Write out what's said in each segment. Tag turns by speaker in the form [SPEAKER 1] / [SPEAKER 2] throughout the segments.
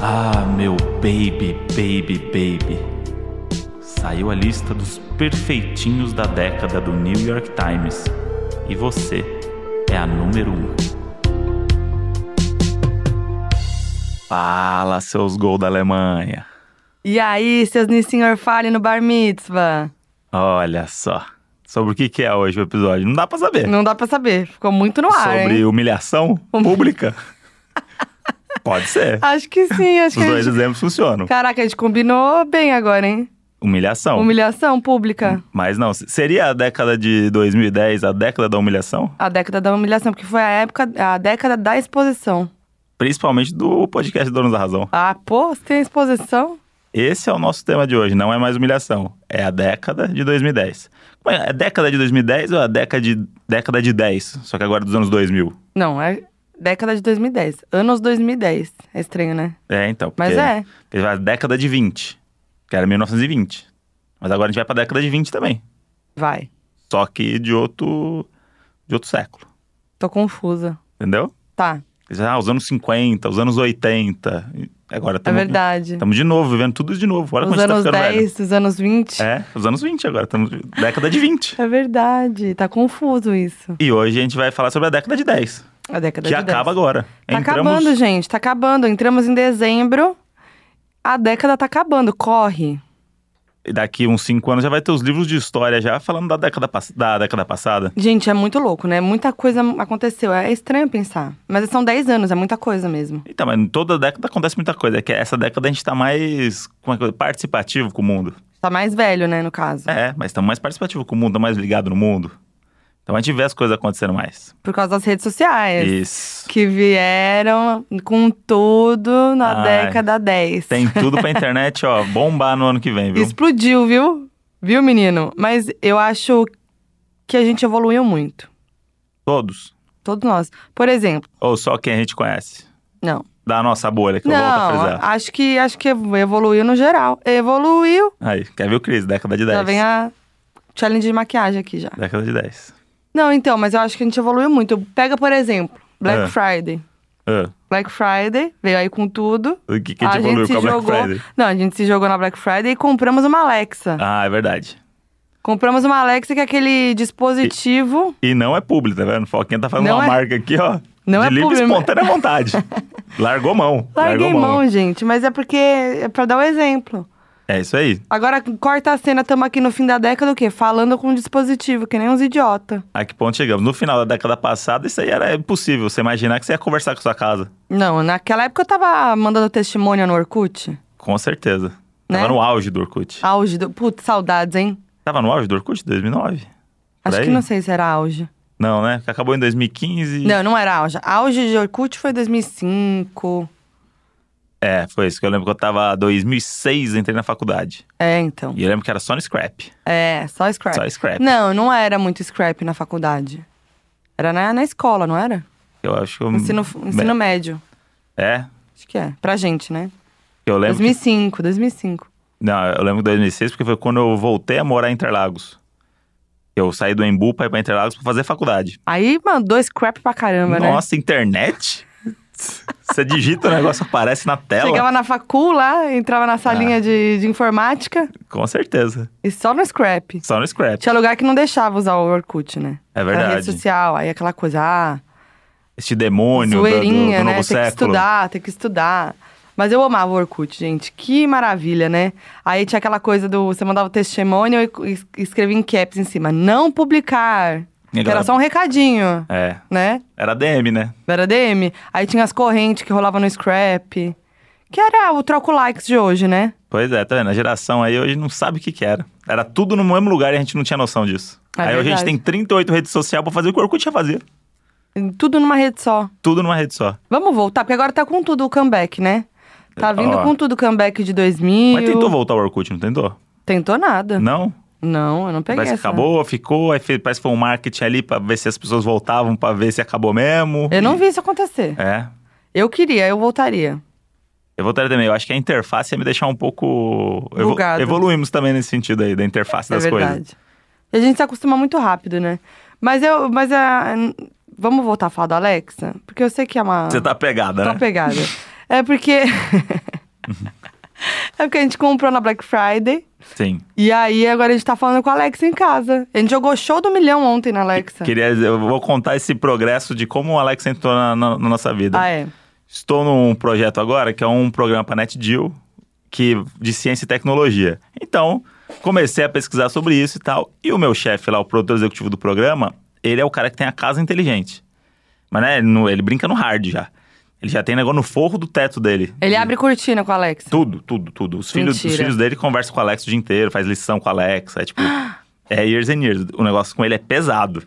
[SPEAKER 1] Ah, meu baby, baby, baby. Saiu a lista dos perfeitinhos da década do New York Times. E você é a número um. Fala, seus gols da Alemanha.
[SPEAKER 2] E aí, seus Nissinhor Fale no Bar Mitzvah?
[SPEAKER 1] Olha só. Sobre o que que é hoje o episódio? Não dá pra saber.
[SPEAKER 2] Não dá pra saber, ficou muito no ar,
[SPEAKER 1] Sobre
[SPEAKER 2] hein?
[SPEAKER 1] humilhação pública? Pode ser.
[SPEAKER 2] Acho que sim, acho
[SPEAKER 1] Os
[SPEAKER 2] que a
[SPEAKER 1] dois
[SPEAKER 2] gente...
[SPEAKER 1] exemplos funcionam.
[SPEAKER 2] Caraca, a gente combinou bem agora, hein?
[SPEAKER 1] Humilhação.
[SPEAKER 2] Humilhação pública.
[SPEAKER 1] Mas não, se- seria a década de 2010 a década da humilhação?
[SPEAKER 2] A década da humilhação, porque foi a época, a década da exposição.
[SPEAKER 1] Principalmente do podcast Donos da Razão.
[SPEAKER 2] Ah, pô, você tem exposição?
[SPEAKER 1] Esse é o nosso tema de hoje, não é mais humilhação. É a década de 2010. Como é? É a década de 2010 ou é a década de, década de 10? Só que agora é dos anos 2000.
[SPEAKER 2] Não, é década de 2010. Anos 2010. É estranho, né?
[SPEAKER 1] É, então. Porque
[SPEAKER 2] Mas é.
[SPEAKER 1] Teve a década de 20, que era 1920. Mas agora a gente vai pra década de 20 também.
[SPEAKER 2] Vai.
[SPEAKER 1] Só que de outro, de outro século.
[SPEAKER 2] Tô confusa.
[SPEAKER 1] Entendeu?
[SPEAKER 2] Tá,
[SPEAKER 1] Ah, os anos 50, os anos 80. e Agora
[SPEAKER 2] é
[SPEAKER 1] estamos.
[SPEAKER 2] verdade.
[SPEAKER 1] Estamos de novo, vivendo tudo de novo. Olha como
[SPEAKER 2] Os
[SPEAKER 1] então a gente tá
[SPEAKER 2] anos
[SPEAKER 1] ficando
[SPEAKER 2] 10,
[SPEAKER 1] velho.
[SPEAKER 2] os anos 20.
[SPEAKER 1] É, os anos 20 agora. Estamos de- década de 20.
[SPEAKER 2] É verdade, tá confuso isso.
[SPEAKER 1] E hoje a gente vai falar sobre a década de 10,
[SPEAKER 2] A década
[SPEAKER 1] que
[SPEAKER 2] de 10.
[SPEAKER 1] acaba agora.
[SPEAKER 2] Tá acabando, gente. Tá acabando. Entramos em dezembro. A década tá acabando. Corre.
[SPEAKER 1] Daqui uns 5 anos já vai ter os livros de história já falando da década, pass- da década passada.
[SPEAKER 2] Gente, é muito louco, né? Muita coisa aconteceu. É estranho pensar. Mas são 10 anos, é muita coisa mesmo.
[SPEAKER 1] Então, mas em toda década acontece muita coisa. É que essa década a gente tá mais como é que eu- participativo com o mundo.
[SPEAKER 2] Tá mais velho, né, no caso.
[SPEAKER 1] É, mas estamos mais participativo com o mundo, tá mais ligado no mundo. Então a gente vê as coisas acontecendo mais.
[SPEAKER 2] Por causa das redes sociais.
[SPEAKER 1] Isso.
[SPEAKER 2] Que vieram com tudo na
[SPEAKER 1] Ai,
[SPEAKER 2] década 10.
[SPEAKER 1] Tem tudo pra internet, ó, bombar no ano que vem, viu?
[SPEAKER 2] Explodiu, viu? Viu, menino? Mas eu acho que a gente evoluiu muito.
[SPEAKER 1] Todos.
[SPEAKER 2] Todos nós. Por exemplo,
[SPEAKER 1] Ou só quem a gente conhece.
[SPEAKER 2] não.
[SPEAKER 1] Da nossa bolha, que eu volto a
[SPEAKER 2] Não,
[SPEAKER 1] frisar.
[SPEAKER 2] acho que acho que evoluiu no geral. Evoluiu.
[SPEAKER 1] Aí, quer ver o Cris? Década de 10.
[SPEAKER 2] Já vem a challenge de maquiagem aqui já.
[SPEAKER 1] Década de 10.
[SPEAKER 2] Não, então, mas eu acho que a gente evoluiu muito. Pega, por exemplo, Black
[SPEAKER 1] Ah.
[SPEAKER 2] Friday.
[SPEAKER 1] Ah,
[SPEAKER 2] Black Friday veio aí com tudo.
[SPEAKER 1] o que, que a gente
[SPEAKER 2] gente
[SPEAKER 1] evoluiu
[SPEAKER 2] se
[SPEAKER 1] com a Black
[SPEAKER 2] jogou.
[SPEAKER 1] Friday?
[SPEAKER 2] Não, a gente se jogou na Black Friday e compramos uma Alexa.
[SPEAKER 1] Ah, é verdade.
[SPEAKER 2] Compramos uma Alexa que é aquele dispositivo.
[SPEAKER 1] E não é público, tá vendo? O Foquinha tá fazendo
[SPEAKER 2] Não
[SPEAKER 1] uma
[SPEAKER 2] é-
[SPEAKER 1] marca aqui, ó.
[SPEAKER 2] Não
[SPEAKER 1] de
[SPEAKER 2] é
[SPEAKER 1] livre
[SPEAKER 2] publi, mas-
[SPEAKER 1] espontânea vontade. Largou mão.
[SPEAKER 2] Larguei
[SPEAKER 1] largou
[SPEAKER 2] mão, gente, mas é porque é pra dar o exemplo.
[SPEAKER 1] É isso aí.
[SPEAKER 2] Agora corta a cena, estamos aqui no fim da década o quê? Falando com um dispositivo, que nem uns idiota.
[SPEAKER 1] A que ponto chegamos? No final da década passada, isso aí era impossível. Você imaginar que você ia conversar com sua casa.
[SPEAKER 2] Não, naquela época eu tava mandando testemunha no Orkut.
[SPEAKER 1] Com certeza.
[SPEAKER 2] Né? Ah.
[SPEAKER 1] Tava no auge do Orkut.
[SPEAKER 2] Auge do. Putz, saudades, hein?
[SPEAKER 1] Tava no auge do Orkut? 2009? Por
[SPEAKER 2] Acho
[SPEAKER 1] aí?
[SPEAKER 2] que não sei se era auge.
[SPEAKER 1] Não, né? Que acabou em 2015.
[SPEAKER 2] Não, não era auge. Auge de Orkut foi 2005.
[SPEAKER 1] É, foi isso. Que eu lembro que eu tava 2006, entrei na faculdade.
[SPEAKER 2] É, então.
[SPEAKER 1] E eu lembro que era só no Scrap.
[SPEAKER 2] É, só scrap.
[SPEAKER 1] Só Scrap.
[SPEAKER 2] Não, não era muito scrap na faculdade. Era na, na escola, não era?
[SPEAKER 1] Eu acho que eu...
[SPEAKER 2] Ensino, ensino médio.
[SPEAKER 1] É.
[SPEAKER 2] Acho que é. Pra gente, né?
[SPEAKER 1] Eu lembro que
[SPEAKER 2] 2005, 2005.
[SPEAKER 1] Não, eu lembro de 2006, porque foi quando eu voltei a morar em Interlagos. Eu saí do Embu pra ir pra Interlagos pra fazer faculdade.
[SPEAKER 2] Aí mandou scrap pra caramba, né?
[SPEAKER 1] Nossa, internet? Você digita o negócio, aparece na tela.
[SPEAKER 2] Chegava na facul lá, entrava na
[SPEAKER 1] Ah.
[SPEAKER 2] salinha de, de informática
[SPEAKER 1] Com certeza.
[SPEAKER 2] e só no scrap.
[SPEAKER 1] Só no Scrap.
[SPEAKER 2] Tinha lugar que não deixava usar o Orkut, né?
[SPEAKER 1] É
[SPEAKER 2] Era rede
[SPEAKER 1] verdade.
[SPEAKER 2] social, aí aquela coisa, ah,
[SPEAKER 1] Este demônio do, do- do
[SPEAKER 2] zoeirinha,
[SPEAKER 1] novo
[SPEAKER 2] né? Tem que
[SPEAKER 1] século.
[SPEAKER 2] estudar, tem que estudar. Mas eu amava o Orkut, gente. Que maravilha, né? Aí tinha aquela coisa do. Você mandava o testemunho e es- escrevia em caps em cima. Não publicar. Que
[SPEAKER 1] galera-
[SPEAKER 2] era só um recadinho,
[SPEAKER 1] É.
[SPEAKER 2] né?
[SPEAKER 1] Era DM, né?
[SPEAKER 2] Era DM. Aí tinha as correntes que rolavam no scrap. Que era o troco likes de hoje, né?
[SPEAKER 1] Pois é, tá vendo? A geração aí hoje não sabe o que que era. Era tudo no mesmo lugar e a gente não tinha noção disso.
[SPEAKER 2] É
[SPEAKER 1] aí hoje a gente
[SPEAKER 2] verdade.
[SPEAKER 1] tem 38 redes sociais pra fazer o que o Orkut ia fazer.
[SPEAKER 2] Tudo numa rede só.
[SPEAKER 1] Tudo numa rede só.
[SPEAKER 2] Vamos voltar, porque agora tá com tudo o comeback, né? Tá vindo
[SPEAKER 1] Ó.
[SPEAKER 2] com tudo o comeback de 2000.
[SPEAKER 1] Mas tentou voltar o Orkut, não tentou?
[SPEAKER 2] Tentou nada. Não,
[SPEAKER 1] Não?
[SPEAKER 2] eu não peguei
[SPEAKER 1] Parece que
[SPEAKER 2] essa.
[SPEAKER 1] acabou, ficou, aí fez- parece que foi um marketing ali pra ver se as pessoas voltavam, pra ver se acabou mesmo.
[SPEAKER 2] Eu não vi isso acontecer.
[SPEAKER 1] É.
[SPEAKER 2] Eu queria, eu voltaria.
[SPEAKER 1] Eu voltaria também, eu acho que a interface ia me deixar um pouco... evo-
[SPEAKER 2] Bugado.
[SPEAKER 1] Evoluímos também nesse sentido aí, da interface
[SPEAKER 2] é
[SPEAKER 1] das
[SPEAKER 2] verdade.
[SPEAKER 1] coisas.
[SPEAKER 2] E a gente se acostuma muito rápido, né? Mas eu. Mas a. Vamos voltar a falar da Alexa? Porque eu sei que é uma.
[SPEAKER 1] Você tá pegada,
[SPEAKER 2] Tá
[SPEAKER 1] né?
[SPEAKER 2] pegada. É porque. é porque a gente comprou na Black Friday.
[SPEAKER 1] Sim.
[SPEAKER 2] E aí, agora a gente tá falando com a Alexa em casa. A gente jogou show do milhão ontem na Alexa.
[SPEAKER 1] Queria, eu vou contar esse progresso de como o Alex entrou na, na- na nossa vida.
[SPEAKER 2] Ah, é.
[SPEAKER 1] Estou num projeto agora que é um programa para NetDeal que, de ciência e tecnologia. Então, comecei a pesquisar sobre isso e tal. E o meu chefe lá, o produtor executivo do programa, ele é o cara que tem a casa inteligente. Mas né, no- ele brinca no hard já. Ele já tem negócio no forro do teto dele.
[SPEAKER 2] Ele abre cortina com a Alexa.
[SPEAKER 1] Tudo, tudo, tudo. Os filhos, os
[SPEAKER 2] Mentira.
[SPEAKER 1] filhos dele conversam com o Alex o dia inteiro, faz lição com o Alex. É tipo. é years and years. O negócio com ele é pesado.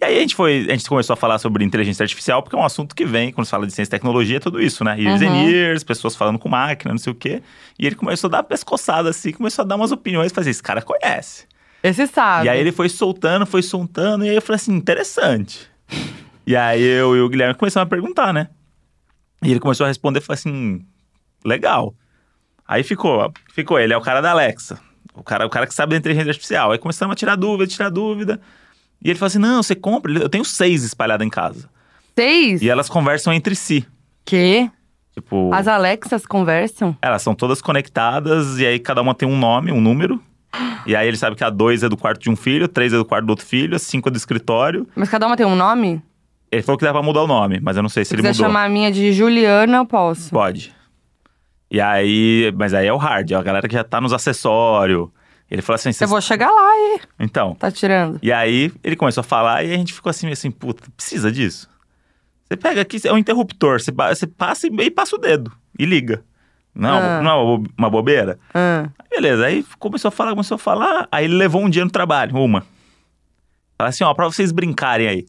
[SPEAKER 1] E aí a gente foi. A gente começou a falar sobre inteligência artificial, porque é um assunto que vem, quando se fala de ciência e tecnologia, é tudo isso, né? Years and
[SPEAKER 2] Uhum.
[SPEAKER 1] years, pessoas falando com máquina, não sei o quê. E ele começou a dar uma pescoçada assim, começou a dar umas opiniões, fazer, esse cara conhece.
[SPEAKER 2] Esse sabe.
[SPEAKER 1] E aí ele foi soltando, foi soltando, e aí eu falei assim, interessante. e aí eu e o Guilherme começamos a perguntar, né? E ele começou a responder, falou assim, legal. Aí ficou, ficou, ele é o cara da Alexa. O cara, o cara que sabe da inteligência artificial. Aí começamos a tirar dúvida, tirar dúvida. E ele falou assim, não, você compra, eu tenho seis espalhadas em casa.
[SPEAKER 2] Seis?
[SPEAKER 1] E elas conversam entre si.
[SPEAKER 2] Que?
[SPEAKER 1] Tipo,
[SPEAKER 2] As Alexas conversam?
[SPEAKER 1] elas são todas conectadas, e aí cada uma tem um nome, um número. E aí ele sabe que a dois é do quarto de um filho, a três é do quarto do outro filho, a cinco é do escritório.
[SPEAKER 2] Mas cada uma tem um nome?
[SPEAKER 1] Ele falou que dá pra mudar o nome, mas eu não sei se,
[SPEAKER 2] Se
[SPEAKER 1] ele
[SPEAKER 2] quiser
[SPEAKER 1] mudou.
[SPEAKER 2] chamar a minha de Juliana, eu posso.
[SPEAKER 1] Pode. E aí, mas aí é o hard, é a galera que já tá nos acessórios. Ele falou assim,
[SPEAKER 2] Eu
[SPEAKER 1] "Cês-
[SPEAKER 2] vou chegar lá e
[SPEAKER 1] então.
[SPEAKER 2] tá tirando.
[SPEAKER 1] E aí ele começou a falar e a gente ficou assim, meio assim, puta, precisa disso. Você pega aqui, é um interruptor, você, pa- você passa e, e passa o dedo e liga. Não,
[SPEAKER 2] Ah.
[SPEAKER 1] não é uma bo- uma bobeira?
[SPEAKER 2] Ah,
[SPEAKER 1] Beleza, aí começou a falar, começou a falar, aí ele levou um dia no trabalho, uma. Fala assim, ó, pra vocês brincarem aí.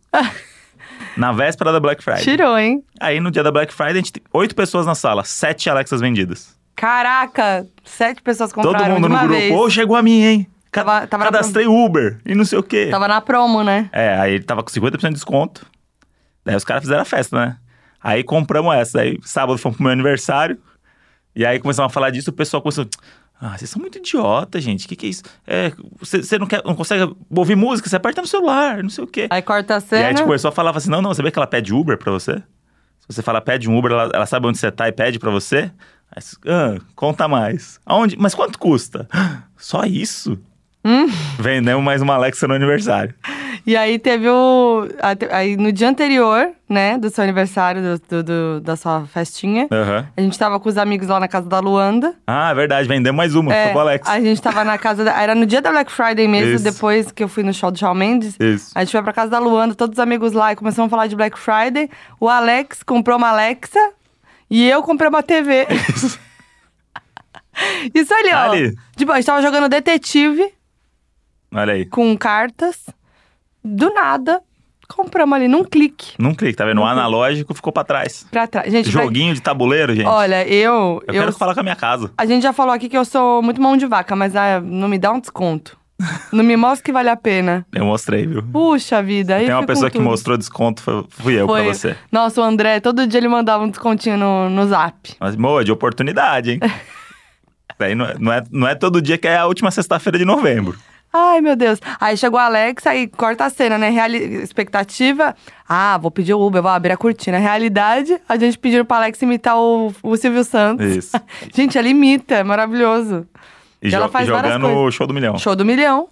[SPEAKER 1] Na véspera da Black Friday.
[SPEAKER 2] tirou, hein?
[SPEAKER 1] Aí no dia da Black Friday, a gente tem oito pessoas na sala, sete Alexas vendidas.
[SPEAKER 2] Caraca! Sete pessoas compraram
[SPEAKER 1] Todo
[SPEAKER 2] de
[SPEAKER 1] mundo no
[SPEAKER 2] uma
[SPEAKER 1] grupo,
[SPEAKER 2] vez.
[SPEAKER 1] ô, chegou a minha, hein? Ca-
[SPEAKER 2] Tava- tava na
[SPEAKER 1] Cadastrei Uber e não sei o quê.
[SPEAKER 2] Tava na promo, né?
[SPEAKER 1] É, aí ele tava com 50% de desconto. Daí os caras fizeram a festa, né? Aí compramos essa. Aí sábado fomos pro meu aniversário. E aí começamos a falar disso, o pessoal começou. Ah, vocês são muito idiota, gente. O que, que é isso? É, você você não, quer, não consegue ouvir música? Você aperta no celular, não sei o quê.
[SPEAKER 2] Aí corta a
[SPEAKER 1] É. E aí
[SPEAKER 2] cena.
[SPEAKER 1] a gente começou a falar, falou assim, não, não, sabia que ela pede Uber pra você? Se você fala, pede um Uber, ela, ela sabe onde você tá e pede pra você? Aí, você, ah, conta mais. Aonde? Mas quanto custa? Só isso?
[SPEAKER 2] Hum.
[SPEAKER 1] Vendemos mais uma Alexa no aniversário.
[SPEAKER 2] E aí teve o. a- te- Aí no dia anterior, né, do seu aniversário, do, do- do- da sua festinha,
[SPEAKER 1] Aham.
[SPEAKER 2] a gente tava com os amigos lá na casa da Luanda.
[SPEAKER 1] Ah, é verdade, vendemos mais uma,
[SPEAKER 2] É,
[SPEAKER 1] ficou com a Alexa.
[SPEAKER 2] a gente tava na casa da. Era no dia da Black Friday mesmo,
[SPEAKER 1] Isso.
[SPEAKER 2] depois que eu fui no show do Shawn Mendes.
[SPEAKER 1] Isso.
[SPEAKER 2] A gente foi pra casa da Luanda, todos os amigos lá, e começamos a falar de Black Friday. O Alex comprou uma Alexa e eu comprei uma TV.
[SPEAKER 1] Isso.
[SPEAKER 2] Isso ali, ó.
[SPEAKER 1] Ali.
[SPEAKER 2] Tipo, a gente tava jogando detetive
[SPEAKER 1] Olha aí.
[SPEAKER 2] com cartas. Do nada, compramos ali num clique
[SPEAKER 1] Num clique, tá vendo? O analógico ficou pra trás.
[SPEAKER 2] pra trás. Gente, vai-
[SPEAKER 1] Joguinho de tabuleiro, gente.
[SPEAKER 2] olha, eu.
[SPEAKER 1] eu,
[SPEAKER 2] eu-
[SPEAKER 1] quero falar com a minha casa.
[SPEAKER 2] A gente já falou aqui que eu sou muito mão de vaca, mas ah, não me dá um desconto. não me mostra que vale a pena.
[SPEAKER 1] Eu mostrei, viu?
[SPEAKER 2] Puxa vida. aí
[SPEAKER 1] Tem uma
[SPEAKER 2] fui com
[SPEAKER 1] pessoa que
[SPEAKER 2] tudo.
[SPEAKER 1] mostrou desconto, foi- fui eu pra você.
[SPEAKER 2] Nossa, o André, todo dia ele mandava um descontinho no, no zap.
[SPEAKER 1] Mas, moa, de oportunidade, hein? Daí não é, não, é, não é todo dia que é a última sexta-feira de novembro.
[SPEAKER 2] Ai, meu Deus. Aí chegou a Alexa e corta a cena, né? Reali- Expectativa. Ah, vou pedir o Uber, vou abrir a cortina. Realidade, a gente pediu pra Alexa imitar o, o Silvio Santos.
[SPEAKER 1] Isso.
[SPEAKER 2] gente, ela imita, é maravilhoso.
[SPEAKER 1] E,
[SPEAKER 2] Ela
[SPEAKER 1] jo-
[SPEAKER 2] faz várias
[SPEAKER 1] jogando o
[SPEAKER 2] coisas.
[SPEAKER 1] show do milhão.
[SPEAKER 2] Show do milhão.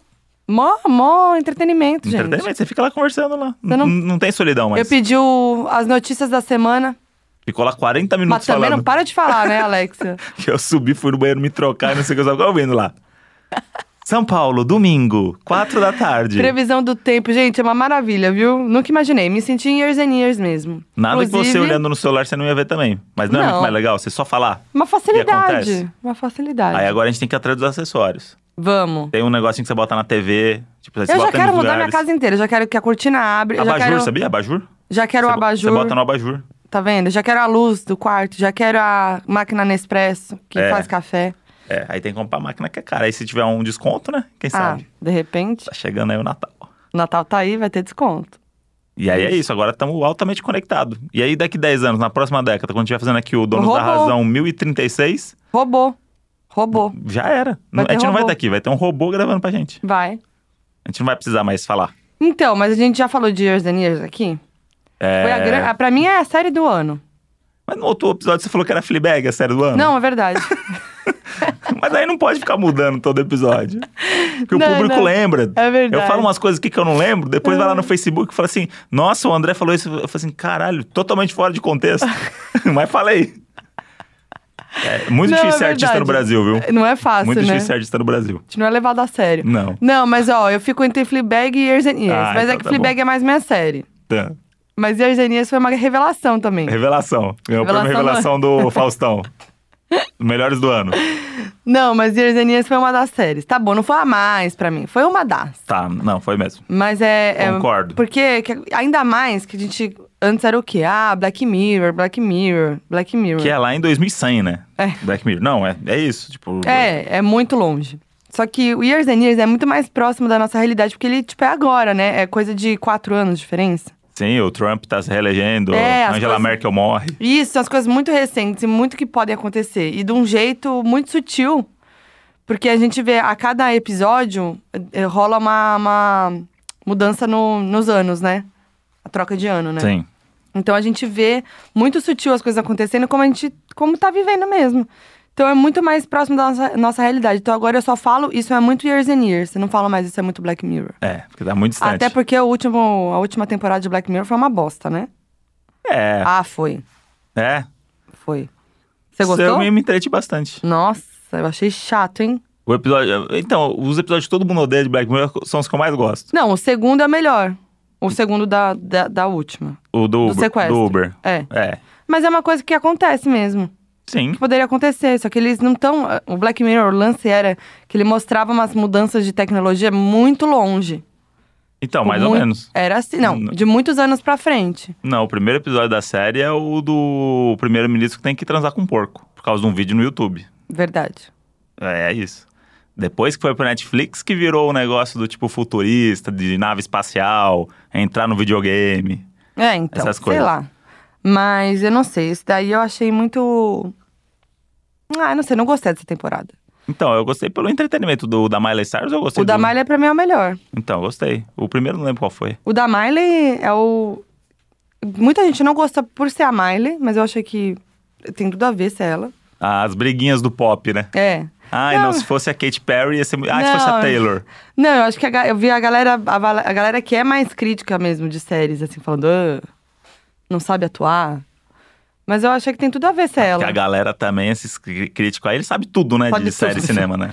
[SPEAKER 2] Mó, mó entretenimento, gente.
[SPEAKER 1] Entretenimento, você fica lá conversando lá. N-
[SPEAKER 2] não-
[SPEAKER 1] não... tem solidão, mas
[SPEAKER 2] Eu pedi o- as notícias da semana.
[SPEAKER 1] ficou lá 40
[SPEAKER 2] Mas
[SPEAKER 1] minutos
[SPEAKER 2] também
[SPEAKER 1] falando.
[SPEAKER 2] não para de falar, né, Alexa?
[SPEAKER 1] Que eu subi, fui no banheiro me trocar e não sei o que eu estava ouvindo lá. São Paulo, domingo, 4 da tarde.
[SPEAKER 2] Previsão do tempo, gente, é uma maravilha, viu? Nunca imaginei. Me senti em years and years mesmo.
[SPEAKER 1] Nada que você
[SPEAKER 2] Inclusive,
[SPEAKER 1] olhando no celular você não ia ver também. Mas não, é
[SPEAKER 2] Não.
[SPEAKER 1] muito mais legal, você só falar.
[SPEAKER 2] Uma facilidade.
[SPEAKER 1] acontece.
[SPEAKER 2] Uma facilidade.
[SPEAKER 1] Aí é- agora a gente tem que ir atrás dos acessórios.
[SPEAKER 2] Vamos.
[SPEAKER 1] Tem um negocinho que você bota na TV, tipo, você
[SPEAKER 2] Eu já
[SPEAKER 1] bota
[SPEAKER 2] quero
[SPEAKER 1] nos
[SPEAKER 2] mudar
[SPEAKER 1] lugares.
[SPEAKER 2] minha casa inteira. Já quero que a cortina abre. eu
[SPEAKER 1] Abajur,
[SPEAKER 2] já quero,
[SPEAKER 1] sabia? Abajur?
[SPEAKER 2] já quero o
[SPEAKER 1] você, bo-
[SPEAKER 2] abajur.
[SPEAKER 1] Você bota no abajur.
[SPEAKER 2] Tá vendo? Já quero a luz do quarto. Já quero a máquina Nespresso, que
[SPEAKER 1] É.
[SPEAKER 2] faz café.
[SPEAKER 1] É, aí tem que comprar a máquina que é cara. Aí se tiver um desconto, né? Quem
[SPEAKER 2] Ah,
[SPEAKER 1] sabe?
[SPEAKER 2] de repente,
[SPEAKER 1] Tá chegando aí o Natal.
[SPEAKER 2] o Natal tá aí, vai ter desconto.
[SPEAKER 1] E aí é isso, agora estamos altamente conectados. E aí daqui 10 anos, na próxima década, quando estiver fazendo aqui o Donos da
[SPEAKER 2] Robô.
[SPEAKER 1] Razão 1036,
[SPEAKER 2] Robô. Robô.
[SPEAKER 1] já era. Não-
[SPEAKER 2] ter
[SPEAKER 1] a gente não vai
[SPEAKER 2] robô.
[SPEAKER 1] estar aqui, vai ter um robô gravando pra gente.
[SPEAKER 2] Vai.
[SPEAKER 1] A gente não vai precisar mais falar.
[SPEAKER 2] Então, mas a gente já falou de Years and Years aqui?
[SPEAKER 1] É...
[SPEAKER 2] Foi a gran... ah, Pra mim é a série do ano.
[SPEAKER 1] Mas no outro episódio você falou que era Fleabag, a série do ano.
[SPEAKER 2] Não, é verdade.
[SPEAKER 1] Mas aí não pode ficar mudando todo episódio. Porque
[SPEAKER 2] Não,
[SPEAKER 1] o público
[SPEAKER 2] não.
[SPEAKER 1] lembra.
[SPEAKER 2] É verdade. É.
[SPEAKER 1] Eu falo umas coisas aqui que eu não lembro, depois vai lá no Facebook e fala assim: Nossa, o André falou isso. Eu falo assim: Caralho, totalmente fora de contexto. Mas falei. É muito
[SPEAKER 2] Não,
[SPEAKER 1] difícil
[SPEAKER 2] é
[SPEAKER 1] ser artista no
[SPEAKER 2] verdade.
[SPEAKER 1] Brasil, viu?
[SPEAKER 2] Não é fácil,
[SPEAKER 1] muito
[SPEAKER 2] né?
[SPEAKER 1] difícil ser artista no Brasil.
[SPEAKER 2] A gente não é levado a sério.
[SPEAKER 1] Não.
[SPEAKER 2] Não, mas ó, eu fico entre Fleabag e Years and Years.
[SPEAKER 1] Ah,
[SPEAKER 2] mas é
[SPEAKER 1] então
[SPEAKER 2] que
[SPEAKER 1] tá
[SPEAKER 2] Fleabag é mais minha série.
[SPEAKER 1] Tá.
[SPEAKER 2] Mas Years and Years foi uma revelação também.
[SPEAKER 1] Revelação. Ganhou o prêmio
[SPEAKER 2] Revelação
[SPEAKER 1] Revelação do Faustão. Melhores do ano.
[SPEAKER 2] Não, mas Years and Years foi uma das séries. Tá bom, não foi a mais pra mim. Foi uma das.
[SPEAKER 1] Tá, não, foi mesmo.
[SPEAKER 2] Mas é. é-
[SPEAKER 1] Concordo.
[SPEAKER 2] porque que- ainda mais que a gente. Antes era o quê? Ah, Black Mirror, Black Mirror, Black Mirror.
[SPEAKER 1] Que é lá em 2100, né?
[SPEAKER 2] É.
[SPEAKER 1] Black Mirror. Não, é, é isso. Tipo,
[SPEAKER 2] É, é muito longe. Só que o Years and Years é muito mais próximo da nossa realidade, porque ele, tipo, é agora, né? É coisa de quatro anos de diferença.
[SPEAKER 1] Sim, o Trump tá se reelegendo,
[SPEAKER 2] É, as
[SPEAKER 1] Angela
[SPEAKER 2] coisas- né.
[SPEAKER 1] Merkel morre.
[SPEAKER 2] E Isso, são as coisas muito recentes e muito que podem acontecer. E de um jeito muito sutil. Porque a gente vê a cada episódio eh, rola uma, uma mudança no- nos anos, né? A troca de ano, né?
[SPEAKER 1] Sim.
[SPEAKER 2] Então a gente vê muito sutil as coisas acontecendo, como a gente como tá vivendo mesmo. Então é muito mais próximo da nossa, nossa realidade. Então agora eu só falo, isso é muito Years and Years. Eu não falo mais, isso é muito Black Mirror.
[SPEAKER 1] É, porque tá muito distante.
[SPEAKER 2] Até porque o último, a última temporada de Black Mirror foi uma bosta, né?
[SPEAKER 1] É,
[SPEAKER 2] Ah, foi.
[SPEAKER 1] é.
[SPEAKER 2] Foi. Ah, Você
[SPEAKER 1] Isso
[SPEAKER 2] gostou?
[SPEAKER 1] Eu me, me entreti bastante.
[SPEAKER 2] Nossa, eu achei chato, hein?
[SPEAKER 1] O episódio... Então, os episódios que todo mundo odeia de Black Mirror são os que eu mais gosto.
[SPEAKER 2] Não, o segundo é melhor. O segundo da, da, da última.
[SPEAKER 1] O do
[SPEAKER 2] Do
[SPEAKER 1] Uber.
[SPEAKER 2] sequestro.
[SPEAKER 1] do Uber.
[SPEAKER 2] É.
[SPEAKER 1] É.
[SPEAKER 2] Mas é uma coisa que acontece mesmo.
[SPEAKER 1] Sim.
[SPEAKER 2] que poderia acontecer. Só que eles não estão. O Black Mirror, o lance era que ele mostrava umas mudanças de tecnologia muito longe.
[SPEAKER 1] Então, mais ou
[SPEAKER 2] Muito-
[SPEAKER 1] menos.
[SPEAKER 2] Era assim, não,
[SPEAKER 1] Não.
[SPEAKER 2] de muitos anos pra frente.
[SPEAKER 1] Não, o primeiro episódio da série é o do primeiro-ministro que tem que transar com um porco. Por causa de um vídeo no YouTube.
[SPEAKER 2] Verdade.
[SPEAKER 1] É, é isso. Depois que foi pro Netflix que virou o negócio do tipo futurista, de nave espacial, entrar no videogame.
[SPEAKER 2] É, então.
[SPEAKER 1] Essas
[SPEAKER 2] sei
[SPEAKER 1] coisas.
[SPEAKER 2] lá. Mas eu não sei, esse daí eu achei muito. Ah, eu não sei, não gostei dessa temporada.
[SPEAKER 1] Então, eu gostei pelo entretenimento do da Miley Cyrus, eu gostei.
[SPEAKER 2] o da
[SPEAKER 1] do-
[SPEAKER 2] Miley, pra mim, é o melhor.
[SPEAKER 1] Então, eu gostei. O primeiro não lembro qual foi.
[SPEAKER 2] O da Miley é o. Muita gente não gosta por ser a Miley, mas eu achei que tem tudo a ver ser ela.
[SPEAKER 1] As briguinhas do pop, né?
[SPEAKER 2] É.
[SPEAKER 1] Ai, não,
[SPEAKER 2] Não.
[SPEAKER 1] se fosse a Katy Perry, ia ser... mu- Ah, se
[SPEAKER 2] Não.
[SPEAKER 1] fosse a Taylor.
[SPEAKER 2] Não, eu acho que a ga- eu vi a galera, a, vala- a galera que é mais crítica mesmo de séries, assim, falando, "Ah, não sabe atuar. Mas eu achei que tem tudo a ver se é
[SPEAKER 1] Que
[SPEAKER 2] ela.
[SPEAKER 1] a galera também, esses cri- críticos aí, ele sabe tudo, né?
[SPEAKER 2] Sabe
[SPEAKER 1] de
[SPEAKER 2] tudo.
[SPEAKER 1] série e cinema, né?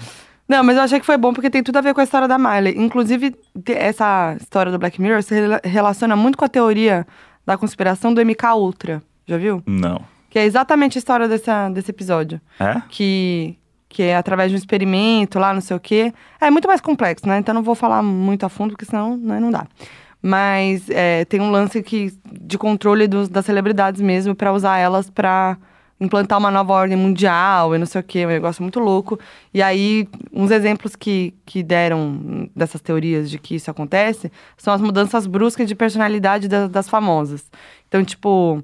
[SPEAKER 2] Não, mas eu achei que foi bom porque tem tudo a ver com a história da Miley. Inclusive, te- essa história do Black Mirror se rela- relaciona muito com a teoria da conspiração do MK Ultra. Já viu?
[SPEAKER 1] Não.
[SPEAKER 2] Que é exatamente a história dessa, desse episódio.
[SPEAKER 1] É?
[SPEAKER 2] Que, que é através de um experimento lá, não sei o quê. É muito mais complexo, né? Então não vou falar muito a fundo, porque senão né, não dá. Mas é, tem um lance que, de controle dos, das celebridades mesmo, pra usar elas pra implantar uma nova ordem mundial e não sei o quê, um negócio muito louco. E aí, uns exemplos que, que deram dessas teorias de que isso acontece são as mudanças bruscas de personalidade da- das famosas. Então, tipo,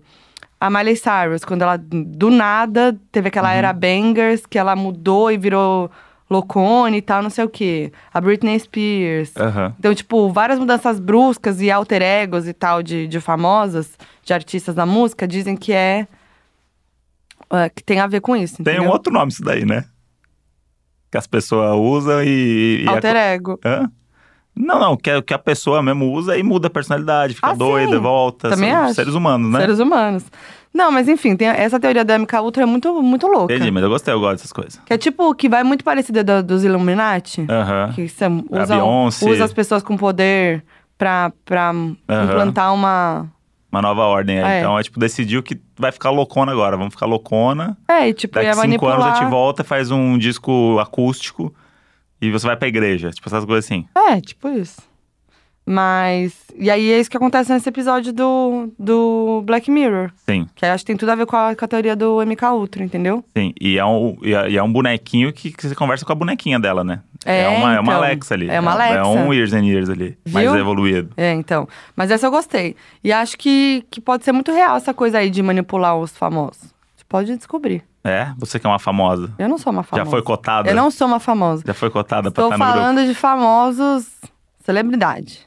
[SPEAKER 2] a Miley Cyrus, quando ela do nada teve aquela
[SPEAKER 1] Uhum.
[SPEAKER 2] era bangers, que ela mudou e virou loucone e tal, não sei o quê. A Britney Spears.
[SPEAKER 1] Aham.
[SPEAKER 2] Então, tipo, várias mudanças bruscas e alter egos e tal de, de famosas, de artistas da música, dizem que é. é, que tem a ver com isso.
[SPEAKER 1] Tem um
[SPEAKER 2] entendeu?
[SPEAKER 1] outro nome isso daí, né? Que as pessoas usam e... é e
[SPEAKER 2] alter ego.
[SPEAKER 1] a... Hã? Não, não, que, a- que a pessoa mesmo usa e muda a personalidade, fica
[SPEAKER 2] Ah,
[SPEAKER 1] doida,
[SPEAKER 2] sim.
[SPEAKER 1] volta.
[SPEAKER 2] Também
[SPEAKER 1] são
[SPEAKER 2] acho.
[SPEAKER 1] Seres humanos, né?
[SPEAKER 2] Seres humanos. Não, mas enfim, tem essa teoria da MK Ultra é muito, muito louca.
[SPEAKER 1] Entendi, mas eu gostei, eu gosto dessas coisas.
[SPEAKER 2] Que é tipo, que vai muito parecida do- dos Illuminati.
[SPEAKER 1] Aham.
[SPEAKER 2] Que são,
[SPEAKER 1] A
[SPEAKER 2] usam,
[SPEAKER 1] Beyoncé.
[SPEAKER 2] usa as pessoas com poder pra, pra implantar uma.
[SPEAKER 1] Uma nova ordem aí.
[SPEAKER 2] É.
[SPEAKER 1] Então, é tipo, decidiu que vai ficar loucona agora. Vamos ficar loucona.
[SPEAKER 2] É, e tipo,
[SPEAKER 1] Daqui
[SPEAKER 2] ia
[SPEAKER 1] cinco
[SPEAKER 2] manipular.
[SPEAKER 1] anos a gente volta, faz um disco acústico e você vai pra igreja. Tipo, essas coisas assim.
[SPEAKER 2] É, tipo isso. Mas. E aí é isso que acontece nesse episódio do, do Black Mirror.
[SPEAKER 1] Sim,
[SPEAKER 2] Que aí acho que tem tudo a ver com a, com a teoria do MK Ultra, entendeu?
[SPEAKER 1] sim. E é um, e é, e é um bonequinho que, que você conversa com a bonequinha dela, né?
[SPEAKER 2] É,
[SPEAKER 1] uma, é uma
[SPEAKER 2] então.
[SPEAKER 1] Alexa ali.
[SPEAKER 2] É uma
[SPEAKER 1] É
[SPEAKER 2] Alexa.
[SPEAKER 1] um Years and Years ali. Mais
[SPEAKER 2] Viu?
[SPEAKER 1] evoluído.
[SPEAKER 2] É, então. Mas essa eu gostei. E acho que, que pode ser muito real essa coisa aí de manipular os famosos. Você pode descobrir.
[SPEAKER 1] É? Você que é uma famosa.
[SPEAKER 2] Eu não sou uma famosa.
[SPEAKER 1] Já foi cotada?
[SPEAKER 2] Eu não sou uma famosa.
[SPEAKER 1] Já foi cotada pra
[SPEAKER 2] Estou
[SPEAKER 1] estar no grupo.
[SPEAKER 2] falando de famosos celebridade.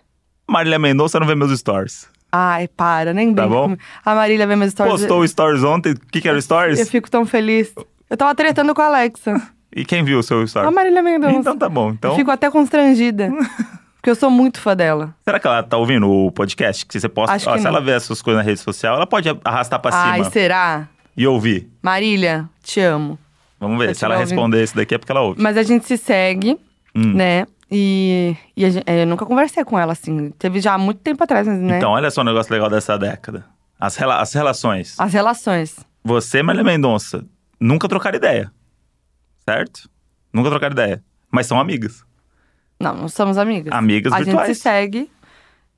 [SPEAKER 1] Marília Mendonça não vê meus stories.
[SPEAKER 2] Ai, para, nem
[SPEAKER 1] Tá
[SPEAKER 2] brinca
[SPEAKER 1] bom?
[SPEAKER 2] comigo. A Marília vê meus stories.
[SPEAKER 1] Postou o Stories ontem. O que, que era o Stories?
[SPEAKER 2] Eu fico tão feliz. Eu tava tretando com a Alexa.
[SPEAKER 1] E quem viu o seu
[SPEAKER 2] A
[SPEAKER 1] Stories?
[SPEAKER 2] Marília Mendonça.
[SPEAKER 1] Então tá bom.
[SPEAKER 2] Eu
[SPEAKER 1] Então,
[SPEAKER 2] fico até constrangida. porque eu sou muito fã dela.
[SPEAKER 1] será que ela tá ouvindo o podcast? Que você posta.
[SPEAKER 2] Acho
[SPEAKER 1] Ó,
[SPEAKER 2] que
[SPEAKER 1] se
[SPEAKER 2] não. Ah,
[SPEAKER 1] ela vê essas coisas na rede social, ela pode arrastar pra
[SPEAKER 2] Ai,
[SPEAKER 1] cima
[SPEAKER 2] será?
[SPEAKER 1] e ouvir.
[SPEAKER 2] Marília, te amo.
[SPEAKER 1] Vamos ver.
[SPEAKER 2] Se
[SPEAKER 1] Se ela
[SPEAKER 2] ela ouvir.
[SPEAKER 1] responder isso daqui é porque ela ouve.
[SPEAKER 2] Mas a gente se segue,
[SPEAKER 1] Hum.
[SPEAKER 2] né? E, e a gen- é, eu nunca conversei com ela, assim. Teve já há muito tempo atrás, mas, né?
[SPEAKER 1] Então, olha só um negócio legal dessa década. As, rela- as relações.
[SPEAKER 2] As relações.
[SPEAKER 1] Você, Marília Mendonça, nunca trocaram ideia. Certo? Nunca trocaram ideia. Mas são amigas.
[SPEAKER 2] Não, não somos amigas.
[SPEAKER 1] Amigas
[SPEAKER 2] a gente
[SPEAKER 1] virtuais.
[SPEAKER 2] se segue.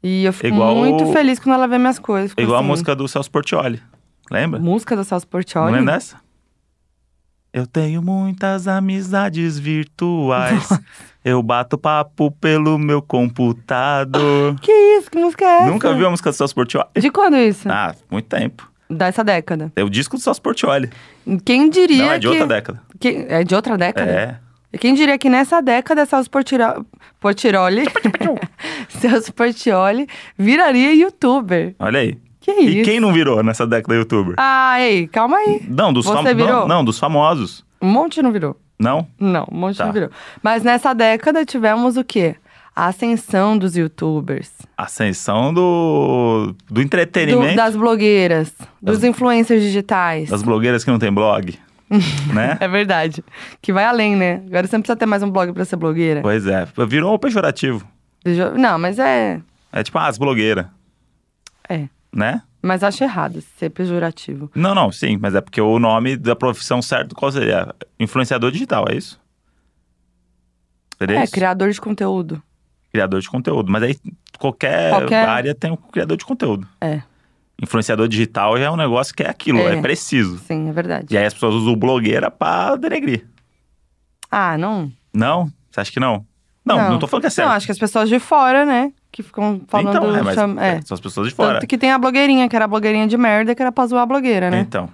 [SPEAKER 2] E eu fico
[SPEAKER 1] Igual-
[SPEAKER 2] muito feliz quando ela vê minhas coisas. fico
[SPEAKER 1] Igual
[SPEAKER 2] assim,
[SPEAKER 1] a música do Celso Portioli. Lembra?
[SPEAKER 2] Música do Celso
[SPEAKER 1] Não é
[SPEAKER 2] Portioli.
[SPEAKER 1] lembra dessa? Eu tenho muitas amizades virtuais. Eu bato papo pelo meu computador.
[SPEAKER 2] Que isso? Que música é essa?
[SPEAKER 1] Nunca viu a música do Celso Portioli?
[SPEAKER 2] De quando isso?
[SPEAKER 1] Ah, muito tempo.
[SPEAKER 2] Dessa década.
[SPEAKER 1] É o disco do Celso Portioli.
[SPEAKER 2] Quem diria
[SPEAKER 1] Não, é de
[SPEAKER 2] que...
[SPEAKER 1] outra década.
[SPEAKER 2] que- É de outra década?
[SPEAKER 1] É.
[SPEAKER 2] E Quem diria que nessa década Celso Portiro... Portiroli... Celso Portioli viraria youtuber.
[SPEAKER 1] Olha aí.
[SPEAKER 2] Que
[SPEAKER 1] E
[SPEAKER 2] isso?
[SPEAKER 1] quem não virou nessa década youtuber?
[SPEAKER 2] Ah, ei, calma aí.
[SPEAKER 1] Não, dos
[SPEAKER 2] Você
[SPEAKER 1] fam- não,
[SPEAKER 2] virou?
[SPEAKER 1] não, dos famosos.
[SPEAKER 2] Um monte não virou.
[SPEAKER 1] Não?
[SPEAKER 2] Não, um monte
[SPEAKER 1] Tá.
[SPEAKER 2] não virou. Mas nessa década tivemos o quê? A ascensão dos youtubers.
[SPEAKER 1] Ascensão do, do entretenimento.
[SPEAKER 2] do- das blogueiras. Dos influencers digitais.
[SPEAKER 1] Das blogueiras que não tem blog. né?
[SPEAKER 2] É verdade. Que vai além, né? Agora você não precisa ter mais um blog pra ser blogueira.
[SPEAKER 1] Pois é. Virou pejorativo.
[SPEAKER 2] Deixa eu- Não, mas é...
[SPEAKER 1] É tipo, ah, as blogueiras,
[SPEAKER 2] É.
[SPEAKER 1] né?
[SPEAKER 2] Mas acho errado ser pejorativo.
[SPEAKER 1] Não, não, sim, mas é porque o nome da profissão certo qual seria? Influenciador digital, é isso? Seria
[SPEAKER 2] É,
[SPEAKER 1] isso?
[SPEAKER 2] criador de conteúdo.
[SPEAKER 1] Criador de conteúdo. Mas aí qualquer,
[SPEAKER 2] Qualquer-
[SPEAKER 1] área tem um criador de conteúdo.
[SPEAKER 2] É.
[SPEAKER 1] Influenciador digital já é um negócio que é aquilo, é,
[SPEAKER 2] É.
[SPEAKER 1] preciso.
[SPEAKER 2] Sim, é verdade.
[SPEAKER 1] E aí as pessoas usam o blogueira pra denegrir.
[SPEAKER 2] Ah, não.
[SPEAKER 1] Não? Você acha que não? Não, não, tô falando que é certo.
[SPEAKER 2] Não, acho que as pessoas de fora, né? Que ficam falando.
[SPEAKER 1] então, é, mas
[SPEAKER 2] cham- é.
[SPEAKER 1] são as pessoas de fora.
[SPEAKER 2] Tanto que tem a blogueirinha, que era a blogueirinha de merda, que era pra zoar a blogueira, né?
[SPEAKER 1] Então.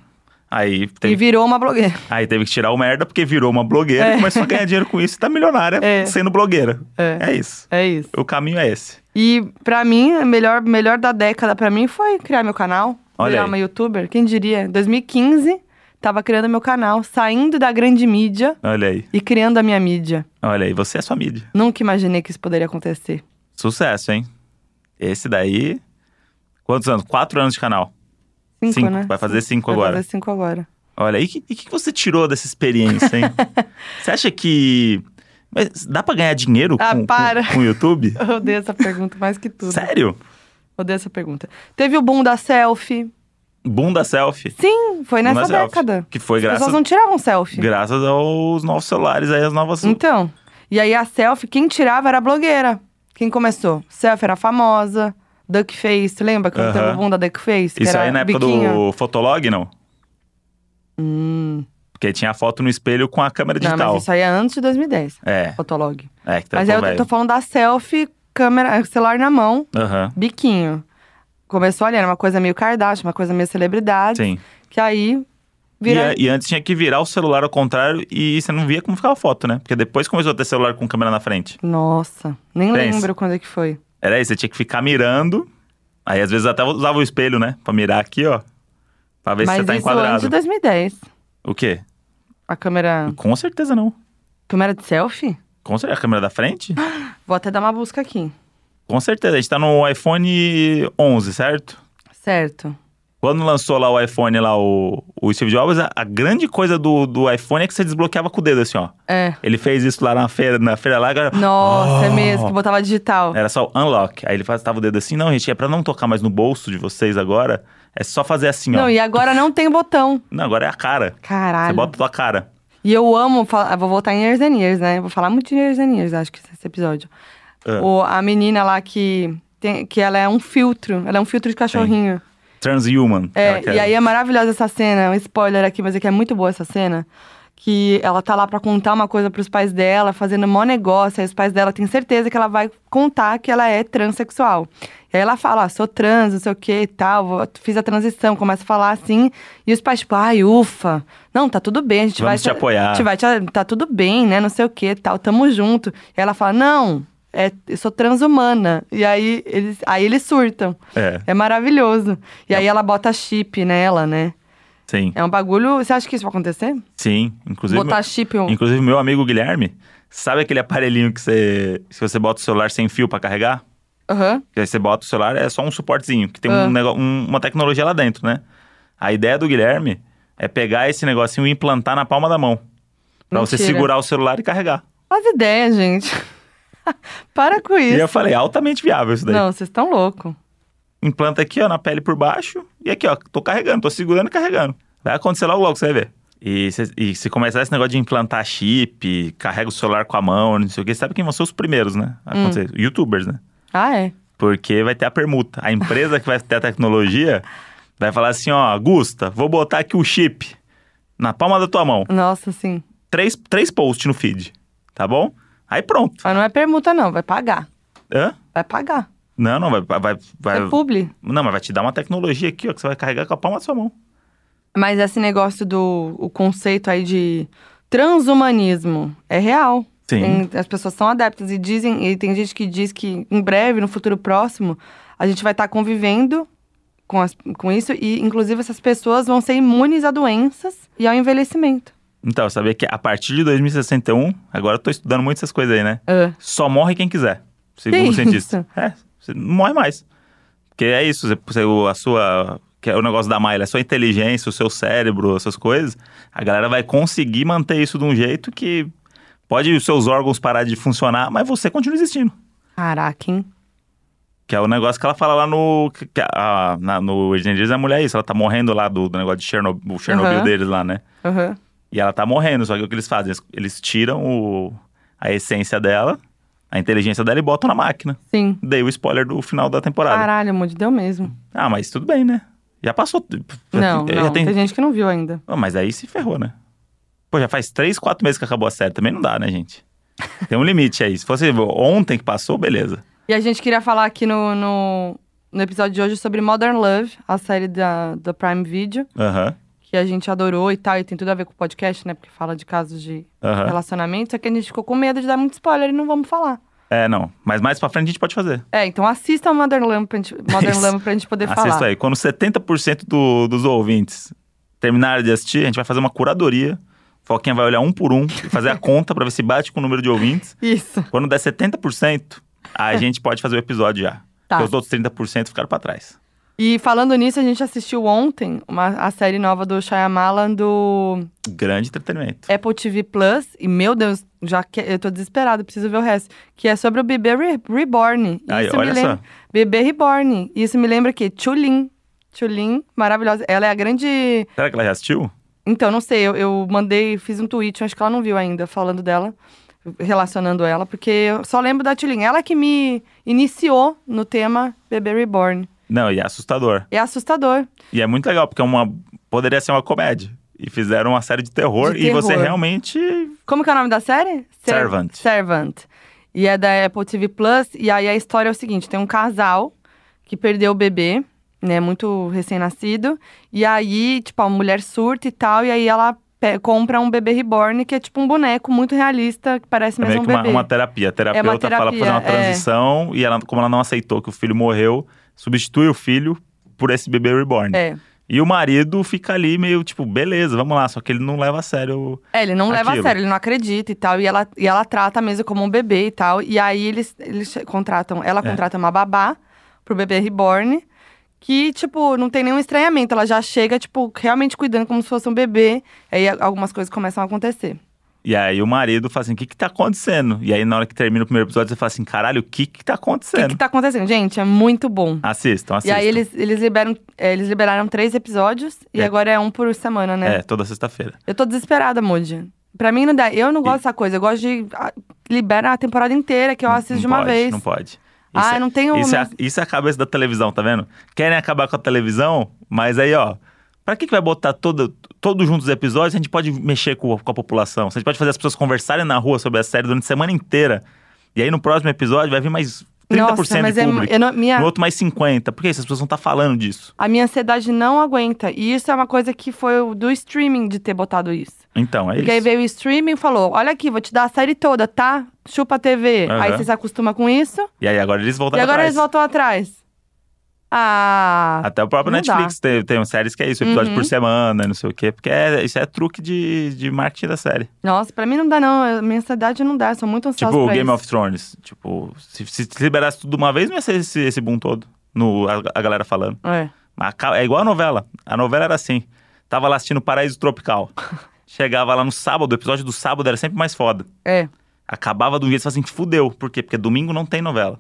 [SPEAKER 1] Aí
[SPEAKER 2] E
[SPEAKER 1] teve,
[SPEAKER 2] virou uma blogueira.
[SPEAKER 1] aí teve que tirar o merda porque virou uma blogueira
[SPEAKER 2] É.
[SPEAKER 1] e começou a ganhar dinheiro com isso e tá milionária
[SPEAKER 2] É.
[SPEAKER 1] sendo blogueira.
[SPEAKER 2] É.
[SPEAKER 1] É isso.
[SPEAKER 2] É isso.
[SPEAKER 1] O caminho é esse.
[SPEAKER 2] E pra mim, a melhor, melhor da década pra mim foi criar meu canal.
[SPEAKER 1] Olha
[SPEAKER 2] virar
[SPEAKER 1] aí.
[SPEAKER 2] uma youtuber. Quem diria? 2015, tava criando meu canal, saindo da grande mídia
[SPEAKER 1] Olha aí.
[SPEAKER 2] e criando a minha mídia.
[SPEAKER 1] Olha aí, você é sua mídia.
[SPEAKER 2] Nunca imaginei que isso poderia acontecer.
[SPEAKER 1] Sucesso, hein? Esse daí. Quantos anos? Quatro anos de canal.
[SPEAKER 2] Cinco,
[SPEAKER 1] Cinco.
[SPEAKER 2] né?
[SPEAKER 1] Vai fazer cinco
[SPEAKER 2] Vai
[SPEAKER 1] agora.
[SPEAKER 2] fazer cinco agora.
[SPEAKER 1] Olha, e o que, e que você tirou dessa experiência, hein? você acha que. Mas dá pra ganhar dinheiro
[SPEAKER 2] Ah,
[SPEAKER 1] com, com-
[SPEAKER 2] para.
[SPEAKER 1] com o YouTube?
[SPEAKER 2] Eu odeio essa pergunta mais que tudo.
[SPEAKER 1] Sério?
[SPEAKER 2] Odeio essa pergunta. Teve o boom da selfie.
[SPEAKER 1] Bunda selfie.
[SPEAKER 2] Sim, foi
[SPEAKER 1] Bunda
[SPEAKER 2] nessa
[SPEAKER 1] selfie,
[SPEAKER 2] década.
[SPEAKER 1] Que foi
[SPEAKER 2] As
[SPEAKER 1] graças,
[SPEAKER 2] pessoas não tiravam selfie.
[SPEAKER 1] graças aos novos celulares aí, as novas.
[SPEAKER 2] Então, e aí a selfie, quem tirava era a blogueira. Quem começou? Selfie era famosa, Duckface, lembra que
[SPEAKER 1] Aham.
[SPEAKER 2] teve o boom da Duckface? que
[SPEAKER 1] Isso
[SPEAKER 2] era
[SPEAKER 1] aí na época
[SPEAKER 2] biquinho?
[SPEAKER 1] do Fotolog, não?
[SPEAKER 2] Hum,
[SPEAKER 1] Porque tinha a foto no espelho com a câmera
[SPEAKER 2] não,
[SPEAKER 1] digital.
[SPEAKER 2] mas isso aí é antes de 2010,
[SPEAKER 1] É,
[SPEAKER 2] Fotolog.
[SPEAKER 1] é que tá
[SPEAKER 2] mas
[SPEAKER 1] tão
[SPEAKER 2] aí eu
[SPEAKER 1] velho.
[SPEAKER 2] tô falando da selfie, câmera, celular na mão,
[SPEAKER 1] Aham,
[SPEAKER 2] biquinho. Começou ali, era uma coisa meio Kardashian, uma coisa meio celebridade.
[SPEAKER 1] sim.
[SPEAKER 2] Que aí
[SPEAKER 1] E
[SPEAKER 2] vira
[SPEAKER 1] a- E, antes tinha que virar o celular ao contrário e você não via como ficava a foto, né? Porque depois começou a ter celular com câmera na frente.
[SPEAKER 2] Nossa, nem
[SPEAKER 1] Pensa.
[SPEAKER 2] lembro quando é que foi.
[SPEAKER 1] Era isso, você tinha que ficar mirando. Aí às vezes até usava o espelho, né? Pra mirar aqui, ó. Pra ver
[SPEAKER 2] Mas
[SPEAKER 1] se você tá
[SPEAKER 2] isso antes
[SPEAKER 1] enquadrado.
[SPEAKER 2] de 2010.
[SPEAKER 1] O quê?
[SPEAKER 2] A câmera.
[SPEAKER 1] Com certeza não.
[SPEAKER 2] Câmera de selfie?
[SPEAKER 1] Com certeza. A câmera da frente?
[SPEAKER 2] Vou até dar uma busca aqui.
[SPEAKER 1] Com certeza. A gente tá no iPhone 11, certo?
[SPEAKER 2] Certo.
[SPEAKER 1] Quando lançou lá o iPhone, lá o, o Steve Jobs, a, a grande coisa do, do iPhone é que você desbloqueava com o dedo, assim, ó.
[SPEAKER 2] É.
[SPEAKER 1] Ele fez isso lá na feira, na feira lá, agora.
[SPEAKER 2] Nossa, é
[SPEAKER 1] Oh! É,
[SPEAKER 2] mesmo, que botava digital.
[SPEAKER 1] Era só o unlock. Aí ele passava o dedo assim, não, gente, é pra não tocar mais no bolso de vocês agora. É só fazer assim, ó.
[SPEAKER 2] Não, e agora não tem botão.
[SPEAKER 1] Não, agora é a cara. Você
[SPEAKER 2] Caralho.
[SPEAKER 1] bota a tua cara.
[SPEAKER 2] E eu amo. fa- ah, Vou voltar em Years and Years, né? Vou falar muito de Years and Years, acho que esse episódio.
[SPEAKER 1] Ah.
[SPEAKER 2] O, a menina lá que. tem- que ela é um filtro. Ela é um filtro de cachorrinho.
[SPEAKER 1] Transhuman.
[SPEAKER 2] É,
[SPEAKER 1] ela quer.
[SPEAKER 2] e aí é maravilhosa essa cena, um spoiler aqui, mas é que é muito boa essa cena. Que ela tá lá pra contar uma coisa pros pais dela, fazendo mó negócio, aí os pais dela têm certeza que ela vai contar que ela é transexual. E aí ela fala, ah, sou trans, não sei o que e tal, vou- fiz a transição, começa a falar assim, e os pais, tipo, ai, ufa, não, tá tudo bem, a gente
[SPEAKER 1] Vamos
[SPEAKER 2] vai
[SPEAKER 1] te apoiar."
[SPEAKER 2] a gente vai te- tá tudo bem, né, não sei o que e tal, tamo junto. E ela fala, não, é, eu sou transhumana. E aí eles, aí eles surtam.
[SPEAKER 1] É,
[SPEAKER 2] É maravilhoso. E aí ela bota chip nela, né?
[SPEAKER 1] sim.
[SPEAKER 2] É um bagulho. Você acha que isso vai acontecer?
[SPEAKER 1] Sim. Inclusive,
[SPEAKER 2] Botar chip. um-
[SPEAKER 1] meu, inclusive, meu amigo Guilherme, sabe aquele aparelhinho que você. Se você bota o celular sem fio pra carregar?
[SPEAKER 2] Aham.
[SPEAKER 1] Que aí você bota o celular, é só um suportezinho, que tem
[SPEAKER 2] Ah.
[SPEAKER 1] um nego- um- uma tecnologia lá dentro, né? A ideia do Guilherme é pegar esse negocinho e implantar na palma da mão. Pra você
[SPEAKER 2] Mentira.
[SPEAKER 1] segurar o celular e carregar.
[SPEAKER 2] Faz ideia, gente. Para com
[SPEAKER 1] E é eu
[SPEAKER 2] isso.
[SPEAKER 1] falei, altamente viável isso daí.
[SPEAKER 2] Não, vocês estão loucos.
[SPEAKER 1] Implanta aqui, ó, na pele por baixo. E aqui, ó, tô carregando, tô segurando e carregando. Vai acontecer logo, logo, você vai ver. E se, e se começar esse negócio de implantar chip, carrega o celular com a mão, não sei o quê, sabe quem vão ser os primeiros, né?
[SPEAKER 2] Hum.
[SPEAKER 1] a acontecer? Youtubers, né?
[SPEAKER 2] Ah, é?
[SPEAKER 1] Porque vai ter a permuta. A empresa que vai ter a tecnologia vai falar assim, ó, Gusta, vou botar aqui o chip na palma da tua mão.
[SPEAKER 2] Nossa, assim, sim.
[SPEAKER 1] Três, três posts no feed, tá bom? Aí pronto.
[SPEAKER 2] Mas não é permuta, não. Vai pagar.
[SPEAKER 1] Hã?
[SPEAKER 2] Vai pagar.
[SPEAKER 1] Não, não, vai... vai, vai
[SPEAKER 2] É publi.
[SPEAKER 1] não, mas vai te dar uma tecnologia aqui, ó, que você vai carregar com a palma da sua mão.
[SPEAKER 2] Mas esse negócio do o conceito aí de transhumanismo é real.
[SPEAKER 1] Sim.
[SPEAKER 2] Tem- as pessoas são adeptas e dizem, e tem gente que diz que em breve, no futuro próximo, a gente vai estar convivendo com, as- com isso e, inclusive, essas pessoas vão ser imunes a doenças e ao envelhecimento.
[SPEAKER 1] Então, sabia que a partir de 2061, agora eu tô estudando muito essas coisas aí, né?
[SPEAKER 2] Ah,
[SPEAKER 1] Só morre quem quiser, segundo
[SPEAKER 2] Que
[SPEAKER 1] o cientista. É, você não morre mais. Porque é isso, você- você- o- a sua. Que é o negócio da malha, a sua inteligência, o seu cérebro, essas coisas, a galera vai conseguir manter isso de um jeito que pode os seus órgãos parar de funcionar, mas você continua existindo.
[SPEAKER 2] caraca, hein?
[SPEAKER 1] Que é o negócio que ela fala lá no. Que, que a- a- na- no Origem da Mulher, é isso, ela tá morrendo lá do, do negócio de Chernobyl, o Chernobyl
[SPEAKER 2] Aham.
[SPEAKER 1] deles lá, né?
[SPEAKER 2] Aham.
[SPEAKER 1] E ela tá morrendo, só que o que eles fazem? Eles, eles tiram o- a essência dela, a inteligência dela e botam na máquina.
[SPEAKER 2] Sim.
[SPEAKER 1] Dei o spoiler do final da temporada.
[SPEAKER 2] Caralho, amor de Deus mesmo.
[SPEAKER 1] Ah, mas tudo bem, né? Já passou. já
[SPEAKER 2] não,
[SPEAKER 1] tem- já
[SPEAKER 2] não.
[SPEAKER 1] tem-
[SPEAKER 2] Tem... gente que não viu ainda.
[SPEAKER 1] Ah, mas aí se ferrou, né? Pô, já faz três, quatro meses que acabou a série. Também não dá, né, gente? Tem um limite aí. Se fosse ontem que passou, beleza.
[SPEAKER 2] E a gente queria falar aqui no, no, no episódio de hoje sobre Modern Love, a série da, da Prime Video,
[SPEAKER 1] Aham,
[SPEAKER 2] que a gente adorou e tal, e tem tudo a ver com o podcast, né? Porque fala de casos de
[SPEAKER 1] aham.
[SPEAKER 2] relacionamento, só que a gente ficou com medo de dar muito spoiler e não vamos falar.
[SPEAKER 1] É, não. Mas mais pra frente a gente pode fazer.
[SPEAKER 2] É, então assista o Modern Love pra gente, Modern
[SPEAKER 1] Isso.
[SPEAKER 2] Love pra gente poder
[SPEAKER 1] Assista
[SPEAKER 2] falar.
[SPEAKER 1] aí. Quando 70% do- dos ouvintes terminarem de assistir, a gente vai fazer uma curadoria. Foquinha vai olhar um por um, fazer a conta pra ver se bate com o número de ouvintes.
[SPEAKER 2] Isso,
[SPEAKER 1] Quando der 70%, a gente pode fazer o episódio já.
[SPEAKER 2] tá.
[SPEAKER 1] Porque os outros 30% ficaram pra trás.
[SPEAKER 2] E falando nisso, a gente assistiu ontem uma, a série nova do Shyamalan do
[SPEAKER 1] Grande entretenimento.
[SPEAKER 2] Apple TV Plus. E, meu Deus, já que, eu tô desesperada, preciso ver o resto. Que é sobre o bebê re- reborn. E
[SPEAKER 1] Aí,
[SPEAKER 2] isso
[SPEAKER 1] olha
[SPEAKER 2] me lembra,
[SPEAKER 1] só.
[SPEAKER 2] Bebê reborn. E Isso me lembra que Chulin. Chulin, maravilhosa. Ela é a grande
[SPEAKER 1] Será que ela já assistiu?
[SPEAKER 2] Então, não sei, eu, eu mandei, fiz um tweet, acho que ela não viu ainda, falando dela, relacionando ela, porque eu só lembro da Tulin. Ela que me iniciou no tema Bebê Reborn.
[SPEAKER 1] Não, e é assustador.
[SPEAKER 2] É assustador.
[SPEAKER 1] E é muito legal, porque é uma. Poderia ser uma comédia. E fizeram uma série de terror,
[SPEAKER 2] De
[SPEAKER 1] e você
[SPEAKER 2] terror.
[SPEAKER 1] realmente.
[SPEAKER 2] Como que é o nome da série? Ser-
[SPEAKER 1] Servant.
[SPEAKER 2] Servant. E é da Apple TV Plus. E aí a história é o seguinte: tem um casal que perdeu o bebê, né? Muito recém-nascido. E aí, tipo, a mulher surta e tal. E aí ela pe- compra um bebê reborn, que é tipo um boneco muito realista, que parece
[SPEAKER 1] É meio
[SPEAKER 2] mesmo um
[SPEAKER 1] que uma,
[SPEAKER 2] bebê.
[SPEAKER 1] uma terapia. A terapeuta fala pra
[SPEAKER 2] terapia,
[SPEAKER 1] fazer uma
[SPEAKER 2] é.
[SPEAKER 1] transição, e ela, como ela não aceitou que o filho morreu, substitui o filho por esse bebê reborn.
[SPEAKER 2] É.
[SPEAKER 1] E o marido fica ali meio tipo, beleza, vamos lá, só que ele não leva a sério.
[SPEAKER 2] É, ele não leva a
[SPEAKER 1] Aquilo.
[SPEAKER 2] sério, ele não acredita e tal. E ela, e ela trata mesmo como um bebê e tal. E aí eles, eles contratam,
[SPEAKER 1] É.
[SPEAKER 2] ela contrata uma babá pro bebê reborn, que, tipo, não tem nenhum estranhamento. Ela já chega, tipo, realmente cuidando como se fosse um bebê. Aí a- algumas coisas começam a acontecer.
[SPEAKER 1] E aí o marido fala assim: o que que tá acontecendo? E aí na hora que termina o primeiro episódio, você fala assim: caralho, o que que tá
[SPEAKER 2] O que,
[SPEAKER 1] acontecendo?
[SPEAKER 2] que tá acontecendo? Gente, é muito bom.
[SPEAKER 1] Ah, Assistam,
[SPEAKER 2] E
[SPEAKER 1] assistam.
[SPEAKER 2] aí eles, eles liberam, é, eles liberaram três episódios e
[SPEAKER 1] É.
[SPEAKER 2] agora é um por semana, né?
[SPEAKER 1] É, toda sexta-feira.
[SPEAKER 2] Eu tô desesperada, Moody. Pra mim não dá. Eu não gosto dessa coisa. Eu gosto de ah, libera a temporada inteira que eu assisto
[SPEAKER 1] não
[SPEAKER 2] de uma
[SPEAKER 1] pode,
[SPEAKER 2] vez.
[SPEAKER 1] Não pode.
[SPEAKER 2] Ah,
[SPEAKER 1] é-
[SPEAKER 2] eu não tenho
[SPEAKER 1] Isso, é, a-
[SPEAKER 2] mais-
[SPEAKER 1] isso é a cabeça da televisão, tá vendo? Querem acabar com a televisão, mas aí, ó. Pra que, que vai botar todo, todos juntos os episódios? se A gente pode mexer com, com a população. se A gente pode fazer as pessoas conversarem na rua sobre a série durante a semana inteira. E aí no próximo episódio vai vir mais 30%
[SPEAKER 2] Nossa, mas
[SPEAKER 1] de
[SPEAKER 2] é,
[SPEAKER 1] público.
[SPEAKER 2] eu não- minha,
[SPEAKER 1] No outro mais 50%. Por que essas pessoas vão estar falando disso?
[SPEAKER 2] a minha ansiedade não aguenta. E isso é uma coisa que foi o do streaming de ter botado isso.
[SPEAKER 1] Então, é
[SPEAKER 2] Porque aí
[SPEAKER 1] isso.
[SPEAKER 2] veio o streaming e falou: olha aqui, vou te dar a série toda, tá? Chupa a TV.
[SPEAKER 1] Aham.
[SPEAKER 2] Aí você se acostuma com isso.
[SPEAKER 1] E aí agora eles voltaram
[SPEAKER 2] e agora
[SPEAKER 1] atrás.
[SPEAKER 2] eles voltam atrás. Ah.
[SPEAKER 1] Até o próprio
[SPEAKER 2] Não
[SPEAKER 1] Netflix tem, tem séries que é isso, episódio
[SPEAKER 2] Uhum.
[SPEAKER 1] por semana, não sei o quê. Porque é- isso é truque de, de marketing da série.
[SPEAKER 2] Nossa, pra mim não dá, não. Eu- Minha ansiedade não dá. Eu sou muito ansiosa.
[SPEAKER 1] tipo o
[SPEAKER 2] pra
[SPEAKER 1] Game
[SPEAKER 2] isso.
[SPEAKER 1] of Thrones. Tipo, se, se liberasse tudo de uma vez, não ia ser esse, esse boom todo. No, a, a galera falando.
[SPEAKER 2] É.
[SPEAKER 1] Mas ca- É igual a novela. A novela era assim. Tava lá assistindo Paraíso Tropical. Chegava lá no sábado, o episódio do sábado era sempre mais foda.
[SPEAKER 2] É.
[SPEAKER 1] Acabava do jeito, você fala assim, fudeu. Por quê? Porque domingo não tem novela.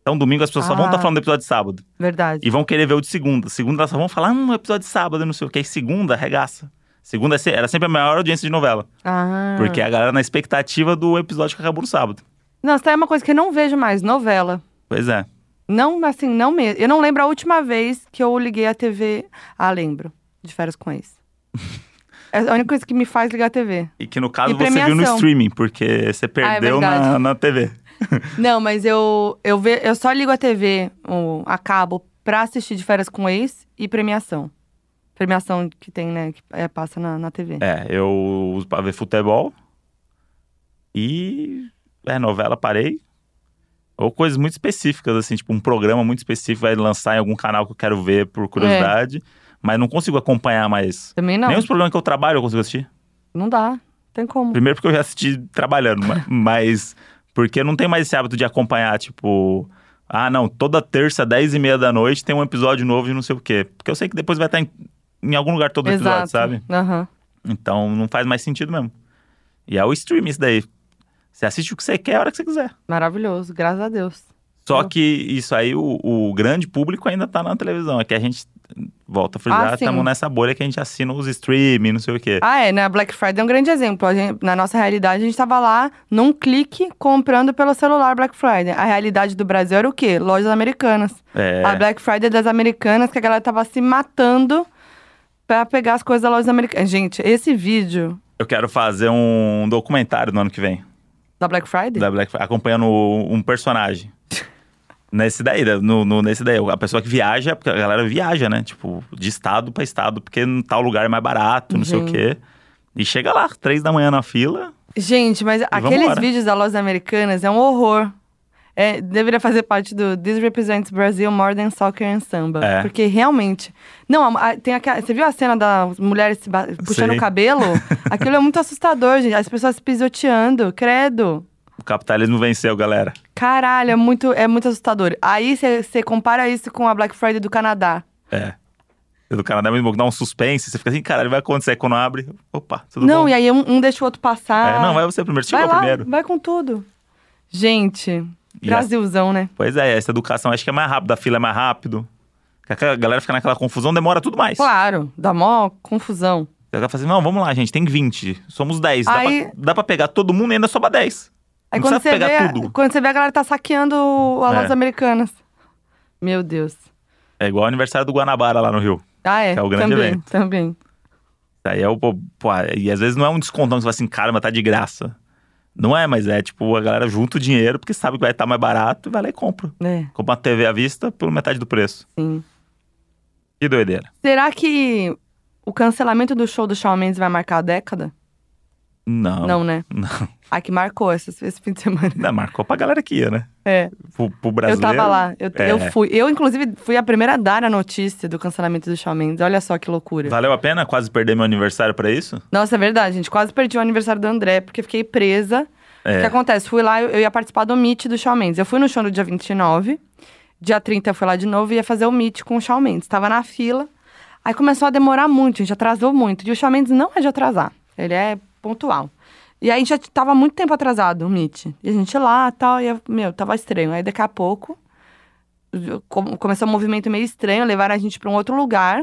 [SPEAKER 1] Então domingo as pessoas só vão
[SPEAKER 2] Ah.
[SPEAKER 1] estar falando do episódio de sábado.
[SPEAKER 2] Verdade.
[SPEAKER 1] E vão querer ver o de segunda. Segunda elas só vão falar, hum, episódio de sábado, não sei o quê. E segunda, arregaça. Segunda é se- era sempre a maior audiência de novela.
[SPEAKER 2] Ah.
[SPEAKER 1] Porque a galera na expectativa do episódio que acabou no sábado.
[SPEAKER 2] Não, isso daí é uma coisa que eu não vejo mais. Novela.
[SPEAKER 1] Pois é.
[SPEAKER 2] Não, assim, não mesmo. Eu não lembro a última vez que eu liguei a TV. Ah, lembro. De férias com ex. é a única coisa que me faz ligar a TV.
[SPEAKER 1] E que no caso
[SPEAKER 2] E
[SPEAKER 1] você viu no
[SPEAKER 2] premiação. Ah, é
[SPEAKER 1] streaming, porque você perdeu na,
[SPEAKER 2] verdade.
[SPEAKER 1] na TV.
[SPEAKER 2] Não, mas eu, eu, ve, eu só ligo a TV, o, a cabo, pra assistir de férias com ex e premiação. Premiação que tem, né? Que é, passa na, na TV.
[SPEAKER 1] É, eu uso pra ver futebol. E. É, novela parei. Ou coisas muito específicas, assim, tipo um programa muito específico vai lançar em algum canal que eu quero ver por curiosidade. Mas não consigo acompanhar mais.
[SPEAKER 2] Também É. não.
[SPEAKER 1] Nem os programas que eu trabalho eu consigo assistir.
[SPEAKER 2] Não dá. Tem como.
[SPEAKER 1] Primeiro porque eu já assisti trabalhando, ma- mas porque eu não tenho mais esse hábito de acompanhar, tipo. Ah, não, toda terça, 10 e meia da noite, tem um episódio novo de não sei o quê. Porque eu sei que depois vai estar em, em algum lugar todo episódio, sabe?
[SPEAKER 2] Aham.
[SPEAKER 1] Então não faz mais sentido mesmo. E é o streaming isso daí. Você assiste o que você quer a hora que você quiser.
[SPEAKER 2] Maravilhoso, graças a Deus.
[SPEAKER 1] Só
[SPEAKER 2] Sim.
[SPEAKER 1] que isso aí, o, o grande público ainda tá na televisão. É que a gente, volta a frisar,
[SPEAKER 2] Ah, sim.
[SPEAKER 1] estamos nessa bolha que a gente assina os streaming, não sei o quê.
[SPEAKER 2] Ah, é, né? Black Friday é um grande exemplo. A gente- na nossa realidade, a gente tava lá, num clique, comprando pelo celular Black Friday. A realidade do Brasil era o quê? Lojas americanas.
[SPEAKER 1] É,
[SPEAKER 2] A Black Friday das americanas, que a galera tava se matando pra pegar as coisas da loja americana. Gente, esse vídeo
[SPEAKER 1] Eu quero fazer um documentário no ano que vem,
[SPEAKER 2] da Black Friday?
[SPEAKER 1] da Black, acompanhando um personagem. Nesse daí, da- no, no- nesse daí, a pessoa que viaja, porque a galera viaja, né? Tipo, de estado pra estado, porque em tal lugar é mais barato, não sei o
[SPEAKER 2] Gente.
[SPEAKER 1] quê. E chega lá, três da manhã na fila,
[SPEAKER 2] Gente, mas aqueles
[SPEAKER 1] vambora.
[SPEAKER 2] vídeos da lojas americanas é um horror. É, deveria fazer parte do This Represents Brazil More Than Soccer and Samba.
[SPEAKER 1] É.
[SPEAKER 2] Porque realmente. Não, a- a- tem aquela, você viu a cena das mulheres se ba- puxando
[SPEAKER 1] Sim.
[SPEAKER 2] o cabelo? Aquilo é muito assustador, gente. As pessoas se pisoteando, credo.
[SPEAKER 1] O capitalismo venceu, galera.
[SPEAKER 2] Caralho, é muito, é muito assustador. Aí você você compara isso com a Black Friday do Canadá.
[SPEAKER 1] É. E Do Canadá mesmo, dá um suspense, você fica assim, caralho, vai acontecer. Aí Quando abre, opa, tudo
[SPEAKER 2] não,
[SPEAKER 1] bom.
[SPEAKER 2] e aí um, um deixa o outro passar.
[SPEAKER 1] É, não, vai você primeiro,
[SPEAKER 2] vai
[SPEAKER 1] chegou
[SPEAKER 2] lá,
[SPEAKER 1] primeiro.
[SPEAKER 2] vai com tudo. Gente,
[SPEAKER 1] E
[SPEAKER 2] Brasilzão, né?
[SPEAKER 1] Pois é, essa educação acho que é mais rápida, a fila é mais rápido. Que A galera fica naquela confusão, demora tudo mais.
[SPEAKER 2] Claro, dá mó confusão.
[SPEAKER 1] A galera fala assim, não, vamos lá, gente, tem 20, somos 10. Dá,
[SPEAKER 2] Aí-
[SPEAKER 1] pra, dá pra pegar todo mundo e ainda sobra 10.
[SPEAKER 2] Aí
[SPEAKER 1] não
[SPEAKER 2] quando
[SPEAKER 1] precisa
[SPEAKER 2] você, vê,
[SPEAKER 1] pegar tudo.
[SPEAKER 2] quando você vê, a galera tá saqueando o- as
[SPEAKER 1] É.
[SPEAKER 2] lojas americanas. Meu Deus.
[SPEAKER 1] É igual o aniversário do Guanabara lá no Rio.
[SPEAKER 2] Ah, é.
[SPEAKER 1] Que é o grande
[SPEAKER 2] também,
[SPEAKER 1] evento.
[SPEAKER 2] Também.
[SPEAKER 1] Aí é o. pô, pô, e às vezes não é um descontão que você fala assim, cara, mas tá de graça. Não é, mas é tipo, a galera junta o dinheiro porque sabe que vai estar mais barato e vai lá e compra.
[SPEAKER 2] É,
[SPEAKER 1] Compra uma TV à vista por metade do preço.
[SPEAKER 2] sim.
[SPEAKER 1] Que doideira.
[SPEAKER 2] Será que o cancelamento do show do Shawn Mendes vai marcar a década?
[SPEAKER 1] Não.
[SPEAKER 2] Não, né?
[SPEAKER 1] Não.
[SPEAKER 2] Ah, que marcou esse, esse fim de semana.
[SPEAKER 1] Ainda marcou pra galera que ia, né?
[SPEAKER 2] É.
[SPEAKER 1] Pro, pro
[SPEAKER 2] Eu
[SPEAKER 1] brasileiro.
[SPEAKER 2] tava lá. Eu,
[SPEAKER 1] É.
[SPEAKER 2] eu fui. Eu, inclusive, fui a primeira a dar a notícia do cancelamento do Shawn Mendes. Olha só que loucura.
[SPEAKER 1] Valeu a pena quase perder meu aniversário pra isso?
[SPEAKER 2] Nossa, é verdade, gente. Quase perdi o aniversário do André, porque fiquei presa. O que
[SPEAKER 1] É.
[SPEAKER 2] acontece? Fui lá, eu, eu ia participar do Meet do Shawn Mendes. Eu fui no show no dia 29. Dia 30 eu fui lá de novo e ia fazer o Meet com o Shawn Mendes. Tava na fila. Aí começou a demorar muito, gente. Atrasou muito. E o Shawn Mendes não é de atrasar. Ele é pontual. E aí já tava muito tempo atrasado o Meet. E a gente lá e tal. E, eu- meu, tava estranho. Aí daqui a pouco com- começou um movimento meio estranho, levaram a gente pra um outro lugar,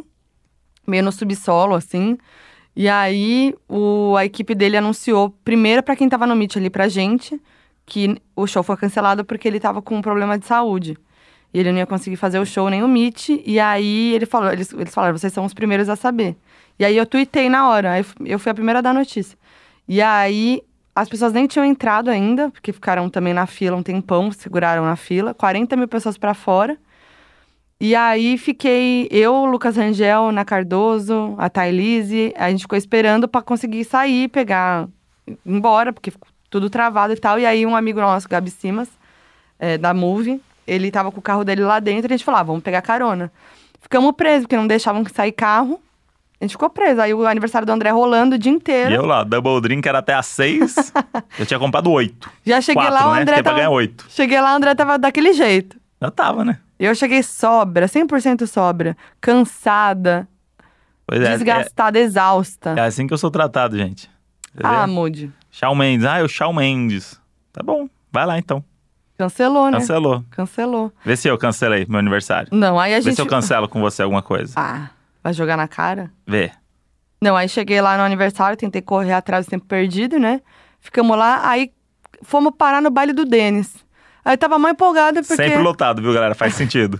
[SPEAKER 2] meio no subsolo, assim. E aí o, a equipe dele anunciou, primeiro pra quem tava no Meet ali, pra gente, que o show foi cancelado porque ele tava com um problema de saúde. E ele não ia conseguir fazer o show nem o Meet. E aí ele falou, eles, eles falaram, vocês são os primeiros a saber. E aí eu tuitei na hora, aí eu fui a primeira a dar a notícia. E aí As pessoas nem tinham entrado ainda, porque ficaram também na fila um tempão, seguraram na fila. 40 mil pessoas pra fora. E aí fiquei eu, Lucas Rangel, Ana Cardoso, a Thailise. A gente ficou esperando pra conseguir sair, pegar, ir embora, porque ficou tudo travado e tal. E aí um amigo nosso, Gabi Simas, é, da Move, ele tava com o carro dele lá dentro e a gente falou: ah, vamos pegar carona. Ficamos presos, porque não deixavam sair carro. A gente ficou preso. Aí o aniversário do André rolando o dia inteiro.
[SPEAKER 1] E eu lá, double drink era até às seis. eu tinha comprado oito.
[SPEAKER 2] Já cheguei
[SPEAKER 1] Quatro,
[SPEAKER 2] lá, o
[SPEAKER 1] né?
[SPEAKER 2] André
[SPEAKER 1] Tem pra
[SPEAKER 2] tava.
[SPEAKER 1] ganhar oito.
[SPEAKER 2] Cheguei lá, o André tava daquele jeito.
[SPEAKER 1] Já tava, né?
[SPEAKER 2] Eu cheguei sobra, 100% sobra, cansada,
[SPEAKER 1] Pois é, é.
[SPEAKER 2] desgastada, exausta.
[SPEAKER 1] É assim que eu sou tratado, gente. Entendeu?
[SPEAKER 2] ah, Moody,
[SPEAKER 1] Shawn Mendes. Ah, eu Shawn Mendes. Tá bom. Vai lá então.
[SPEAKER 2] cancelou, né?
[SPEAKER 1] Cancelou.
[SPEAKER 2] Cancelou.
[SPEAKER 1] Vê se eu cancelei meu aniversário.
[SPEAKER 2] Não, aí a
[SPEAKER 1] Vê
[SPEAKER 2] gente.
[SPEAKER 1] se eu cancelo com você alguma coisa.
[SPEAKER 2] Ah, vai jogar na cara?
[SPEAKER 1] Vê.
[SPEAKER 2] Não, aí cheguei lá no aniversário, tentei correr atrás do tempo perdido, né? Ficamos lá, aí fomos parar no baile do Denis. Aí eu tava mó empolgada porque.
[SPEAKER 1] Sempre lotado, viu, galera? Faz sentido.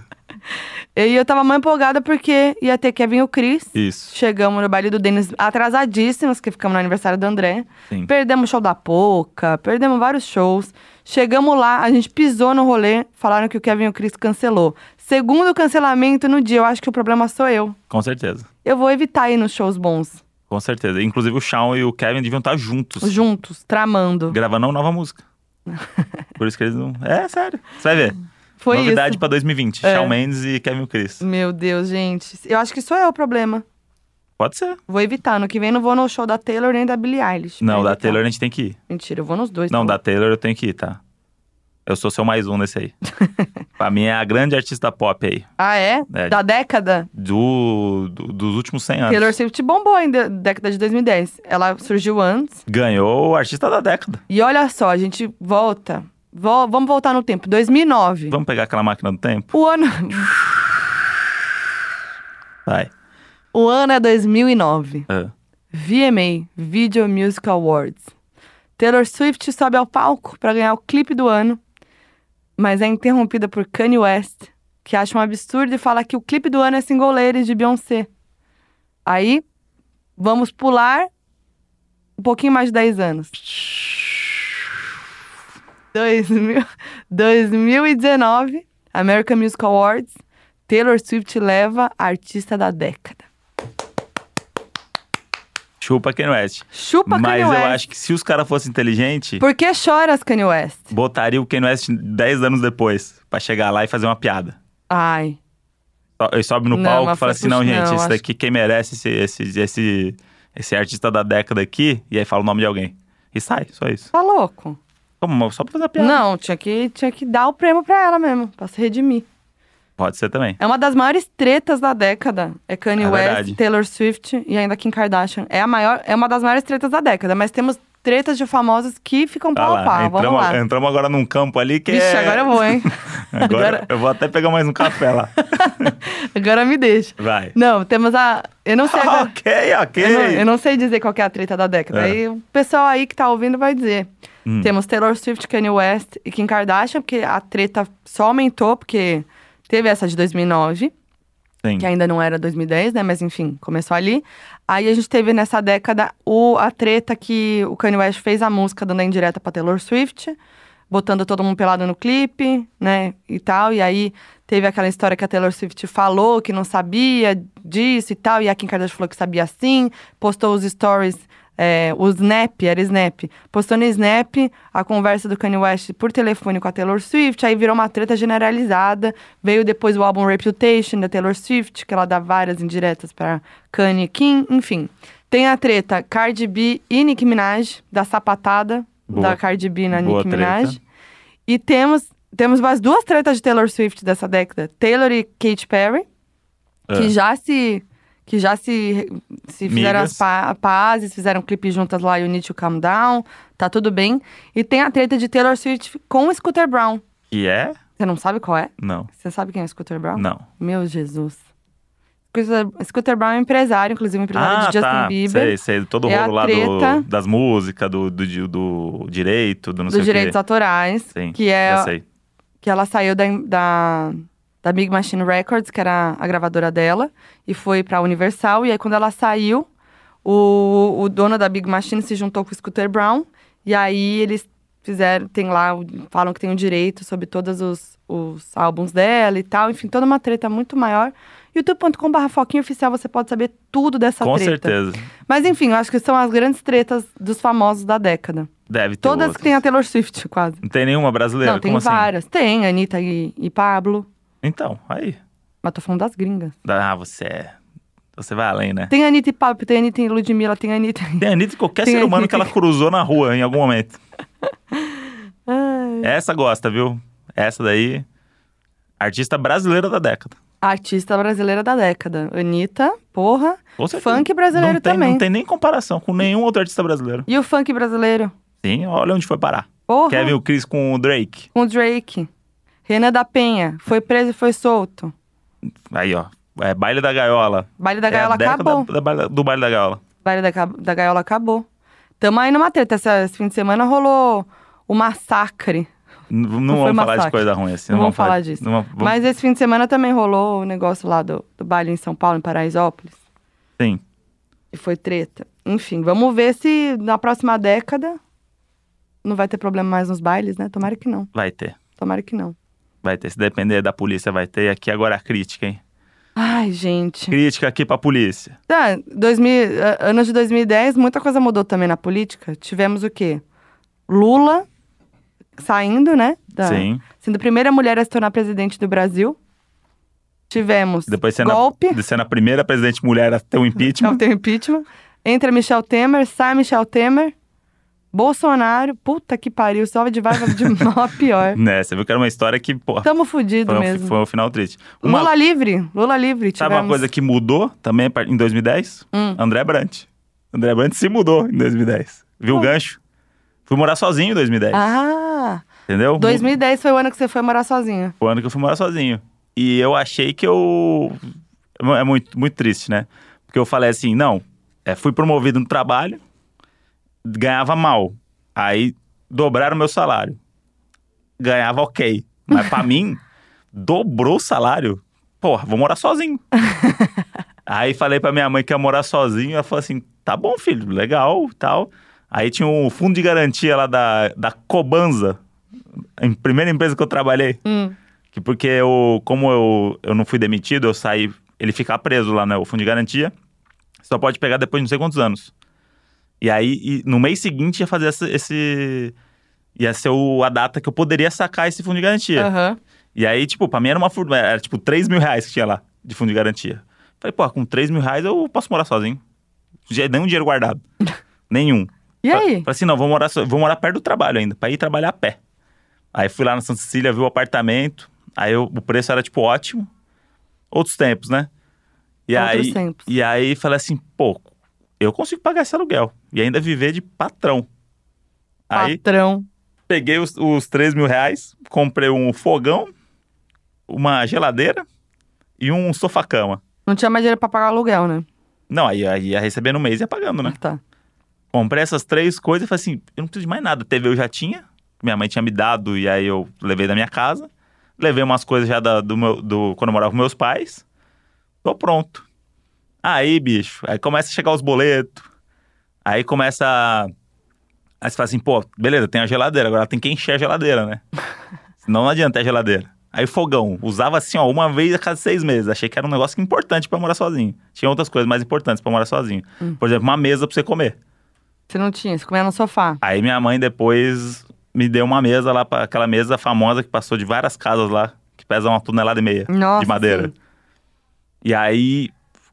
[SPEAKER 2] E eu tava mó empolgada porque ia ter Kevin e o Chris.
[SPEAKER 1] Isso.
[SPEAKER 2] Chegamos no baile do Denis atrasadíssimas, que ficamos no aniversário do André.
[SPEAKER 1] Sim.
[SPEAKER 2] Perdemos o show da Poca, perdemos vários shows. Chegamos lá, a gente pisou no rolê, falaram que o Kevin e o Chris cancelou. Segundo cancelamento no dia, eu acho que o problema sou eu.
[SPEAKER 1] Com certeza.
[SPEAKER 2] Eu vou evitar ir nos shows bons,
[SPEAKER 1] Com certeza. Inclusive o Shawn e o Kevin deviam estar juntos.
[SPEAKER 2] juntos, tramando.
[SPEAKER 1] Gravando uma nova música. Por isso que eles não. É, sério. Você vai ver.
[SPEAKER 2] Foi
[SPEAKER 1] Novidade
[SPEAKER 2] isso.
[SPEAKER 1] pra 2020.
[SPEAKER 2] É.
[SPEAKER 1] Shawn Mendes e Kevin Chris.
[SPEAKER 2] Meu Deus, gente. Eu acho que sou eu o problema.
[SPEAKER 1] Pode ser.
[SPEAKER 2] Vou evitar. No que vem não vou no show da Taylor nem da Billie Eilish.
[SPEAKER 1] Não,
[SPEAKER 2] Vou
[SPEAKER 1] da
[SPEAKER 2] evitar.
[SPEAKER 1] Taylor a gente tem que ir.
[SPEAKER 2] Mentira, eu vou nos dois.
[SPEAKER 1] Não,
[SPEAKER 2] tá
[SPEAKER 1] da Taylor eu tenho que ir, tá? Eu sou seu mais um nesse aí. pra mim é a grande artista pop aí.
[SPEAKER 2] bom. Ah, é?
[SPEAKER 1] É.
[SPEAKER 2] Da década?
[SPEAKER 1] Do, do- dos últimos 100 anos.
[SPEAKER 2] Taylor Swift bombou em de- década de 2010. Ela surgiu antes.
[SPEAKER 1] Ganhou o artista da década.
[SPEAKER 2] E olha só, a gente volta. Vol- vamos voltar no tempo. 2009.
[SPEAKER 1] Vamos pegar aquela máquina do tempo?
[SPEAKER 2] O ano,
[SPEAKER 1] Vai.
[SPEAKER 2] o ano é 2009.
[SPEAKER 1] Ah,
[SPEAKER 2] VMA, Video Music Awards. Taylor Swift sobe ao palco para ganhar o clipe do ano, mas é interrompida por Kanye West, que acha um absurdo e fala que o clipe do ano é Single Ladies de Beyoncé. Aí, vamos pular um pouquinho mais de 10 anos. 2000, 2019, American Music Awards, Taylor Swift leva a artista da década.
[SPEAKER 1] Chupa Kanye West.
[SPEAKER 2] Chupa
[SPEAKER 1] Mas
[SPEAKER 2] Kanye
[SPEAKER 1] eu
[SPEAKER 2] West.
[SPEAKER 1] acho que se os caras fossem inteligentes,
[SPEAKER 2] Por que choras, Kanye West?
[SPEAKER 1] botaria o Kanye West 10 anos depois. Pra chegar lá e fazer uma piada.
[SPEAKER 2] Ai,
[SPEAKER 1] So- Ele sobe no
[SPEAKER 2] Não,
[SPEAKER 1] palco e
[SPEAKER 2] mas
[SPEAKER 1] fala
[SPEAKER 2] foi
[SPEAKER 1] assim: não,
[SPEAKER 2] puxa-
[SPEAKER 1] gente,
[SPEAKER 2] não,
[SPEAKER 1] esse
[SPEAKER 2] acho
[SPEAKER 1] daqui, quem merece esse, esse, esse, esse artista da década aqui, e aí fala o nome de alguém. E sai, só isso.
[SPEAKER 2] tá louco.
[SPEAKER 1] Como, só pra fazer a piada.
[SPEAKER 2] Não, tinha que, tinha que dar o prêmio pra ela mesmo, pra se redimir.
[SPEAKER 1] Pode ser também.
[SPEAKER 2] É uma das maiores tretas da década. É Kanye
[SPEAKER 1] É
[SPEAKER 2] West,
[SPEAKER 1] verdade.
[SPEAKER 2] Taylor Swift e ainda Kim Kardashian. É, a maior, é uma das maiores tretas da década, mas temos tretas de famosos que ficam
[SPEAKER 1] Tá
[SPEAKER 2] pau a
[SPEAKER 1] lá,
[SPEAKER 2] pau. Vamos
[SPEAKER 1] entramos,
[SPEAKER 2] lá.
[SPEAKER 1] entramos agora num campo ali que
[SPEAKER 2] Vixe,
[SPEAKER 1] é...
[SPEAKER 2] agora eu vou, hein?
[SPEAKER 1] Agora
[SPEAKER 2] Agora-
[SPEAKER 1] eu vou até pegar mais um café lá.
[SPEAKER 2] agora me deixa.
[SPEAKER 1] Vai.
[SPEAKER 2] Não, temos a. Eu não sei agora.
[SPEAKER 1] ok, ok.
[SPEAKER 2] Eu não, eu não sei dizer qual que é a treta da década.
[SPEAKER 1] É.
[SPEAKER 2] Aí o pessoal aí que tá ouvindo vai dizer.
[SPEAKER 1] Hum.
[SPEAKER 2] Temos Taylor Swift, Kanye West e Kim Kardashian, porque a treta só aumentou, porque teve essa de 2009,
[SPEAKER 1] Sim.
[SPEAKER 2] que ainda não era 2010, né? Mas enfim, começou ali. Aí a gente teve nessa década o, a treta que o Kanye West fez a música dando a indireta pra Taylor Swift, botando todo mundo pelado no clipe, né? E tal. E aí teve aquela história que a Taylor Swift falou que não sabia disso e tal. E a Kim Kardashian falou que sabia sim, postou os stories. é, o Snap, era Snap. Postou no Snap a conversa do Kanye West por telefone com a Taylor Swift, aí virou uma treta generalizada. Veio depois o álbum Reputation da Taylor Swift, que ela dá várias indiretas para Kanye e Kim, enfim. Tem a treta Cardi B e Nicki Minaj, da sapatada
[SPEAKER 1] Boa.
[SPEAKER 2] da Cardi B na
[SPEAKER 1] Boa
[SPEAKER 2] Nicki
[SPEAKER 1] treta.
[SPEAKER 2] Minaj. E temos, temos mais duas tretas de Taylor Swift dessa década. Taylor e Katy Perry,
[SPEAKER 1] É.
[SPEAKER 2] que já se... Que já se, se fizeram
[SPEAKER 1] Migas.
[SPEAKER 2] as pa- pazes, fizeram um clipe juntas lá, You Need to Calm Down, tá tudo bem. E tem a treta de Taylor Swift com o Scooter Brown.
[SPEAKER 1] Que é?
[SPEAKER 2] Você não sabe qual é?
[SPEAKER 1] Não.
[SPEAKER 2] Você sabe quem é o Scooter Brown?
[SPEAKER 1] Não.
[SPEAKER 2] Meu Jesus. Scooter, Scooter Brown é um empresário, inclusive um empresário
[SPEAKER 1] Ah,
[SPEAKER 2] de Justin
[SPEAKER 1] tá.
[SPEAKER 2] Bieber.
[SPEAKER 1] Sei, sei. Todo o
[SPEAKER 2] É a
[SPEAKER 1] rolo lá do,
[SPEAKER 2] treta.
[SPEAKER 1] das músicas, do, do, di- do direito, do não sei
[SPEAKER 2] Dos direitos
[SPEAKER 1] o
[SPEAKER 2] autorais,
[SPEAKER 1] quê. Sim,
[SPEAKER 2] que
[SPEAKER 1] já
[SPEAKER 2] é
[SPEAKER 1] sei.
[SPEAKER 2] que ela saiu da, da, da Big Machine Records, que era a gravadora dela, e foi pra Universal. E aí, quando ela saiu, o, o dono da Big Machine se juntou com o Scooter Brown E aí eles fizeram, tem lá, o- falam que tem o direito sobre todos os, os álbuns dela e tal. Enfim, toda uma treta muito maior. youtube.com.br Foquinha Oficial, você pode saber tudo dessa
[SPEAKER 1] Com
[SPEAKER 2] treta.
[SPEAKER 1] certeza.
[SPEAKER 2] Mas enfim, eu acho que são as grandes tretas dos famosos da década.
[SPEAKER 1] Deve ter.
[SPEAKER 2] Todas que
[SPEAKER 1] outras.
[SPEAKER 2] tem a Taylor Swift, quase.
[SPEAKER 1] Não tem nenhuma brasileira?
[SPEAKER 2] Não, tem
[SPEAKER 1] Como assim?
[SPEAKER 2] várias. Tem, Anitta e, e Pablo.
[SPEAKER 1] Então, aí.
[SPEAKER 2] Mas tô falando das gringas.
[SPEAKER 1] Ah, você é. Você vai além, né?
[SPEAKER 2] Tem Anitta e Pablo, tem Anitta e Ludmilla, tem Anitta. e-
[SPEAKER 1] Tem a Anitta e qualquer
[SPEAKER 2] Tem
[SPEAKER 1] ser
[SPEAKER 2] a
[SPEAKER 1] humano que
[SPEAKER 2] Anitta.
[SPEAKER 1] ela cruzou na rua em algum momento. Essa gosta, viu? Essa daí. Artista brasileira da década.
[SPEAKER 2] Artista brasileira da década. Anitta, porra.
[SPEAKER 1] Com certeza.
[SPEAKER 2] Funk brasileiro
[SPEAKER 1] não tem,
[SPEAKER 2] também.
[SPEAKER 1] Não tem nem comparação com nenhum outro artista brasileiro.
[SPEAKER 2] E o funk brasileiro?
[SPEAKER 1] Sim, olha onde foi parar.
[SPEAKER 2] Porra.
[SPEAKER 1] Kevin o Chris com o Drake.
[SPEAKER 2] Com o Drake. Renan da Penha. Foi preso e foi solto.
[SPEAKER 1] Aí, ó. É baile da gaiola.
[SPEAKER 2] Baile da
[SPEAKER 1] É a
[SPEAKER 2] Gaiola
[SPEAKER 1] década
[SPEAKER 2] acabou.
[SPEAKER 1] da- da baile- do baile da gaiola.
[SPEAKER 2] Baile da, Ca- da Gaiola acabou. Tamo aí numa treta. Essa- Esse fim de semana rolou o massacre.
[SPEAKER 1] N- Não,
[SPEAKER 2] Não
[SPEAKER 1] vamos
[SPEAKER 2] foi
[SPEAKER 1] falar de
[SPEAKER 2] massacre.
[SPEAKER 1] coisa ruim assim.
[SPEAKER 2] Não vamos falar disso.
[SPEAKER 1] não vamos- vamos-
[SPEAKER 2] Mas esse fim de semana também rolou o negócio lá do, do baile em São Paulo, em Paraisópolis.
[SPEAKER 1] Sim.
[SPEAKER 2] E foi treta. Enfim, vamos ver se na próxima década não vai ter problema mais nos bailes, né? Tomara que não.
[SPEAKER 1] Vai ter.
[SPEAKER 2] Tomara que não.
[SPEAKER 1] Vai ter. Se depender da polícia, vai ter. Aqui agora a crítica, hein?
[SPEAKER 2] Ai, gente.
[SPEAKER 1] Crítica aqui pra polícia.
[SPEAKER 2] Tá, 2000, a- anos de 2010, muita coisa mudou também na política. Tivemos o quê? Lula saindo, né? da-
[SPEAKER 1] Sim.
[SPEAKER 2] Sendo a primeira mulher a se tornar presidente do Brasil. Tivemos
[SPEAKER 1] Depois sendo,
[SPEAKER 2] golpe.
[SPEAKER 1] A, de sendo a primeira presidente mulher a ter um
[SPEAKER 2] Não
[SPEAKER 1] impeachment.
[SPEAKER 2] tem impeachment. Entra Michel Temer, sai Michel Temer. Bolsonaro, puta que pariu, só de vai de mal a pior.
[SPEAKER 1] né? Você viu que era uma história que, pô,
[SPEAKER 2] Tamo fudido
[SPEAKER 1] foi, um,
[SPEAKER 2] é. mesmo.
[SPEAKER 1] foi um final triste. Uma,
[SPEAKER 2] Lula livre, Lula livre.
[SPEAKER 1] sabe uma
[SPEAKER 2] tivemos.
[SPEAKER 1] coisa que mudou também par- em 2010?
[SPEAKER 2] Hum.
[SPEAKER 1] André Brant. André Brant se mudou em 2010. Viu o gancho? Fui morar sozinho em 2010.
[SPEAKER 2] Ah,
[SPEAKER 1] entendeu?
[SPEAKER 2] 2010 foi o ano que você foi morar sozinha.
[SPEAKER 1] Foi o ano que eu fui morar sozinho. E eu achei que eu. É muito, muito triste, né? Porque eu falei assim: não, é, fui promovido no trabalho, ganhava mal. Aí dobraram o meu salário. Ganhava ok. Mas pra mim, dobrou o salário. Porra, vou morar sozinho. Aí falei pra minha mãe que ia morar sozinho. Ela falou assim: tá bom, filho, legal e tal. Aí tinha um fundo de garantia lá da, da Cobanza, a primeira empresa que eu trabalhei.
[SPEAKER 2] Hum.
[SPEAKER 1] Que porque eu, como eu, eu não fui demitido, eu saí. Ele fica preso lá, né? O fundo de garantia. Só pode pegar depois de não sei quantos anos. E aí, e no mês seguinte, ia fazer essa- esse. Ia ser o- a data que eu poderia sacar esse fundo de garantia.
[SPEAKER 2] Aham.
[SPEAKER 1] E aí, tipo, pra mim era uma fortuna. Era tipo 3 mil reais que tinha lá de fundo de garantia. Falei, pô, com 3 mil reais eu posso morar sozinho. Já- Nenhum dinheiro guardado. Nenhum.
[SPEAKER 2] E
[SPEAKER 1] Fa-
[SPEAKER 2] aí?
[SPEAKER 1] Falei assim, não, vou morar, so- vou morar perto do trabalho ainda, pra ir trabalhar a pé. Aí fui lá na Santa Cecília, vi o apartamento, aí eu- o preço era, tipo, ótimo. Outros tempos, né? E
[SPEAKER 2] Outros
[SPEAKER 1] aí,
[SPEAKER 2] tempos.
[SPEAKER 1] E aí falei assim, pô, eu consigo pagar esse aluguel. E ainda viver de patrão. Aí
[SPEAKER 2] Patrão.
[SPEAKER 1] peguei os, os 3 mil reais, comprei um fogão, uma geladeira e um sofá-cama.
[SPEAKER 2] Não tinha mais dinheiro pra pagar aluguel, né?
[SPEAKER 1] Não, aí, aí ia receber no mês e ia pagando, né?
[SPEAKER 2] Ah, Tá.
[SPEAKER 1] Comprei essas três coisas e falei assim: eu não preciso de mais nada. TV eu já tinha, minha mãe tinha me dado, e aí eu levei da minha casa. Levei umas coisas já da- do meu, do, quando eu morava com meus pais. Tô pronto. Aí, bicho, aí começa a chegar os boletos. Aí começa. a- Aí você fala assim: pô, beleza, tem a geladeira, agora tem que encher a geladeira, né? Senão não adianta ter a geladeira. Aí fogão, usava assim, ó, uma vez a cada seis meses. Achei que era um negócio importante pra morar sozinho. Tinha outras coisas mais importantes pra morar sozinho. Por exemplo, uma mesa pra você comer.
[SPEAKER 2] Você não tinha, você comia no sofá.
[SPEAKER 1] Aí minha mãe depois me deu uma mesa lá, pra, aquela mesa famosa que passou de várias casas lá, que pesa uma tonelada e meia
[SPEAKER 2] Nossa,
[SPEAKER 1] de madeira.
[SPEAKER 2] sim.
[SPEAKER 1] E aí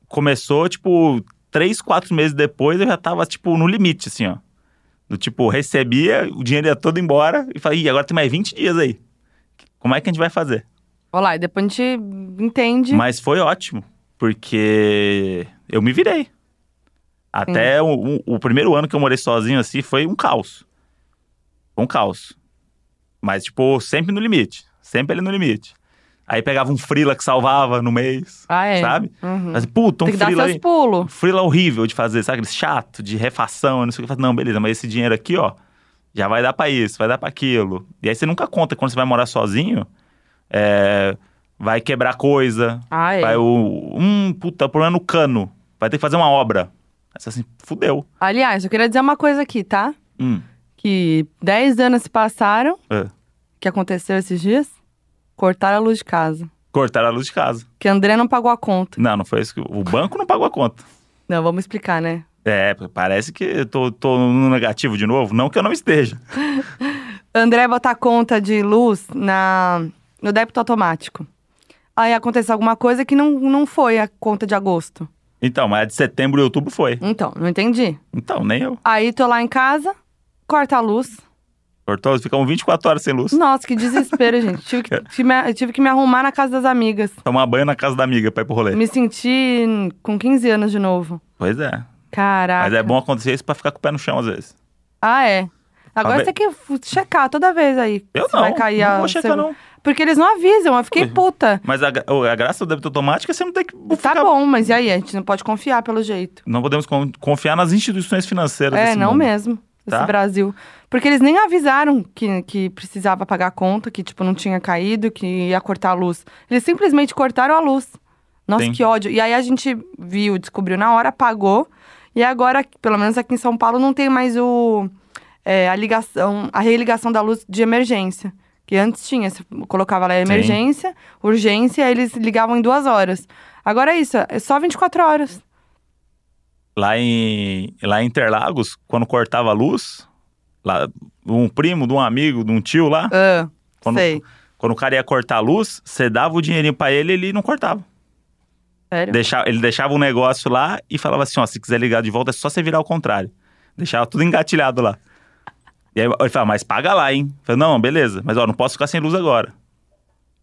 [SPEAKER 1] começou, tipo, três, quatro meses depois eu já tava, tipo, no limite, assim, ó. Do tipo, recebia, o dinheiro ia todo embora e falei, Ih, agora tem mais 20 dias aí. Como é que a gente vai fazer?
[SPEAKER 2] Olha lá, e depois a gente entende.
[SPEAKER 1] Mas foi ótimo, porque eu me virei. Até o, o- o primeiro ano que eu morei sozinho, assim, foi um caos. Foi um caos. Mas, tipo, sempre no limite. Sempre ali no limite. Aí pegava um frila que salvava no mês,
[SPEAKER 2] Ah, é.
[SPEAKER 1] sabe?
[SPEAKER 2] Uhum.
[SPEAKER 1] Mas, puta, um
[SPEAKER 2] Tem que dar
[SPEAKER 1] frila
[SPEAKER 2] seus
[SPEAKER 1] aí.
[SPEAKER 2] pulos.
[SPEAKER 1] Um frila horrível de fazer, sabe? Aquele chato, de refação, não sei o que. Eu falei, Não, beleza, mas esse dinheiro aqui, ó, já vai dar pra isso, vai dar pra aquilo. E aí você nunca conta quando você vai morar sozinho, é, vai quebrar coisa,
[SPEAKER 2] Ah, é.
[SPEAKER 1] Vai o. Hum, puta, problema no cano. Vai ter que fazer uma obra. Aí você assim, fudeu.
[SPEAKER 2] Aliás, eu queria dizer uma coisa aqui, tá?
[SPEAKER 1] Hum,
[SPEAKER 2] que 10 anos se passaram,
[SPEAKER 1] É.
[SPEAKER 2] que aconteceu esses dias, cortaram a luz de casa.
[SPEAKER 1] Cortaram a luz de casa.
[SPEAKER 2] Que André não pagou a conta.
[SPEAKER 1] Não, não foi isso que. O banco não pagou a conta.
[SPEAKER 2] Não, vamos explicar, né?
[SPEAKER 1] É, parece que eu tô, tô no negativo de novo. Não que eu não esteja.
[SPEAKER 2] André botar conta de luz na, no débito automático. Aí aconteceu alguma coisa que não, não foi a conta de agosto.
[SPEAKER 1] Então, mas a de setembro e outubro foi.
[SPEAKER 2] Então, não entendi.
[SPEAKER 1] Então, nem eu.
[SPEAKER 2] Aí tô lá em casa, corta a luz.
[SPEAKER 1] Cortou, ficamos 24 horas sem luz.
[SPEAKER 2] Nossa, que desespero, gente. Tive
[SPEAKER 1] É.
[SPEAKER 2] que, tive, me- tive que me arrumar na casa das amigas.
[SPEAKER 1] Tomar banho na casa da amiga pra ir pro rolê.
[SPEAKER 2] Me senti com 15 anos de novo.
[SPEAKER 1] Pois é.
[SPEAKER 2] Caraca.
[SPEAKER 1] Mas é bom acontecer isso pra ficar com o pé no chão às vezes.
[SPEAKER 2] Ah, é. Agora
[SPEAKER 1] Talvez-
[SPEAKER 2] você tem que fu- checar toda vez aí.
[SPEAKER 1] Eu
[SPEAKER 2] se
[SPEAKER 1] não.
[SPEAKER 2] Vai cair
[SPEAKER 1] não
[SPEAKER 2] a
[SPEAKER 1] vou checar,
[SPEAKER 2] segu-
[SPEAKER 1] não.
[SPEAKER 2] Porque eles não avisam, eu fiquei
[SPEAKER 1] Ué.
[SPEAKER 2] puta.
[SPEAKER 1] Mas a, gra- a graça do débito automático é você não ter que.
[SPEAKER 2] Tá
[SPEAKER 1] ficar-
[SPEAKER 2] bom, mas e aí? A gente não pode confiar pelo jeito.
[SPEAKER 1] Não podemos con- confiar nas instituições financeiras.
[SPEAKER 2] É,
[SPEAKER 1] desse
[SPEAKER 2] não
[SPEAKER 1] mundo.
[SPEAKER 2] mesmo. Esse
[SPEAKER 1] Tá?
[SPEAKER 2] Brasil. Porque eles nem avisaram que, que precisava pagar a conta, que, tipo, não tinha caído, que ia cortar a luz. Eles simplesmente cortaram a luz. Nossa,
[SPEAKER 1] Sim.
[SPEAKER 2] que ódio. E aí a gente viu, descobriu na hora, pagou. E agora, pelo menos aqui em São Paulo, não tem mais o... é, a ligação, a religação da luz de emergência. Que antes tinha, você colocava lá emergência, urgência, aí eles ligavam em duas horas. Agora é isso, é só 24 horas.
[SPEAKER 1] Lá em, lá em Interlagos, quando cortava a luz, lá, um primo, de um amigo, de um tio lá,
[SPEAKER 2] Ah,
[SPEAKER 1] Quando-
[SPEAKER 2] sei.
[SPEAKER 1] quando o cara ia cortar a luz, você dava o dinheirinho pra ele ele não cortava.
[SPEAKER 2] Sério?
[SPEAKER 1] Deixava, ele deixava um negócio lá e falava assim: ó, se quiser ligar de volta é só você virar ao contrário. Deixava tudo engatilhado lá. E aí ele falava: mas paga lá, hein? Eu falei, não, beleza, mas ó, não posso ficar sem luz agora.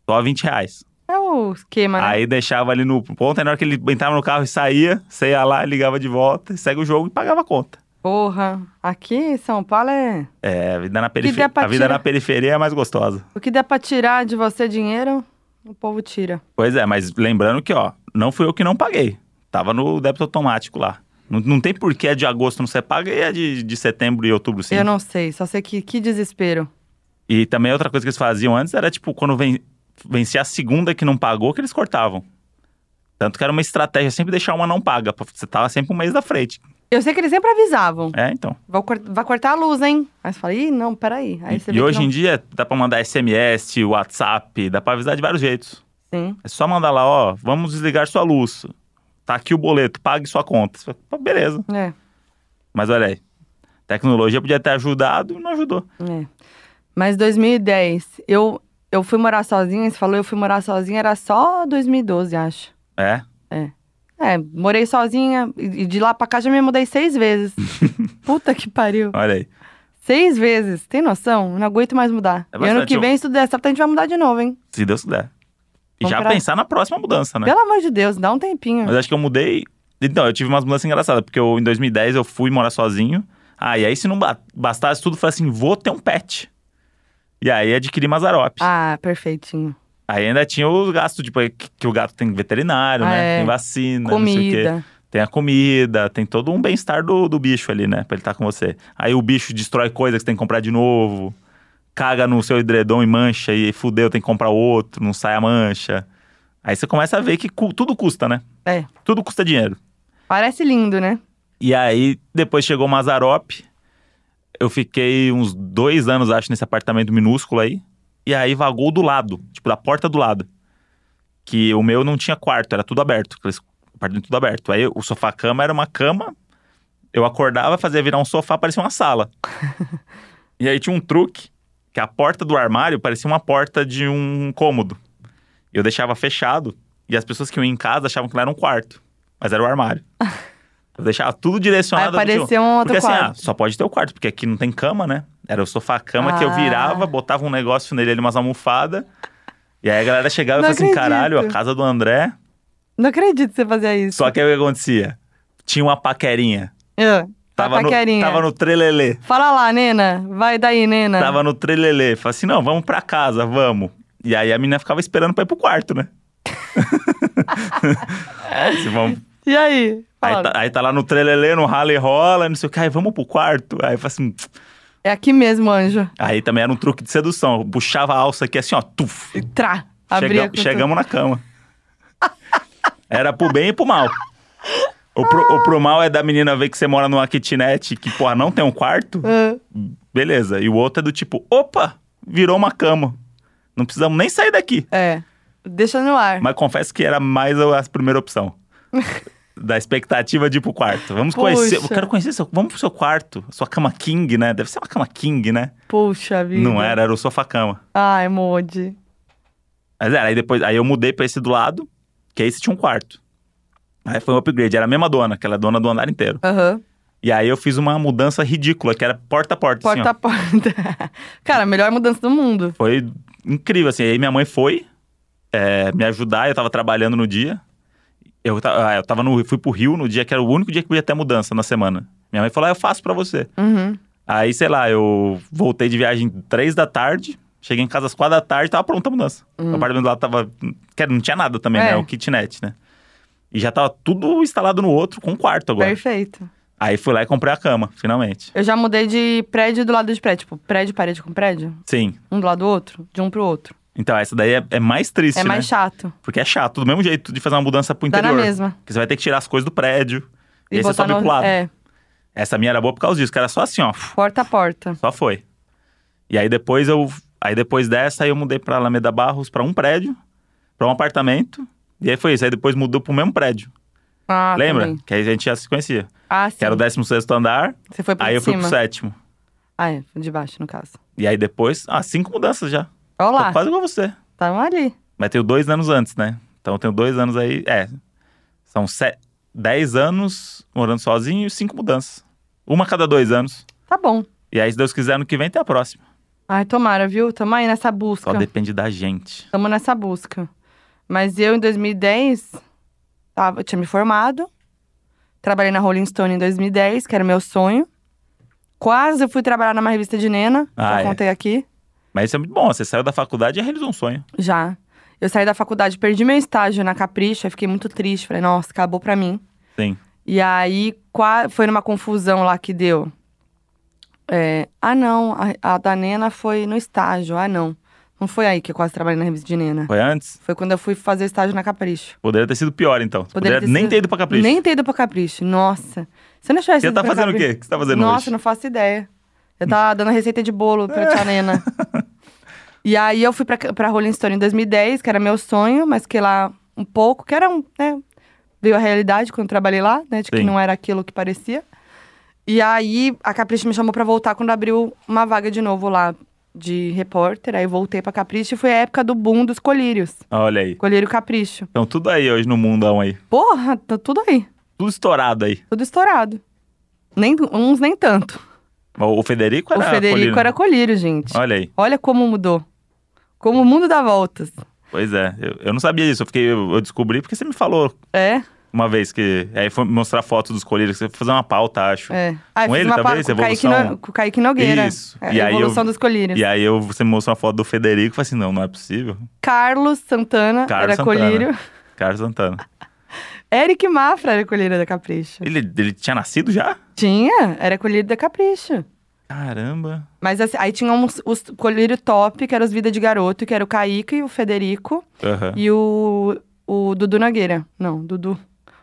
[SPEAKER 1] Só 20 reais.
[SPEAKER 2] É o esquema, né?
[SPEAKER 1] Aí deixava ali no ponto, aí na hora que ele entrava no carro e saía, você ia lá, ligava de volta, segue o jogo e pagava a conta.
[SPEAKER 2] Porra, aqui em São Paulo é.
[SPEAKER 1] É, a vida na,
[SPEAKER 2] der
[SPEAKER 1] perife...
[SPEAKER 2] pra
[SPEAKER 1] a vida
[SPEAKER 2] tirar.
[SPEAKER 1] na periferia é mais gostosa.
[SPEAKER 2] O que der pra tirar de você dinheiro, o povo tira.
[SPEAKER 1] Pois é, mas lembrando que, ó, não fui eu que não paguei. Tava no débito automático lá. Não, não tem porquê a de agosto não ser paga e a de, de setembro e outubro sim.
[SPEAKER 2] Eu não sei, só sei que que desespero.
[SPEAKER 1] E também outra coisa que eles faziam antes era, tipo, quando ven- vencia a segunda que não pagou, que eles cortavam. Tanto que era uma estratégia sempre deixar uma não paga. pra- Você tava sempre um mês da frente.
[SPEAKER 2] Eu sei que eles sempre avisavam.
[SPEAKER 1] É, então.
[SPEAKER 2] Vou cort- Vai cortar a luz, hein? Aí você fala, ih, não, peraí. Aí
[SPEAKER 1] E,
[SPEAKER 2] você vê
[SPEAKER 1] e
[SPEAKER 2] que
[SPEAKER 1] hoje
[SPEAKER 2] não-
[SPEAKER 1] em dia dá pra mandar SMS, WhatsApp, dá pra avisar de vários jeitos.
[SPEAKER 2] Sim.
[SPEAKER 1] É só mandar lá, ó, vamos desligar sua luz. Tá aqui o boleto, pague sua conta. Você fala, "Pô, beleza.
[SPEAKER 2] É,
[SPEAKER 1] Mas olha aí, tecnologia podia ter ajudado e não ajudou.
[SPEAKER 2] é. Mas 2010, eu, eu fui morar sozinha, você falou eu fui morar sozinha, era só 2012, acho.
[SPEAKER 1] É,
[SPEAKER 2] É, morei sozinha e e de lá pra cá já me mudei seis vezes. Puta que pariu.
[SPEAKER 1] olha aí.
[SPEAKER 2] Seis vezes, tem noção? Eu Não aguento mais mudar.
[SPEAKER 1] É
[SPEAKER 2] e ano
[SPEAKER 1] bastante,
[SPEAKER 2] que
[SPEAKER 1] eu- Né?
[SPEAKER 2] vem, se tudo der certo, a gente vai mudar de novo, hein?
[SPEAKER 1] Se Deus quiser. E
[SPEAKER 2] Vamos
[SPEAKER 1] já
[SPEAKER 2] pra-
[SPEAKER 1] pensar na próxima mudança, né?
[SPEAKER 2] Pelo amor de Deus, dá um tempinho.
[SPEAKER 1] Mas é acho que eu mudei. Então, eu tive umas mudanças engraçadas, porque eu, em 2010 eu fui morar sozinho. Ah, e aí se não ba- bastasse tudo, eu falei assim: vou ter um pet. E aí adquiri Mazarop.
[SPEAKER 2] Ah, perfeitinho.
[SPEAKER 1] Aí ainda tinha os gastos, tipo, que, que o gato tem veterinário,
[SPEAKER 2] Ah,
[SPEAKER 1] né?
[SPEAKER 2] é.
[SPEAKER 1] Tem vacina, não sei o quê.
[SPEAKER 2] Comida.
[SPEAKER 1] Tem a comida, tem todo um bem-estar do, do bicho ali, né? Pra ele estar com você. Aí o bicho destrói coisa que você tem que comprar de novo. Caga no seu edredom e mancha, e fudeu, tem que comprar outro, não sai a mancha. Aí você começa a ver que cu- tudo custa, né?
[SPEAKER 2] É.
[SPEAKER 1] Tudo custa dinheiro.
[SPEAKER 2] Parece lindo, né?
[SPEAKER 1] E aí, depois chegou o Mazarop. Eu fiquei uns dois anos, acho, nesse apartamento minúsculo aí. E aí vagou do lado, tipo, da porta do lado. Que o meu não tinha quarto, era tudo aberto. aqueles Apartamento tudo aberto. Aí o sofá-cama era uma cama. Eu acordava, fazia virar um sofá, parecia uma sala. e aí tinha um truque, que a porta do armário parecia uma porta de um cômodo. Eu deixava fechado, e as pessoas que iam em casa achavam que lá era um quarto. Mas era o armário. Eu deixava tudo
[SPEAKER 2] Aí
[SPEAKER 1] direcionado. pro tipo-
[SPEAKER 2] apareceu um outro
[SPEAKER 1] porque assim, ah,
[SPEAKER 2] quarto.
[SPEAKER 1] só pode ter o quarto, porque aqui não tem cama, né? Era o sofá-cama que eu
[SPEAKER 2] Ah.
[SPEAKER 1] virava, botava um negócio nele ali, umas almofadas. E aí a galera chegava e
[SPEAKER 2] Não
[SPEAKER 1] falava assim:
[SPEAKER 2] acredito.
[SPEAKER 1] caralho, a casa do André.
[SPEAKER 2] Não acredito que você fazia isso.
[SPEAKER 1] Só que aí o que acontecia? Tinha uma paquerinha.
[SPEAKER 2] Ah,
[SPEAKER 1] Tava
[SPEAKER 2] a
[SPEAKER 1] no,
[SPEAKER 2] paquerinha. Ah.
[SPEAKER 1] tava no trelelê.
[SPEAKER 2] Fala lá, Nena. Vai daí, Nena.
[SPEAKER 1] Tava no trelelê. Falei assim: não, vamos pra casa, vamos. E aí a menina ficava esperando pra ir pro quarto, né? Assim, vamos.
[SPEAKER 2] E aí?
[SPEAKER 1] Aí,
[SPEAKER 2] Fala.
[SPEAKER 1] tá, aí tá lá no trelelê, no rala e rola, não sei o que. Aí vamos pro quarto. Aí eu falei assim:
[SPEAKER 2] É aqui mesmo, anjo.
[SPEAKER 1] Aí também era um truque de sedução. Eu puxava a alça aqui assim, ó, tuf.
[SPEAKER 2] E Trá. Abria
[SPEAKER 1] Chega-
[SPEAKER 2] com tudo.
[SPEAKER 1] chegamos na cama. Era pro bem e pro mal. O pro, o pro mal é da menina ver que você mora numa kitnet que, porra, não tem um quarto.
[SPEAKER 2] Ah,
[SPEAKER 1] Beleza. E o outro é do tipo, opa, virou uma cama. Não precisamos nem sair daqui.
[SPEAKER 2] É. Deixa no ar.
[SPEAKER 1] Mas confesso que era mais a a primeira opção. da expectativa de ir pro quarto. Vamos conhecer. Eu
[SPEAKER 2] Puxa.
[SPEAKER 1] quero conhecer seu. Vamos pro seu quarto. Sua cama king, né? Deve ser uma cama king, né?
[SPEAKER 2] Puxa vida. Ah, é
[SPEAKER 1] Não era, era o sofá-cama.
[SPEAKER 2] Ai, Modi.
[SPEAKER 1] Mas era, aí depois. Aí eu mudei pra esse do lado, que aí esse tinha um quarto. Aí foi um upgrade. Era a mesma dona, aquela dona do andar inteiro.
[SPEAKER 2] Aham.
[SPEAKER 1] E aí eu fiz uma mudança ridícula, que era porta a porta. assim, Assim, ó.
[SPEAKER 2] Porta a porta. Cara, a melhor mudança do mundo.
[SPEAKER 1] Foi incrível, assim. Aí minha mãe foi é, me ajudar, eu tava trabalhando no dia. Eu, ta- ah, eu tava no, fui pro Rio no dia que era o único dia que podia ter mudança na semana. Minha mãe falou, ah, eu faço pra você.
[SPEAKER 2] Uhum.
[SPEAKER 1] Aí, sei lá, eu voltei de viagem três da tarde, cheguei em casa às quatro da tarde, tava pronta a mudança. O apartamento lá tava... que Não tinha nada também,
[SPEAKER 2] Hum. É.
[SPEAKER 1] né? O kitnet, né? E já tava tudo instalado no outro, com um quarto agora.
[SPEAKER 2] Perfeito.
[SPEAKER 1] Aí fui lá e comprei a cama, finalmente.
[SPEAKER 2] Eu já mudei de prédio do lado de prédio. Tipo, prédio, parede com prédio.
[SPEAKER 1] Sim.
[SPEAKER 2] Um do lado do outro. De um pro outro.
[SPEAKER 1] Então, essa daí é, é mais triste,
[SPEAKER 2] é
[SPEAKER 1] né?
[SPEAKER 2] mais chato.
[SPEAKER 1] Porque é chato, do mesmo jeito de fazer uma mudança pro
[SPEAKER 2] Dá na
[SPEAKER 1] interior.
[SPEAKER 2] mesma.
[SPEAKER 1] Porque você vai ter que tirar as coisas do prédio. E, aí você
[SPEAKER 2] botar
[SPEAKER 1] sobe pro lado.
[SPEAKER 2] É,
[SPEAKER 1] Essa minha era boa por causa disso, que era só assim, ó.
[SPEAKER 2] porta a porta.
[SPEAKER 1] Só foi. E aí depois eu. Aí depois dessa, aí eu mudei pra Alameda Barros pra um prédio, pra um apartamento. E aí foi isso. Aí depois mudou pro mesmo prédio.
[SPEAKER 2] Ah,
[SPEAKER 1] Lembra?
[SPEAKER 2] também.
[SPEAKER 1] Que aí a gente já se conhecia.
[SPEAKER 2] Ah, sim.
[SPEAKER 1] Que era o 16 andar,
[SPEAKER 2] Você foi pra
[SPEAKER 1] aí eu fui
[SPEAKER 2] cima.
[SPEAKER 1] pro sétimo.
[SPEAKER 2] Ah, é, de baixo, no caso.
[SPEAKER 1] E aí depois. Ah, cinco mudanças já.
[SPEAKER 2] Olha lá,
[SPEAKER 1] Tô quase igual você.
[SPEAKER 2] tá ali.
[SPEAKER 1] Mas tenho dois anos antes, né? Então eu tenho dois anos aí. É. São se- dez anos morando sozinho e cinco mudanças. Uma a cada dois anos.
[SPEAKER 2] Tá bom.
[SPEAKER 1] E aí, se Deus quiser, ano que vem tem a próxima.
[SPEAKER 2] Ai, tomara, viu? Tamo aí nessa busca.
[SPEAKER 1] Só depende da gente.
[SPEAKER 2] Tamo nessa busca. Mas eu, em 2010, tava, eu tinha me formado. Trabalhei na Rolling Stone em 2010, que era o meu sonho. Quase eu fui trabalhar numa revista de Nena,
[SPEAKER 1] Ah,
[SPEAKER 2] que
[SPEAKER 1] é.
[SPEAKER 2] eu contei aqui.
[SPEAKER 1] Mas isso é muito bom. Você saiu da faculdade e realizou um sonho.
[SPEAKER 2] Já. Eu saí da faculdade, perdi meu estágio na Capricho, aí fiquei muito triste. Falei, nossa, acabou pra mim.
[SPEAKER 1] Sim.
[SPEAKER 2] E aí, qua- foi numa confusão lá que deu. É, ah, não, a, a da Nena foi no estágio. Ah, não. Não foi aí que eu quase trabalhei na revista de Nena.
[SPEAKER 1] Foi antes?
[SPEAKER 2] Foi quando eu fui fazer estágio na Capricho.
[SPEAKER 1] Poderia ter sido pior, então. Você Poderia,
[SPEAKER 2] Poderia ter
[SPEAKER 1] nem
[SPEAKER 2] sido-
[SPEAKER 1] ter ido pra Capricho.
[SPEAKER 2] Nem ter ido pra Capricho, nossa. Se eu não tivesse
[SPEAKER 1] Você
[SPEAKER 2] ido
[SPEAKER 1] tá
[SPEAKER 2] pra
[SPEAKER 1] fazendo o
[SPEAKER 2] Capricho-
[SPEAKER 1] quê? O que você tá fazendo
[SPEAKER 2] Nossa,
[SPEAKER 1] hoje?
[SPEAKER 2] não faço ideia. Eu tava dando receita de bolo pra tia Nena. E aí eu fui pra, pra Rolling Stone em 2010, que era meu sonho, mas que lá um pouco, que era um, né? Veio a realidade quando eu trabalhei lá, né? De que
[SPEAKER 1] Sim.
[SPEAKER 2] não era aquilo que parecia. E aí a Capricho me chamou pra voltar quando abriu uma vaga de novo lá de repórter. Aí voltei pra Capricho e foi a época do boom dos colírios.
[SPEAKER 1] Olha aí.
[SPEAKER 2] Colírio Capricho.
[SPEAKER 1] Então, tudo aí hoje no mundão aí.
[SPEAKER 2] Porra, tá tudo aí.
[SPEAKER 1] Tudo estourado aí.
[SPEAKER 2] Tudo estourado. Nem, uns nem tanto.
[SPEAKER 1] O o Federico era
[SPEAKER 2] o Federico
[SPEAKER 1] colírio.
[SPEAKER 2] era colírio, gente.
[SPEAKER 1] Olha aí.
[SPEAKER 2] Olha como mudou. Como o mundo dá voltas.
[SPEAKER 1] Pois é. Eu, eu não sabia disso. Eu, fiquei, eu eu descobri porque você me falou
[SPEAKER 2] É,
[SPEAKER 1] uma vez que. Aí foi mostrar foto dos colírios. Você foi fazer uma pauta, acho.
[SPEAKER 2] é. Ah, eu
[SPEAKER 1] Com
[SPEAKER 2] fiz
[SPEAKER 1] ele,
[SPEAKER 2] uma
[SPEAKER 1] talvez,
[SPEAKER 2] pauta com, o Kaique
[SPEAKER 1] evolução.
[SPEAKER 2] No- com o Kaique Nogueira.
[SPEAKER 1] Isso.
[SPEAKER 2] É,
[SPEAKER 1] E aí eu-
[SPEAKER 2] evolução dos colírios.
[SPEAKER 1] E aí eu, você me mostrou uma foto do Federico e falei assim: não, não é possível.
[SPEAKER 2] Carlos Santana
[SPEAKER 1] Carlos
[SPEAKER 2] era
[SPEAKER 1] Santana.
[SPEAKER 2] colírio.
[SPEAKER 1] Carlos Santana.
[SPEAKER 2] Eric Mafra era colírio da Capricho.
[SPEAKER 1] Ele, ele tinha nascido já?
[SPEAKER 2] Tinha, era colírio da Capricho.
[SPEAKER 1] Caramba.
[SPEAKER 2] Mas assim, aí tinha uns, os colírio top, que eram os Vida de Garoto, que era o Kaique e o Federico.
[SPEAKER 1] Aham.
[SPEAKER 2] E o, o Dudu Nogueira. Não, Dudu.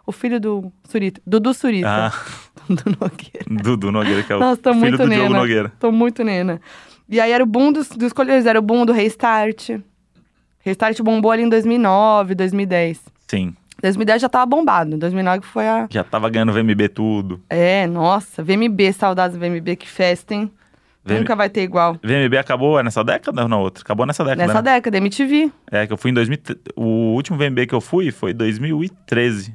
[SPEAKER 2] O filho do Surita. Dudu Surita.
[SPEAKER 1] Ah,
[SPEAKER 2] Dudu Nogueira.
[SPEAKER 1] Dudu Nogueira, que é o
[SPEAKER 2] Nossa, tô
[SPEAKER 1] filho
[SPEAKER 2] muito
[SPEAKER 1] do
[SPEAKER 2] nena.
[SPEAKER 1] Diogo Nogueira.
[SPEAKER 2] Tô muito nena. E aí era o boom dos, dos colheiros, era o boom do Restart. Restart bombou ali em 2009, 2010.
[SPEAKER 1] Sim.
[SPEAKER 2] 2010 já tava bombado, 2009 foi a...
[SPEAKER 1] Já tava ganhando VMB tudo.
[SPEAKER 2] É, nossa, VMB, saudades do VMB, que festa, hein?
[SPEAKER 1] VM-
[SPEAKER 2] Nunca vai ter igual.
[SPEAKER 1] VMB acabou é nessa década ou na outra? Acabou nessa década.
[SPEAKER 2] Nessa
[SPEAKER 1] né?
[SPEAKER 2] década, MTV.
[SPEAKER 1] É, que eu fui em 2000. O último VMB que eu fui foi 2013.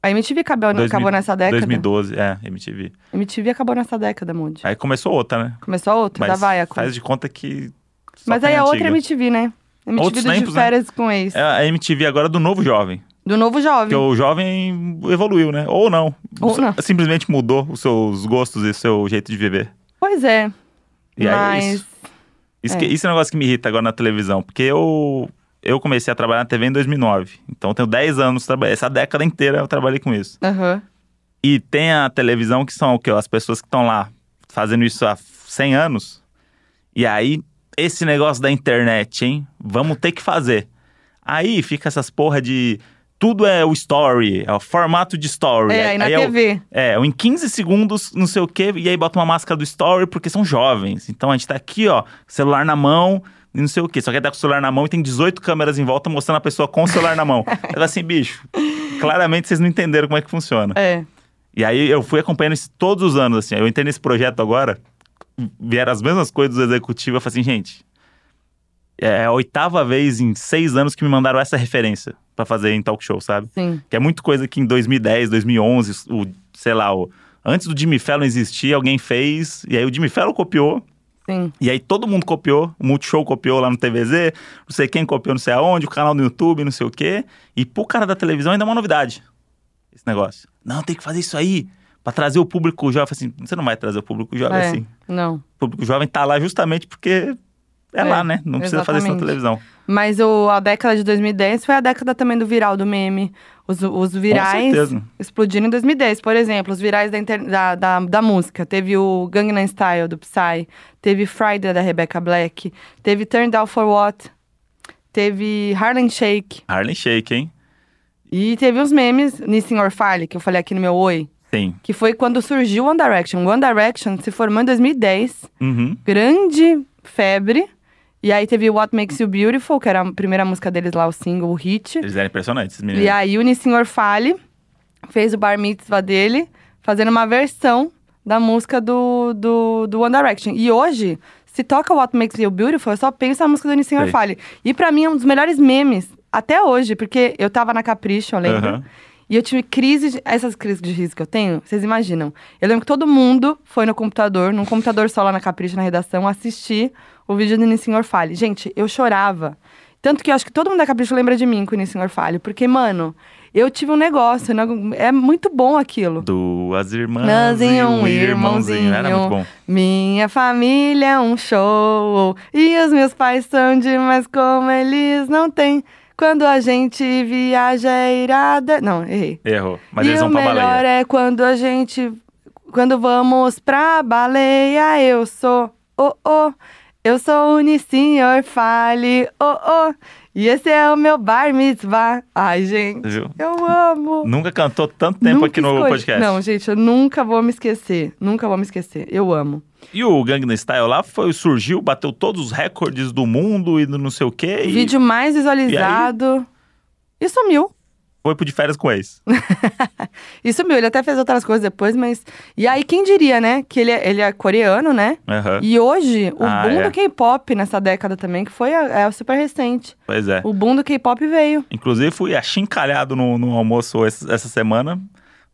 [SPEAKER 2] A MTV acabou,
[SPEAKER 1] Dois
[SPEAKER 2] acabou
[SPEAKER 1] mil-
[SPEAKER 2] nessa década.
[SPEAKER 1] 2012, é, MTV.
[SPEAKER 2] MTV acabou nessa década, Mude.
[SPEAKER 1] Aí começou outra, né?
[SPEAKER 2] Começou a outra, da
[SPEAKER 1] Mas
[SPEAKER 2] Viacom.
[SPEAKER 1] faz de conta que. só
[SPEAKER 2] Mas
[SPEAKER 1] tem
[SPEAKER 2] aí a outra é
[SPEAKER 1] antiga.
[SPEAKER 2] MTV, né? MTV
[SPEAKER 1] Outros
[SPEAKER 2] do
[SPEAKER 1] tempos,
[SPEAKER 2] de
[SPEAKER 1] né?
[SPEAKER 2] férias com ex.
[SPEAKER 1] É a MTV agora do novo jovem.
[SPEAKER 2] Do novo
[SPEAKER 1] Porque
[SPEAKER 2] jovem.
[SPEAKER 1] o jovem evoluiu, né? Ou não.
[SPEAKER 2] Ou não.
[SPEAKER 1] Simplesmente mudou os seus gostos e seu jeito de viver.
[SPEAKER 2] Pois é.
[SPEAKER 1] E aí
[SPEAKER 2] mas.
[SPEAKER 1] é isso. Isso,
[SPEAKER 2] É.
[SPEAKER 1] que- isso é um negócio que me irrita agora na televisão, porque eu, eu comecei a trabalhar na TV em 2009. Então eu tenho 10 anos, traba- essa década inteira eu trabalhei com isso.
[SPEAKER 2] Aham.
[SPEAKER 1] E tem a televisão que são o quê? As pessoas que estão lá fazendo isso há 100 anos. E aí, esse negócio da internet, hein? Vamos ter que fazer. Aí fica essas porra de Tudo é o story, é o formato de story.
[SPEAKER 2] É, aí na
[SPEAKER 1] o-
[SPEAKER 2] TV.
[SPEAKER 1] é, em 15 segundos, não sei o quê, e aí bota uma máscara do story porque são jovens. Então a gente tá aqui, ó, celular na mão e não sei o quê. Só que ele tá com o celular na mão e tem 18 câmeras em volta mostrando a pessoa com o celular na mão. Ela assim, bicho, claramente vocês não entenderam como é que funciona.
[SPEAKER 2] É.
[SPEAKER 1] E aí eu fui acompanhando isso todos os anos, assim. Eu entrei nesse projeto agora, vieram as mesmas coisas do executivo. Eu falei assim, gente, é a oitava vez em seis anos que me mandaram essa referência pra fazer em talk show, sabe?
[SPEAKER 2] Sim.
[SPEAKER 1] Que é muito coisa que em 2010, 2011, o, sei lá, o, antes do Jimmy Fallon existir, alguém fez. E aí o Jimmy Fallon copiou.
[SPEAKER 2] Sim.
[SPEAKER 1] E aí todo mundo copiou. O Multishow copiou lá no TVZ. Não sei quem copiou, não sei aonde. O canal do YouTube, não sei o quê. E pro cara da televisão ainda é uma novidade. Esse negócio. Não, tem que fazer isso aí. Pra trazer o público jovem. Eu falei Assim, você não vai trazer o público jovem
[SPEAKER 2] É,
[SPEAKER 1] assim.
[SPEAKER 2] Não.
[SPEAKER 1] O público jovem tá lá justamente porque é,
[SPEAKER 2] É,
[SPEAKER 1] lá, né? Não precisa fazer isso na
[SPEAKER 2] exatamente.
[SPEAKER 1] televisão.
[SPEAKER 2] Mas o, a década de 2010 foi a década também do viral, do meme. Os, os
[SPEAKER 1] Com
[SPEAKER 2] virais
[SPEAKER 1] certeza.
[SPEAKER 2] explodiram em 2010. Por exemplo, os virais da, inter- da, da, da música. Teve o Gangnam Style, do Psy. Teve Friday, da Rebecca Black. Teve Turn Down For What. Teve Harlem Shake.
[SPEAKER 1] Harlem Shake, hein?
[SPEAKER 2] E teve os memes, Nissin Orfale, que eu falei aqui no meu Oi.
[SPEAKER 1] Sim.
[SPEAKER 2] Que foi quando surgiu o One Direction. O One Direction se formou em 2010
[SPEAKER 1] Uhum.
[SPEAKER 2] grande febre. E aí teve What Makes You Beautiful, que era a primeira música deles lá, o single, o hit.
[SPEAKER 1] Eles eram impressionantes, esses meninos.
[SPEAKER 2] E aí o Nissin Orfale fez o bar mitzvah dele, fazendo uma versão da música do, do, do One Direction. E hoje, se toca What Makes You Beautiful, eu só penso na música do Nissin
[SPEAKER 1] Sei.
[SPEAKER 2] Orfale. E pra mim é um dos melhores memes, até hoje, porque eu tava na Capricho, eu lembro.
[SPEAKER 1] Aham.
[SPEAKER 2] E eu tive crises, de- essas crises de riso que eu tenho, vocês imaginam. Eu lembro que todo mundo foi no computador, num computador só lá na Capricho, na redação, assistir o vídeo do Nissin Orfale. Gente, eu chorava. Tanto que eu acho que todo mundo da Capricho lembra de mim com o Nissin Orfale. Porque, mano, eu tive um negócio, né? é muito bom aquilo.
[SPEAKER 1] Duas irmãs
[SPEAKER 2] Nós
[SPEAKER 1] e
[SPEAKER 2] em
[SPEAKER 1] um irmãozinho. Era muito bom.
[SPEAKER 2] Minha família é um show. E os meus pais são demais, como eles não têm. Quando a gente viaja é irada. Não, errei.
[SPEAKER 1] Errou. Mas
[SPEAKER 2] e
[SPEAKER 1] eles vão
[SPEAKER 2] o
[SPEAKER 1] pra
[SPEAKER 2] melhor
[SPEAKER 1] baleia.
[SPEAKER 2] é quando a gente. Quando vamos pra baleia, eu sou. Oh, oh. Eu sou o Nissinhor Fale. Oh, oh. E esse é o meu bar mitzvah. Ai, gente.
[SPEAKER 1] Viu?
[SPEAKER 2] Eu amo.
[SPEAKER 1] Nunca cantou tanto tempo
[SPEAKER 2] é Nunca
[SPEAKER 1] aqui no
[SPEAKER 2] escolhi-
[SPEAKER 1] podcast.
[SPEAKER 2] Não, gente, eu nunca vou me esquecer. Nunca vou me esquecer. Eu amo.
[SPEAKER 1] E o Gangnam Style lá foi, surgiu, bateu todos os recordes do mundo e do não sei o quê. E
[SPEAKER 2] Vídeo mais visualizado. E sumiu.
[SPEAKER 1] foi pro de férias com ex.
[SPEAKER 2] E sumiu. Ele até fez outras coisas depois, mas. E aí, quem diria, né? Que ele é, ele é coreano, né?
[SPEAKER 1] Aham,
[SPEAKER 2] E hoje, o
[SPEAKER 1] Ah,
[SPEAKER 2] boom
[SPEAKER 1] é.
[SPEAKER 2] do K-pop nessa década também, que foi a- é super recente.
[SPEAKER 1] Pois é.
[SPEAKER 2] O boom do K-pop veio.
[SPEAKER 1] Inclusive, fui achincalhado no, no almoço essa, essa semana,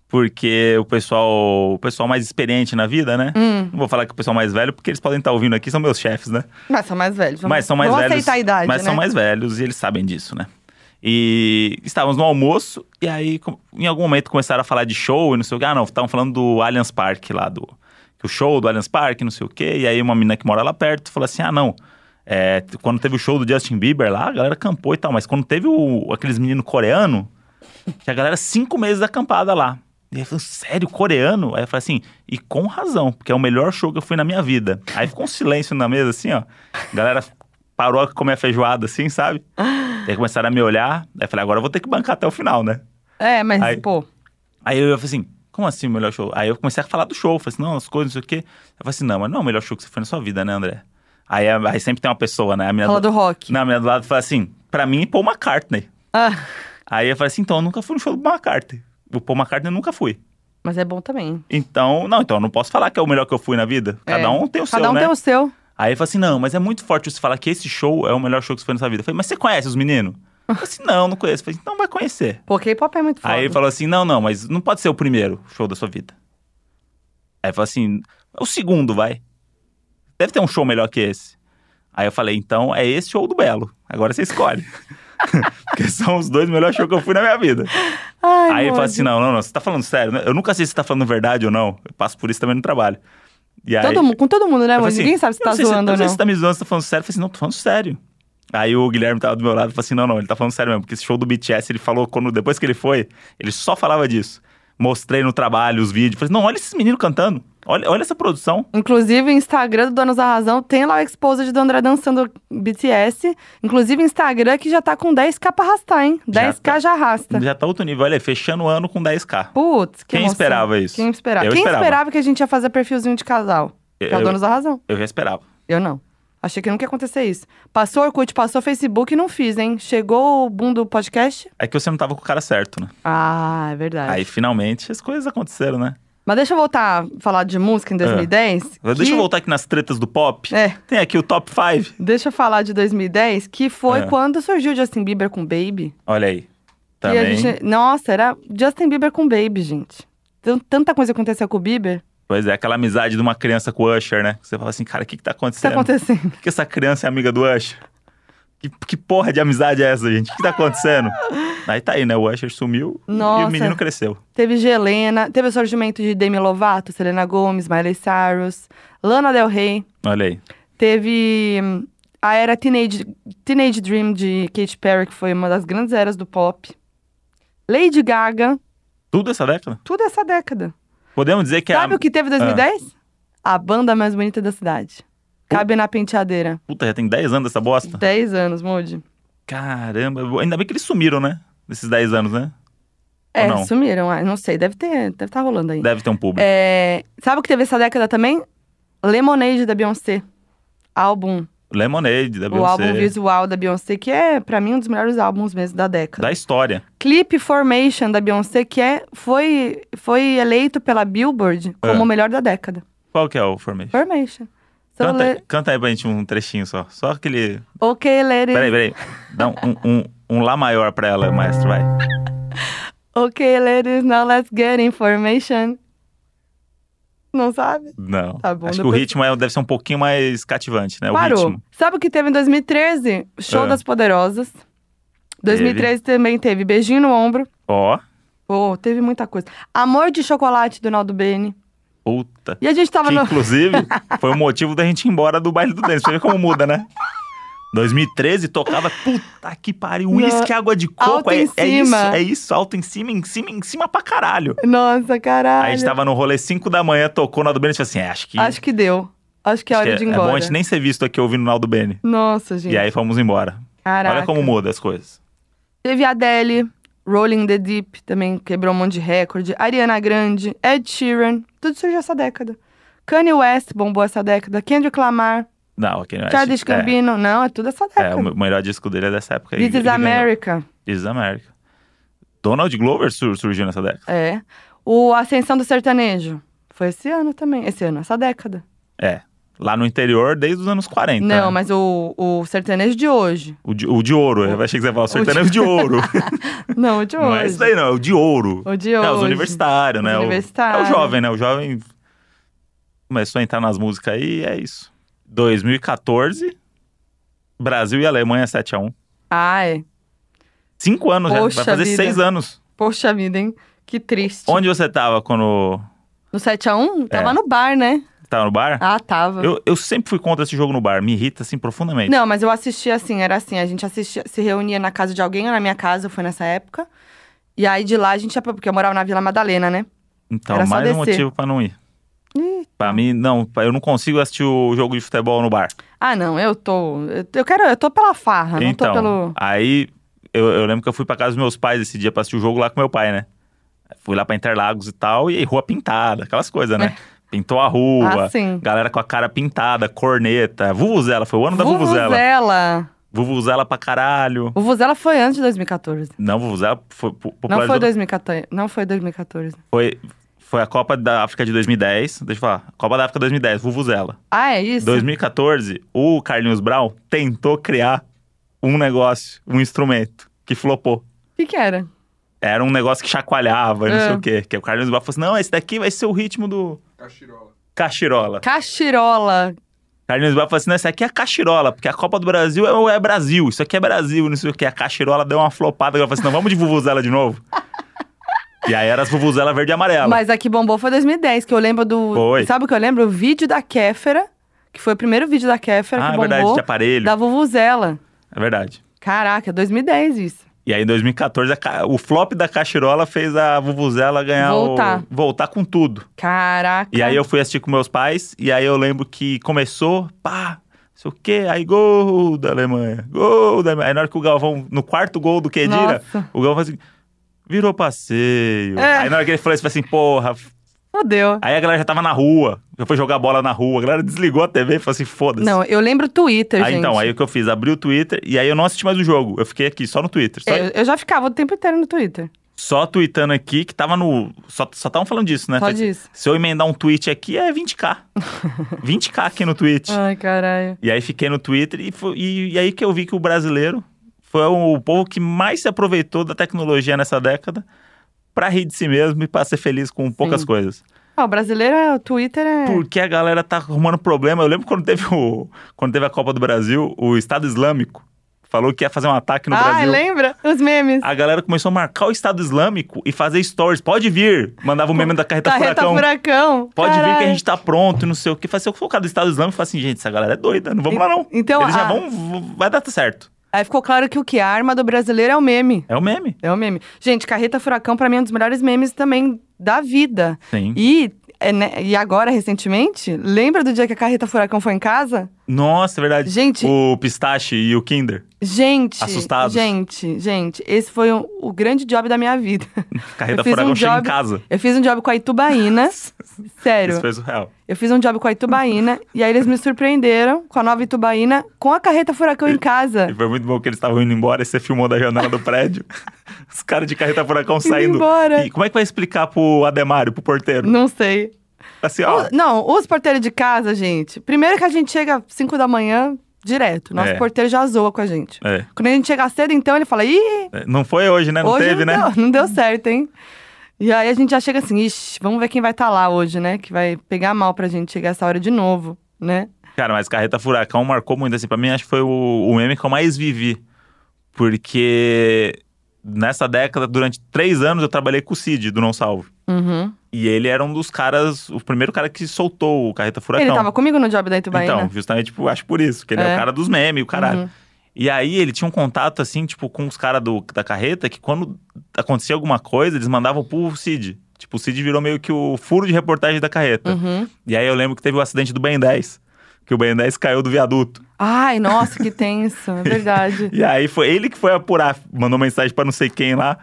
[SPEAKER 1] porque o pessoal, o pessoal mais experiente na vida, né?
[SPEAKER 2] Hum.
[SPEAKER 1] Não vou falar que o pessoal mais velho, porque eles podem estar ouvindo aqui, são meus chefes, né?
[SPEAKER 2] Mas são mais velhos. Vamos,
[SPEAKER 1] mas são mais
[SPEAKER 2] vamos
[SPEAKER 1] velhos.
[SPEAKER 2] aceitar a idade,
[SPEAKER 1] mas
[SPEAKER 2] né?
[SPEAKER 1] são mais velhos e eles sabem disso, né? E estávamos no almoço, e aí com- em algum momento começaram a falar de show e não sei o que. Ah, não, estavam falando do Allianz Parque lá, do que o show do Allianz Parque, não sei o quê. E aí uma menina que mora lá perto falou assim: ah, não. é, t- quando teve o show do Justin Bieber lá, a galera acampou e tal, mas quando teve o, aqueles meninos coreano, tinha a galera cinco meses acampada lá. E aí falou, sério, coreano? Aí eu falei assim, e com razão, porque é o melhor show que eu fui na minha vida. Aí ficou um silêncio na mesa, assim, ó. A galera parou a comer feijoada, assim, sabe?
[SPEAKER 2] Ah.
[SPEAKER 1] E aí começaram a me olhar. Aí eu falei, agora eu vou ter que bancar até o final, né?
[SPEAKER 2] É, mas,
[SPEAKER 1] Aí-
[SPEAKER 2] pô.
[SPEAKER 1] Aí eu falei assim, como assim o melhor show? Aí eu comecei a falar do show, falei assim, não, as coisas, não sei o quê. Eu falei assim, não, mas não é o melhor show que você foi na sua vida, né, André? Aí, a- aí sempre tem uma pessoa, né? A minha
[SPEAKER 2] Fala do rock.
[SPEAKER 1] Não, a minha do lado fala assim, pra mim, Paul McCartney.
[SPEAKER 2] Ah,
[SPEAKER 1] Aí eu falei assim, então eu nunca fui no show do Paul McCartney. O Paul McCartney eu nunca fui.
[SPEAKER 2] mas é bom também.
[SPEAKER 1] Então, não, então eu não posso falar que é o melhor que eu fui na vida. Cada
[SPEAKER 2] É.
[SPEAKER 1] um tem o seu,
[SPEAKER 2] Cada um
[SPEAKER 1] né?
[SPEAKER 2] tem o seu.
[SPEAKER 1] Aí ele falou assim: não, mas é muito forte você falar que esse show é o melhor show que você foi na sua vida. Eu falei, mas você conhece os meninos? Eu falei assim, não, não conheço. Eu falei, então vai conhecer.
[SPEAKER 2] Pô, K-pop é muito foda.
[SPEAKER 1] Aí ele falou assim: não, não, mas não pode ser o primeiro show da sua vida. Aí ele falou assim: o segundo, vai. Deve ter um show melhor que esse. Aí eu falei: então é esse show do Belo. Agora você escolhe. Porque são os dois melhores shows que eu fui na minha vida.
[SPEAKER 2] Ai,
[SPEAKER 1] Aí ele
[SPEAKER 2] Modi.
[SPEAKER 1] fala assim: não, não, não, você tá falando sério, né? Eu nunca sei se você tá falando verdade ou não. Eu passo por isso também no trabalho. E aí,
[SPEAKER 2] Todo mundo, com todo mundo, né,
[SPEAKER 1] eu
[SPEAKER 2] Moji?
[SPEAKER 1] falei assim,
[SPEAKER 2] Ninguém sabe se
[SPEAKER 1] eu não
[SPEAKER 2] tá
[SPEAKER 1] sei
[SPEAKER 2] zoando
[SPEAKER 1] eu não
[SPEAKER 2] ou
[SPEAKER 1] sei
[SPEAKER 2] não.
[SPEAKER 1] se você tá me zoando, se tá falando sério. Eu falei assim, não, tô falando sério. Aí o Guilherme tava do meu lado e falou assim: não, não, ele tá falando sério mesmo, porque esse show do BTS, ele falou, quando, depois que ele foi, ele só falava disso. Mostrei no trabalho os vídeos. Falei, assim, não, olha esses meninos cantando. Olha, olha essa produção.
[SPEAKER 2] Inclusive, o Instagram do Donos da Razão tem lá o Exposed do André dançando BTS. Inclusive, o Instagram que já tá com 10k pra arrastar, hein?
[SPEAKER 1] Já
[SPEAKER 2] 10k
[SPEAKER 1] tá.
[SPEAKER 2] já arrasta.
[SPEAKER 1] Já tá outro nível. Olha aí, fechando o ano com 10k.
[SPEAKER 2] Putz, que
[SPEAKER 1] Quem
[SPEAKER 2] emoção.
[SPEAKER 1] esperava isso?
[SPEAKER 2] Quem esperava?
[SPEAKER 1] Eu
[SPEAKER 2] Quem
[SPEAKER 1] esperava.
[SPEAKER 2] esperava que a gente ia fazer perfilzinho de casal? Que é o
[SPEAKER 1] Eu-
[SPEAKER 2] Donos da Razão.
[SPEAKER 1] Eu já esperava.
[SPEAKER 2] Eu não. Achei que nunca ia acontecer isso. Passou Orkut, passou Facebook e não fiz, hein? Chegou o boom do podcast?
[SPEAKER 1] É que você não tava com o cara certo, né?
[SPEAKER 2] Ah, é verdade.
[SPEAKER 1] Aí finalmente as coisas aconteceram, né?
[SPEAKER 2] Mas deixa eu voltar a falar de música em 2010.
[SPEAKER 1] Ah. Mas
[SPEAKER 2] que-
[SPEAKER 1] Deixa eu voltar aqui nas tretas do pop.
[SPEAKER 2] É.
[SPEAKER 1] Tem aqui o top 5.
[SPEAKER 2] Deixa eu falar de 2010, que foi
[SPEAKER 1] É.
[SPEAKER 2] quando surgiu Justin Bieber com Baby.
[SPEAKER 1] Olha aí.
[SPEAKER 2] Que
[SPEAKER 1] Também.
[SPEAKER 2] a gente- é- nossa, era Justin Bieber com Baby, gente. Então, tanta coisa aconteceu com o Bieber.
[SPEAKER 1] Pois é, aquela amizade de uma criança com o Usher, né? Você fala assim, cara, o que, que tá
[SPEAKER 2] O que tá
[SPEAKER 1] acontecendo?
[SPEAKER 2] acontecendo?
[SPEAKER 1] Por que essa criança é amiga do Usher? Que, que porra de amizade é essa, gente? O que tá acontecendo? aí tá aí, né? O Usher sumiu e
[SPEAKER 2] Nossa.
[SPEAKER 1] o menino cresceu.
[SPEAKER 2] Teve Gelena, teve o surgimento de Demi Lovato, Selena Gomez, Miley Cyrus, Lana Del Rey.
[SPEAKER 1] Olha aí.
[SPEAKER 2] Teve hum, a era Teenage, Teenage Dream de Katy Perry, que foi uma das grandes eras do pop. Lady Gaga,
[SPEAKER 1] Tudo essa década?
[SPEAKER 2] tudo essa década.
[SPEAKER 1] Podemos dizer que é
[SPEAKER 2] Sabe
[SPEAKER 1] a... Ah.
[SPEAKER 2] o que teve em 2010? A banda mais bonita da cidade. Cabe na penteadeira.
[SPEAKER 1] Puta, já tem 10 anos essa bosta?
[SPEAKER 2] 10 anos, Moody.
[SPEAKER 1] Caramba, ainda bem que eles sumiram, né? Nesses 10 anos, né?
[SPEAKER 2] É,
[SPEAKER 1] não?
[SPEAKER 2] sumiram. ah, Não sei, deve ter, deve estar rolando ainda.
[SPEAKER 1] Deve ter um público.
[SPEAKER 2] É, sabe o que teve essa década também? Lemonade da Beyoncé. Álbum.
[SPEAKER 1] Lemonade, da
[SPEAKER 2] O álbum
[SPEAKER 1] Beyoncé.
[SPEAKER 2] visual da Beyoncé, que é, pra mim, um dos melhores álbuns mesmo da década.
[SPEAKER 1] Da história.
[SPEAKER 2] Clip Formation da Beyoncé, que é, foi, foi eleito pela Billboard como
[SPEAKER 1] É.
[SPEAKER 2] o melhor da década.
[SPEAKER 1] Qual que é o Formation?
[SPEAKER 2] Formation. So
[SPEAKER 1] Canta,
[SPEAKER 2] le-
[SPEAKER 1] canta aí pra gente um trechinho só. Só aquele...
[SPEAKER 2] Ok, let it.
[SPEAKER 1] Peraí, peraí. Dá um, um, um Lá maior pra ela, maestro, vai.
[SPEAKER 2] Ok, ladies, now let's get information. Não sabe?
[SPEAKER 1] Não.
[SPEAKER 2] Tá bom,
[SPEAKER 1] Acho que o
[SPEAKER 2] depois-
[SPEAKER 1] ritmo é- deve ser um pouquinho mais cativante, né? O
[SPEAKER 2] Parou.
[SPEAKER 1] ritmo.
[SPEAKER 2] Sabe o que teve em 2013? Show
[SPEAKER 1] É.
[SPEAKER 2] das Poderosas. 2013 também teve Beijinho no Ombro.
[SPEAKER 1] Ó,
[SPEAKER 2] Pô, teve muita coisa. Amor de Chocolate do Naldo Bene.
[SPEAKER 1] puta.
[SPEAKER 2] E a gente tava
[SPEAKER 1] Que,
[SPEAKER 2] no.
[SPEAKER 1] inclusive, foi o motivo da gente ir embora do baile do Dance. Você vê como muda, né? 2013 tocava, puta que pariu,
[SPEAKER 2] Não.
[SPEAKER 1] uísque, água de coco,
[SPEAKER 2] Alto
[SPEAKER 1] é,
[SPEAKER 2] em
[SPEAKER 1] é isso,
[SPEAKER 2] cima.
[SPEAKER 1] é isso, alto em cima, em cima, em cima pra caralho.
[SPEAKER 2] Nossa, caralho.
[SPEAKER 1] Aí a gente tava no rolê 5 da manhã, tocou na do Beni e falou assim, é, acho que,
[SPEAKER 2] Acho que deu. Acho que é
[SPEAKER 1] acho
[SPEAKER 2] hora
[SPEAKER 1] que
[SPEAKER 2] de ir
[SPEAKER 1] é
[SPEAKER 2] embora.
[SPEAKER 1] bom a gente nem ser visto aqui ouvindo o Naldo Beni.
[SPEAKER 2] Nossa, gente.
[SPEAKER 1] E aí fomos embora.
[SPEAKER 2] Caraca.
[SPEAKER 1] Olha como muda as coisas.
[SPEAKER 2] Teve Adele, Rolling in the Deep, também quebrou um monte de recorde. Ariana Grande, Ed Sheeran, tudo surgiu essa década. Kanye West bombou essa década. Kendrick Lamar,
[SPEAKER 1] Não, aqui não é.
[SPEAKER 2] Childish Gambino, não, é tudo essa
[SPEAKER 1] É, é,
[SPEAKER 2] década.
[SPEAKER 1] o me- melhor disco dele é dessa época. aí.
[SPEAKER 2] This is
[SPEAKER 1] Ele ganhou.
[SPEAKER 2] America,
[SPEAKER 1] This is America. Donald Glover sur- surgiu nessa década.
[SPEAKER 2] é. O Ascensão do Sertanejo, foi esse ano também, esse ano, essa década.
[SPEAKER 1] É. Lá no interior, desde os anos 40. né?
[SPEAKER 2] Não, mas o, o sertanejo de hoje.
[SPEAKER 1] O de, o de ouro. Eu achei que você ia falar o
[SPEAKER 2] de-
[SPEAKER 1] sertanejo de ouro.
[SPEAKER 2] Não, o de hoje.
[SPEAKER 1] não é isso daí, não. É o de ouro.
[SPEAKER 2] O de hoje.
[SPEAKER 1] É, os universitários, né?
[SPEAKER 2] Os
[SPEAKER 1] O- É
[SPEAKER 2] universitários.
[SPEAKER 1] o jovem, né? O jovem começou a entrar nas músicas aí e é isso. 2014, Brasil e Alemanha 7x1.
[SPEAKER 2] Ah, é.
[SPEAKER 1] Cinco anos já.
[SPEAKER 2] Poxa
[SPEAKER 1] Vai fazer
[SPEAKER 2] vida.
[SPEAKER 1] seis anos.
[SPEAKER 2] Poxa vida, hein? Que triste.
[SPEAKER 1] Onde você tava quando
[SPEAKER 2] No 7x1? Tava
[SPEAKER 1] É.
[SPEAKER 2] no bar, né?
[SPEAKER 1] tava no bar?
[SPEAKER 2] Ah, tava.
[SPEAKER 1] Eu, eu sempre fui contra esse jogo no bar. Me irrita, assim, profundamente.
[SPEAKER 2] Não, mas eu assistia assim, era assim, a gente assistia, se reunia na casa de alguém, ou na minha casa, foi nessa época. E aí de lá a gente ia pra, porque eu morava na Vila Madalena, né?
[SPEAKER 1] Então,
[SPEAKER 2] Era só
[SPEAKER 1] mais um
[SPEAKER 2] descer.
[SPEAKER 1] motivo pra não ir. Pra mim, não. pra- Eu não consigo assistir o jogo de futebol no bar.
[SPEAKER 2] Ah, não, eu tô, eu- eu quero, eu tô pela farra, Ah, não
[SPEAKER 1] então,
[SPEAKER 2] tô pelo
[SPEAKER 1] aí eu, eu lembro que eu fui pra casa dos meus pais esse dia pra assistir o jogo lá com meu pai, né? Fui lá pra Interlagos e tal, e aí rua pintada, aquelas coisas, né? Pintou a rua,
[SPEAKER 2] Ah, sim.
[SPEAKER 1] galera com a cara pintada, corneta, Vuvuzela, foi o ano da Vuvuzela.
[SPEAKER 2] Vuvuzela.
[SPEAKER 1] Vuvuzela pra caralho.
[SPEAKER 2] Vuvuzela foi antes de 2014.
[SPEAKER 1] Não, Vuvuzela foi po-
[SPEAKER 2] Não foi,
[SPEAKER 1] popularizou
[SPEAKER 2] 2014, não foi 2014.
[SPEAKER 1] Foi, foi a Copa da África de 2010. Deixa eu falar. Copa da África 2010, Vuvuzela.
[SPEAKER 2] Ah, é isso?
[SPEAKER 1] 2014, o Carlinhos Brown tentou criar um negócio, um instrumento, que flopou.
[SPEAKER 2] O que que era?
[SPEAKER 1] Era um negócio que chacoalhava, não
[SPEAKER 2] É.
[SPEAKER 1] sei o quê. Que o Carlinhos Brown falou assim, não, esse daqui vai ser o ritmo do... Cachirola.
[SPEAKER 2] Cachirola.
[SPEAKER 1] Carlinhos Brown falou assim, não, esse aqui é a Cachirola, porque a Copa do Brasil é, é Brasil, isso aqui é Brasil, não sei o quê. A Cachirola deu uma flopada, ela falou assim, não, vamos de Vuvuzela de novo? e aí era as Vuvuzela verde e amarela.
[SPEAKER 2] Mas a que bombou foi 2010, que eu lembro do.
[SPEAKER 1] Tá Foi.
[SPEAKER 2] Sabe o que eu lembro? O vídeo da Kéfera, que foi o primeiro vídeo da Kéfera
[SPEAKER 1] ah,
[SPEAKER 2] que
[SPEAKER 1] é
[SPEAKER 2] bombou.
[SPEAKER 1] verdade, de aparelho.
[SPEAKER 2] Da Vuvuzela.
[SPEAKER 1] É verdade.
[SPEAKER 2] Caraca, 2010 isso.
[SPEAKER 1] E aí, em 2014, a ca- o flop da Cachirola fez a Vuvuzela ganhar o-
[SPEAKER 2] Voltar. É.
[SPEAKER 1] Voltar com tudo.
[SPEAKER 2] Caraca.
[SPEAKER 1] E aí eu fui assistir com meus pais, e aí eu lembro que começou, pá, não sei o quê, aí gol da Alemanha, gol da Alemanha. Aí na hora que o Galvão, no quarto gol do Kedira,
[SPEAKER 2] Nossa.
[SPEAKER 1] o Galvão faz assim, virou passeio.
[SPEAKER 2] É.
[SPEAKER 1] Aí na hora que ele falou isso, eu falei assim, porra. f-
[SPEAKER 2] Fodeu.
[SPEAKER 1] Aí a galera já tava na rua, eu fui jogar bola na rua, a galera desligou a TV e falou assim, foda-se.
[SPEAKER 2] Não, eu lembro o Twitter,
[SPEAKER 1] Aí
[SPEAKER 2] gente.
[SPEAKER 1] então, aí o que eu fiz? Abri o Twitter e aí eu não assisti mais o jogo. Eu fiquei aqui, só no Twitter. Só,
[SPEAKER 2] É, eu, eu já ficava o tempo inteiro no Twitter.
[SPEAKER 1] só tweetando aqui, que tava no. Só estavam falando disso, né?
[SPEAKER 2] Só
[SPEAKER 1] Falei assim,
[SPEAKER 2] disso.
[SPEAKER 1] Se eu emendar um tweet aqui, é 20k. 20k aqui no tweet.
[SPEAKER 2] Ai, caralho.
[SPEAKER 1] E aí fiquei no Twitter e, foi- e- e aí que eu vi que o brasileiro foi o povo que mais se aproveitou da tecnologia nessa década pra rir de si mesmo e pra ser feliz com poucas coisas.
[SPEAKER 2] Ah, o brasileiro, é- o Twitter é...
[SPEAKER 1] Porque a galera tá arrumando problema. Eu lembro quando teve, o, quando teve a Copa do Brasil, o Estado Islâmico falou que ia fazer um ataque no
[SPEAKER 2] ah,
[SPEAKER 1] Brasil. Ah,
[SPEAKER 2] lembra? Os memes.
[SPEAKER 1] A galera começou a marcar o Estado Islâmico e fazer stories. Pode vir! Mandava o meme da carreta,
[SPEAKER 2] Carreta
[SPEAKER 1] tá furacão.
[SPEAKER 2] Furacão.
[SPEAKER 1] Pode vir que a
[SPEAKER 2] Caralho.
[SPEAKER 1] gente tá pronto, não sei o que. Falei, se eu for o cara do Estado Islâmico, eu falo assim, gente, essa galera é doida, não vamos lá não.
[SPEAKER 2] Então,
[SPEAKER 1] Eles já
[SPEAKER 2] a-
[SPEAKER 1] vão, v- vai dar certo.
[SPEAKER 2] Aí ficou claro que o que é a arma do brasileiro é o meme.
[SPEAKER 1] É o meme.
[SPEAKER 2] É o meme. Gente, Carreta Furacão, pra mim, é um dos melhores memes também da vida.
[SPEAKER 1] Sim.
[SPEAKER 2] E, é, né, e agora, recentemente, lembra do dia que a Carreta Furacão foi em casa?
[SPEAKER 1] Nossa, é verdade.
[SPEAKER 2] Gente-
[SPEAKER 1] O pistache e o Kinder.
[SPEAKER 2] Gente,
[SPEAKER 1] Assustados.
[SPEAKER 2] gente, gente, esse foi o, o grande job da minha vida.
[SPEAKER 1] Carreta
[SPEAKER 2] Eu fiz
[SPEAKER 1] Furacão
[SPEAKER 2] um
[SPEAKER 1] chega em
[SPEAKER 2] job-
[SPEAKER 1] casa.
[SPEAKER 2] Eu fiz um job com a Itubaína. sério.
[SPEAKER 1] Isso foi surreal.
[SPEAKER 2] Eu fiz um job com a Itubaína e aí eles me surpreenderam com a nova Itubaína com a carreta furacão em
[SPEAKER 1] E
[SPEAKER 2] casa.
[SPEAKER 1] foi muito bom que eles estavam indo embora e você filmou da janela do prédio. Os caras de carreta furacão saindo.
[SPEAKER 2] embora.
[SPEAKER 1] E como é que vai explicar pro Ademário, pro porteiro?
[SPEAKER 2] Não sei.
[SPEAKER 1] Assim, ó.
[SPEAKER 2] O- não, os porteiros de casa, gente. Primeiro que a gente chega às 5 da manhã direto. Nosso
[SPEAKER 1] É.
[SPEAKER 2] porteiro já zoa com a gente.
[SPEAKER 1] É.
[SPEAKER 2] Quando a gente chegar cedo, então, ele fala: ih,
[SPEAKER 1] É, Não foi hoje, né? Não
[SPEAKER 2] hoje
[SPEAKER 1] teve,
[SPEAKER 2] não,
[SPEAKER 1] né?
[SPEAKER 2] deu, não deu certo, hein? E aí a gente já chega assim: ixi, vamos ver quem vai estar lá hoje, né? Que vai pegar mal pra gente chegar essa hora de novo, né?
[SPEAKER 1] Cara, mas Carreta Furacão marcou muito, assim, pra mim acho que foi o, o meme que eu mais vivi. Porque nessa década, durante três anos, eu trabalhei com o Cid, do Não Salvo.
[SPEAKER 2] Uhum.
[SPEAKER 1] E ele era um dos caras, o primeiro cara que soltou o Carreta Furacão.
[SPEAKER 2] Ele tava comigo no job da Itubaína.
[SPEAKER 1] Então, justamente, tipo, acho por isso, que ele é,
[SPEAKER 2] né? É.
[SPEAKER 1] o cara dos memes, o caralho.
[SPEAKER 2] Uhum.
[SPEAKER 1] E aí ele tinha um contato, assim, tipo, com os caras do- da carreta, que quando acontecia alguma coisa, eles mandavam pro Cid. Tipo, o Cid virou meio que o furo de reportagem da carreta.
[SPEAKER 2] Uhum.
[SPEAKER 1] E aí eu lembro que teve o acidente do Ben 10, que o Ben 10 caiu do viaduto.
[SPEAKER 2] Ai, nossa, que tenso, é verdade.
[SPEAKER 1] E aí foi ele que foi apurar, mandou mensagem pra não sei quem lá.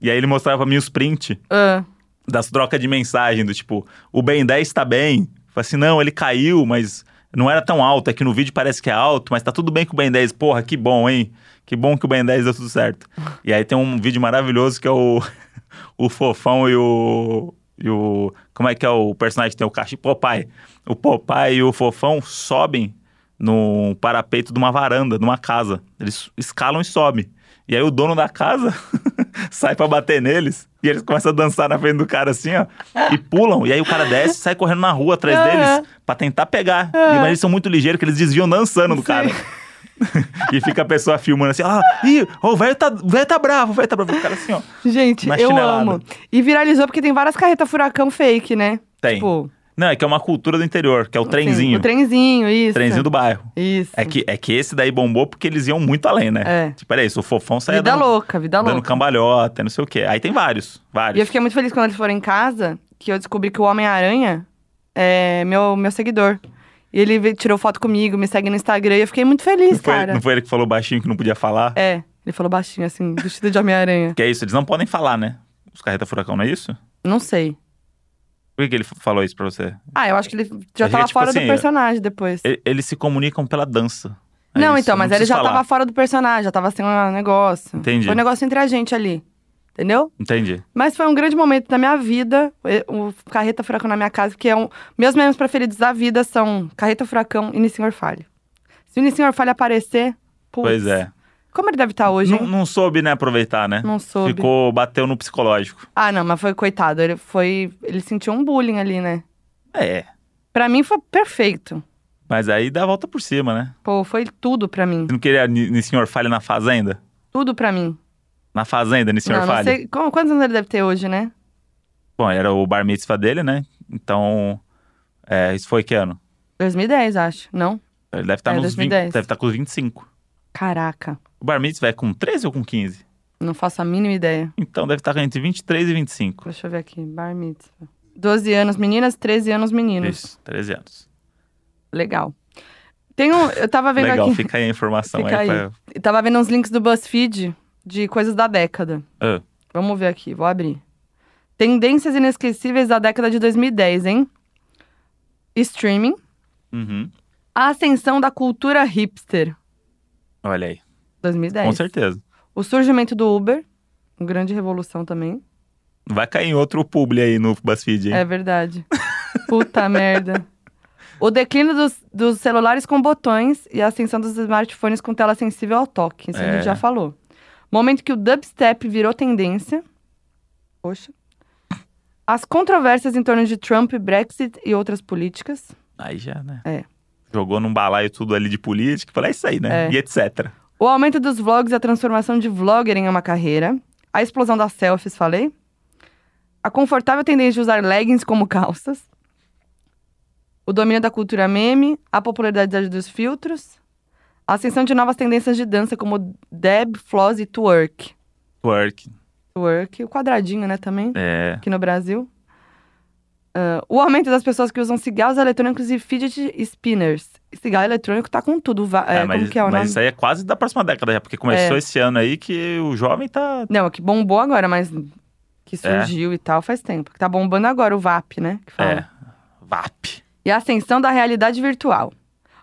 [SPEAKER 1] E aí ele mostrava pra mim os print
[SPEAKER 2] Ah,
[SPEAKER 1] das trocas de mensagem, do tipo, o Ben 10 tá bem. Eu Falei assim, não, ele caiu, mas não era tão alto. Aqui no vídeo parece que é alto, mas tá tudo bem com o Ben 10. Porra, que bom, hein? Que bom que o Ben 10 deu tudo certo. E aí tem um vídeo maravilhoso que é o, o Fofão e o. E o. Como é que é o personagem que tem o cachorro? Popeye. O Popeye e o Fofão sobem no parapeito de uma varanda, de uma casa. Eles escalam e sobem. E aí o dono da casa sai pra bater neles. E eles começam a dançar na frente do cara assim, ó. E pulam. E aí o cara desce e sai correndo na rua atrás
[SPEAKER 2] Aham.
[SPEAKER 1] deles pra tentar pegar.
[SPEAKER 2] É.
[SPEAKER 1] E, mas eles são muito ligeiros que eles desviam dançando do cara. e fica a pessoa filmando assim, ó, ih, ó, o velho tá, o velho tá bravo, o velho tá bravo. O cara assim, ó.
[SPEAKER 2] gente,
[SPEAKER 1] Na
[SPEAKER 2] eu
[SPEAKER 1] chinelada.
[SPEAKER 2] amo. E viralizou porque tem várias carretas furacão fake, né?
[SPEAKER 1] Tem.
[SPEAKER 2] Tipo,
[SPEAKER 1] Não, é que é uma cultura do interior, que é o
[SPEAKER 2] assim,
[SPEAKER 1] trenzinho.
[SPEAKER 2] o trenzinho, isso.
[SPEAKER 1] trenzinho do bairro.
[SPEAKER 2] Isso.
[SPEAKER 1] É que, é que esse daí bombou porque eles iam muito além, né?
[SPEAKER 2] É.
[SPEAKER 1] Tipo, era isso, o fofão saía
[SPEAKER 2] vida
[SPEAKER 1] dando,
[SPEAKER 2] louca, vida
[SPEAKER 1] dando
[SPEAKER 2] louca.
[SPEAKER 1] cambalhota, não sei o quê. Aí tem vários,
[SPEAKER 2] E eu
[SPEAKER 1] vários.
[SPEAKER 2] fiquei muito feliz quando eles foram em casa, que eu descobri que o Homem-Aranha é meu, meu seguidor. E ele ve- tirou foto comigo, me segue no Instagram, e eu fiquei muito feliz,
[SPEAKER 1] não, foi,
[SPEAKER 2] cara.
[SPEAKER 1] não foi ele que falou baixinho que não podia falar?
[SPEAKER 2] É, ele falou baixinho, assim, vestido de Homem-Aranha.
[SPEAKER 1] Que é isso, eles não podem falar, né? Os carreta furacão, não é isso?
[SPEAKER 2] Não sei.
[SPEAKER 1] Por que, que ele f- falou isso pra você?
[SPEAKER 2] Ah, eu acho que ele
[SPEAKER 1] Achei
[SPEAKER 2] já
[SPEAKER 1] que,
[SPEAKER 2] tava
[SPEAKER 1] tipo
[SPEAKER 2] fora
[SPEAKER 1] assim,
[SPEAKER 2] do personagem depois.
[SPEAKER 1] E- Eles se comunicam pela dança. É
[SPEAKER 2] Não,
[SPEAKER 1] isso,
[SPEAKER 2] então, mas ele
[SPEAKER 1] preciso
[SPEAKER 2] já
[SPEAKER 1] falar.
[SPEAKER 2] tava fora do personagem, já tava sem um negócio.
[SPEAKER 1] Entendi.
[SPEAKER 2] Foi um negócio entre a gente ali. Entendeu?
[SPEAKER 1] Entendi.
[SPEAKER 2] Mas foi um grande momento da minha vida, e- o Carreta Furacão na minha casa, porque é um... meus memes preferidos da vida são Carreta Furacão e Nissin Orfalho. Se o Nissin Orfalho aparecer, putz,
[SPEAKER 1] Pois é.
[SPEAKER 2] Como ele deve estar hoje,
[SPEAKER 1] Não,
[SPEAKER 2] hein?
[SPEAKER 1] não soube, né, aproveitar, né?
[SPEAKER 2] Não soube.
[SPEAKER 1] Ficou, bateu no psicológico.
[SPEAKER 2] Ah, não, mas foi coitado, ele foi, ele sentiu um bullying ali, né?
[SPEAKER 1] É.
[SPEAKER 2] Pra mim foi perfeito.
[SPEAKER 1] Mas aí dá a volta por cima, né?
[SPEAKER 2] Pô, foi tudo pra mim,
[SPEAKER 1] Você não queria Ni- Nissin Orfalha na fazenda?
[SPEAKER 2] tudo pra mim.
[SPEAKER 1] Na fazenda, Nissin
[SPEAKER 2] não, não
[SPEAKER 1] Orfalha?
[SPEAKER 2] sei, qu- quantos anos ele deve ter hoje, né?
[SPEAKER 1] Bom, era o bar mitzvah dele, né? Então, é, isso foi que ano?
[SPEAKER 2] 2010, acho, não?
[SPEAKER 1] Ele deve estar
[SPEAKER 2] É,
[SPEAKER 1] nos 20,
[SPEAKER 2] 2010.
[SPEAKER 1] deve estar com os 25.
[SPEAKER 2] Caraca.
[SPEAKER 1] O bar mitzvah é com 13 ou com 15?
[SPEAKER 2] Não faço a mínima ideia.
[SPEAKER 1] Então deve estar entre 23 e 25.
[SPEAKER 2] Deixa eu ver aqui. Bar mitzvah. 12 anos meninas, 13 anos meninos.
[SPEAKER 1] Isso, 13 anos.
[SPEAKER 2] Legal. Tem um, eu tava vendo
[SPEAKER 1] Legal,
[SPEAKER 2] aqui.
[SPEAKER 1] fica aí a informação
[SPEAKER 2] Fica
[SPEAKER 1] aí.
[SPEAKER 2] aí.
[SPEAKER 1] pra-
[SPEAKER 2] Tava vendo uns links do BuzzFeed de coisas da década.
[SPEAKER 1] Ah,
[SPEAKER 2] Vamos ver aqui, vou abrir. Tendências inesquecíveis da década de 2010, hein? Streaming.
[SPEAKER 1] uhum.
[SPEAKER 2] A ascensão da cultura hipster.
[SPEAKER 1] Olha aí,
[SPEAKER 2] 2010.
[SPEAKER 1] com certeza.
[SPEAKER 2] O surgimento do Uber. Uma grande revolução também.
[SPEAKER 1] Vai cair em outro publi aí no BuzzFeed, hein?
[SPEAKER 2] É verdade. Puta merda. O declínio dos, dos celulares com botões e a ascensão dos smartphones com tela sensível ao toque. Isso a
[SPEAKER 1] É.
[SPEAKER 2] gente já falou. Momento que o dubstep virou tendência. Poxa. As controvérsias em torno de Trump, Brexit e outras políticas.
[SPEAKER 1] Aí já, né?
[SPEAKER 2] É.
[SPEAKER 1] Jogou num balaio tudo ali de política, falou, é isso aí, né?
[SPEAKER 2] É.
[SPEAKER 1] E etc.
[SPEAKER 2] O aumento dos vlogs e a transformação de vlogger em uma carreira. A explosão das selfies, falei. A confortável tendência de usar leggings como calças. O domínio da cultura meme. A popularidade dos filtros. A ascensão de novas tendências de dança como dab, floss e twerk.
[SPEAKER 1] Work.
[SPEAKER 2] Twerk, o quadradinho, né, também,
[SPEAKER 1] É.
[SPEAKER 2] aqui no Brasil. Ah, o aumento das pessoas que usam cigarros eletrônicos e fidget spinners. Cigarro eletrônico tá com tudo. va- é,
[SPEAKER 1] Ah, mas
[SPEAKER 2] como que é o
[SPEAKER 1] mas
[SPEAKER 2] nome?
[SPEAKER 1] isso aí é quase da próxima década já, porque começou
[SPEAKER 2] É.
[SPEAKER 1] esse ano aí que o jovem tá.
[SPEAKER 2] Não, é que bombou agora, mas que
[SPEAKER 1] É.
[SPEAKER 2] surgiu e tal faz tempo. Que tá bombando agora o VAP, né? Que fala.
[SPEAKER 1] É. VAP.
[SPEAKER 2] E a ascensão da realidade virtual.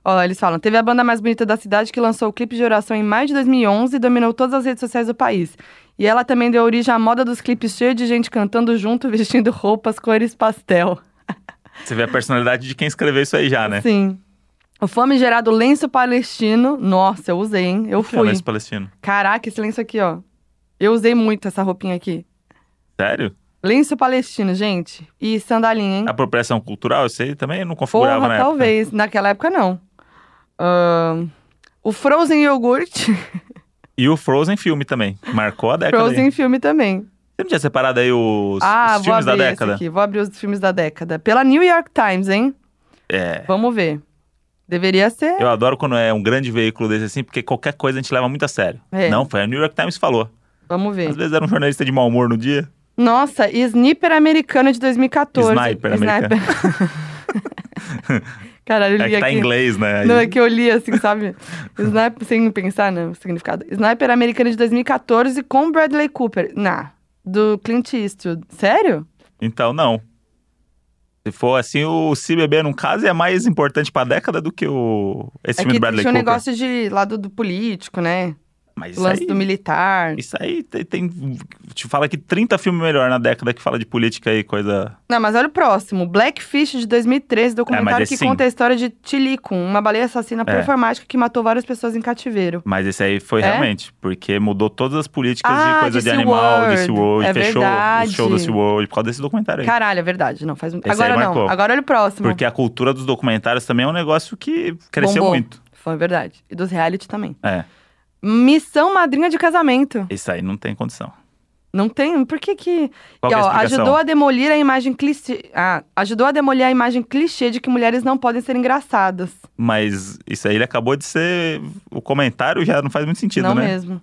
[SPEAKER 2] Ó, eles falam, teve a banda mais bonita da cidade que lançou o clipe de oração em maio de 2011 e dominou todas as redes sociais do país. E ela também deu origem à moda dos clipes cheios de gente cantando junto, vestindo roupas, cores pastel.
[SPEAKER 1] Você vê a personalidade de quem escreveu isso aí já, né?
[SPEAKER 2] Sim. O fome gerado lenço palestino. Nossa, eu usei, hein? Eu
[SPEAKER 1] Que é o
[SPEAKER 2] fui.
[SPEAKER 1] Messi Palestino.
[SPEAKER 2] Caraca, esse lenço aqui, ó. Eu usei muito essa roupinha aqui.
[SPEAKER 1] Sério?
[SPEAKER 2] Lenço palestino, gente. E sandalinha, hein?
[SPEAKER 1] Apropriação cultural, isso aí também não configurava
[SPEAKER 2] Porra,
[SPEAKER 1] na época.
[SPEAKER 2] talvez. Naquela época, não. Ahn, o Frozen iogurte,
[SPEAKER 1] E o Frozen filme também. Marcou a década.
[SPEAKER 2] Frozen
[SPEAKER 1] Aí.
[SPEAKER 2] filme também.
[SPEAKER 1] Você não tinha separado aí os,
[SPEAKER 2] ah,
[SPEAKER 1] os
[SPEAKER 2] vou
[SPEAKER 1] filmes da
[SPEAKER 2] abrir esse
[SPEAKER 1] década?
[SPEAKER 2] aqui. Vou abrir os filmes da década. Pela New York Times, hein?
[SPEAKER 1] É.
[SPEAKER 2] Vamos ver. Deveria ser.
[SPEAKER 1] Eu adoro quando é um grande veículo desse assim, porque qualquer coisa a gente leva muito a sério.
[SPEAKER 2] É.
[SPEAKER 1] Não, foi a New York Times que falou.
[SPEAKER 2] Vamos ver.
[SPEAKER 1] Às vezes era um jornalista de mau humor no dia.
[SPEAKER 2] Nossa, e Sniper americano de 2014.
[SPEAKER 1] Sniper americano.
[SPEAKER 2] Caralho, eu
[SPEAKER 1] É
[SPEAKER 2] li
[SPEAKER 1] que tá
[SPEAKER 2] aqui.
[SPEAKER 1] em inglês, né? Aí-
[SPEAKER 2] Não, é que eu li assim, sabe? Sniper, sem pensar no significado. Sniper americano de 2014 com Bradley Cooper. Nah, do Clint Eastwood. Sério?
[SPEAKER 1] Então, não. Se for assim, o Se Beber Num Caso é mais importante pra década do que o... esse
[SPEAKER 2] é
[SPEAKER 1] filme
[SPEAKER 2] que
[SPEAKER 1] do Bradley
[SPEAKER 2] tinha um
[SPEAKER 1] Cooper.
[SPEAKER 2] negócio de lado do político, né?
[SPEAKER 1] Mas
[SPEAKER 2] o
[SPEAKER 1] isso
[SPEAKER 2] lance
[SPEAKER 1] aí,
[SPEAKER 2] do militar.
[SPEAKER 1] isso aí tem, tem- Te fala que 30 filmes melhor na década que fala de política e coisa...
[SPEAKER 2] Não, mas olha o próximo. Blackfish, de 2013, documentário
[SPEAKER 1] esse
[SPEAKER 2] que
[SPEAKER 1] sim.
[SPEAKER 2] conta a história de Tilikum, uma baleia assassina
[SPEAKER 1] assim É.
[SPEAKER 2] performática que matou várias pessoas em cativeiro.
[SPEAKER 1] Mas esse aí foi
[SPEAKER 2] É?
[SPEAKER 1] realmente, porque mudou todas as políticas
[SPEAKER 2] Ah,
[SPEAKER 1] de coisa
[SPEAKER 2] de
[SPEAKER 1] de animal, de
[SPEAKER 2] SeaWorld.
[SPEAKER 1] SeaWorld,
[SPEAKER 2] É
[SPEAKER 1] fechou
[SPEAKER 2] verdade.
[SPEAKER 1] o show do SeaWorld por causa desse documentário aí.
[SPEAKER 2] Caralho, é verdade. Não, faz muito.
[SPEAKER 1] Esse aí
[SPEAKER 2] Agora não.
[SPEAKER 1] marcou.
[SPEAKER 2] Agora olha o próximo.
[SPEAKER 1] Porque a cultura dos documentários também é um negócio que cresceu
[SPEAKER 2] Bombou.
[SPEAKER 1] muito.
[SPEAKER 2] Foi verdade. E dos reality também.
[SPEAKER 1] É,
[SPEAKER 2] Missão madrinha de casamento.
[SPEAKER 1] isso aí não tem condição.
[SPEAKER 2] Não tem? Por que que...
[SPEAKER 1] Qual que
[SPEAKER 2] E,
[SPEAKER 1] é a
[SPEAKER 2] ó,
[SPEAKER 1] explicação?
[SPEAKER 2] ajudou a demolir a imagem clichê... Ah, ajudou a demolir a imagem clichê de que mulheres não podem ser engraçadas.
[SPEAKER 1] Mas isso aí ele acabou de ser. O comentário já não faz muito sentido,
[SPEAKER 2] não
[SPEAKER 1] né?
[SPEAKER 2] mesmo.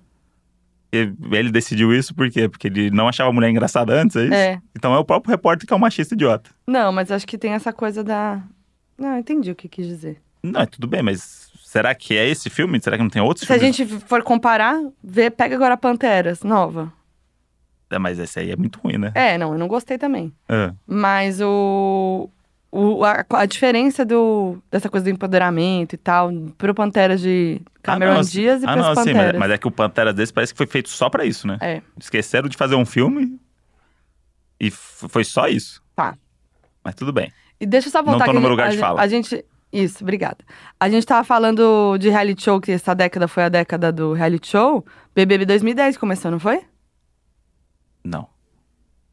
[SPEAKER 1] E Ele decidiu isso por quê? Porque ele não achava a mulher engraçada antes, é isso?
[SPEAKER 2] É.
[SPEAKER 1] Então é o próprio repórter que é um machista idiota.
[SPEAKER 2] Não, mas acho que tem essa coisa da... Não, eu entendi o que quis dizer.
[SPEAKER 1] Não, é tudo bem, mas será que é esse filme? Será que não tem outros
[SPEAKER 2] Se a
[SPEAKER 1] filmes?
[SPEAKER 2] gente for comparar, vê, pega agora a Panteras, nova.
[SPEAKER 1] É, mas esse aí é muito ruim, né?
[SPEAKER 2] É, não, eu não gostei também.
[SPEAKER 1] É.
[SPEAKER 2] Mas o... o- a, a diferença do, dessa coisa do empoderamento e tal, pro Panteras de Cameron
[SPEAKER 1] Ah, não,
[SPEAKER 2] Dias e
[SPEAKER 1] ah,
[SPEAKER 2] pras
[SPEAKER 1] não, sim,
[SPEAKER 2] Panteras.
[SPEAKER 1] mas, mas é que o Pantera desse parece que foi feito só pra isso, né?
[SPEAKER 2] É.
[SPEAKER 1] Esqueceram de fazer um filme e f- foi só isso.
[SPEAKER 2] Tá.
[SPEAKER 1] Mas tudo bem.
[SPEAKER 2] E deixa eu só
[SPEAKER 1] Não
[SPEAKER 2] voltar
[SPEAKER 1] tô
[SPEAKER 2] aqui.
[SPEAKER 1] no meu lugar
[SPEAKER 2] a,
[SPEAKER 1] de
[SPEAKER 2] gen-
[SPEAKER 1] fala.
[SPEAKER 2] A gente. Isso, obrigada. A gente tava falando de reality show, que essa década foi a década do reality show. BBB 2010 começou, não foi?
[SPEAKER 1] Não.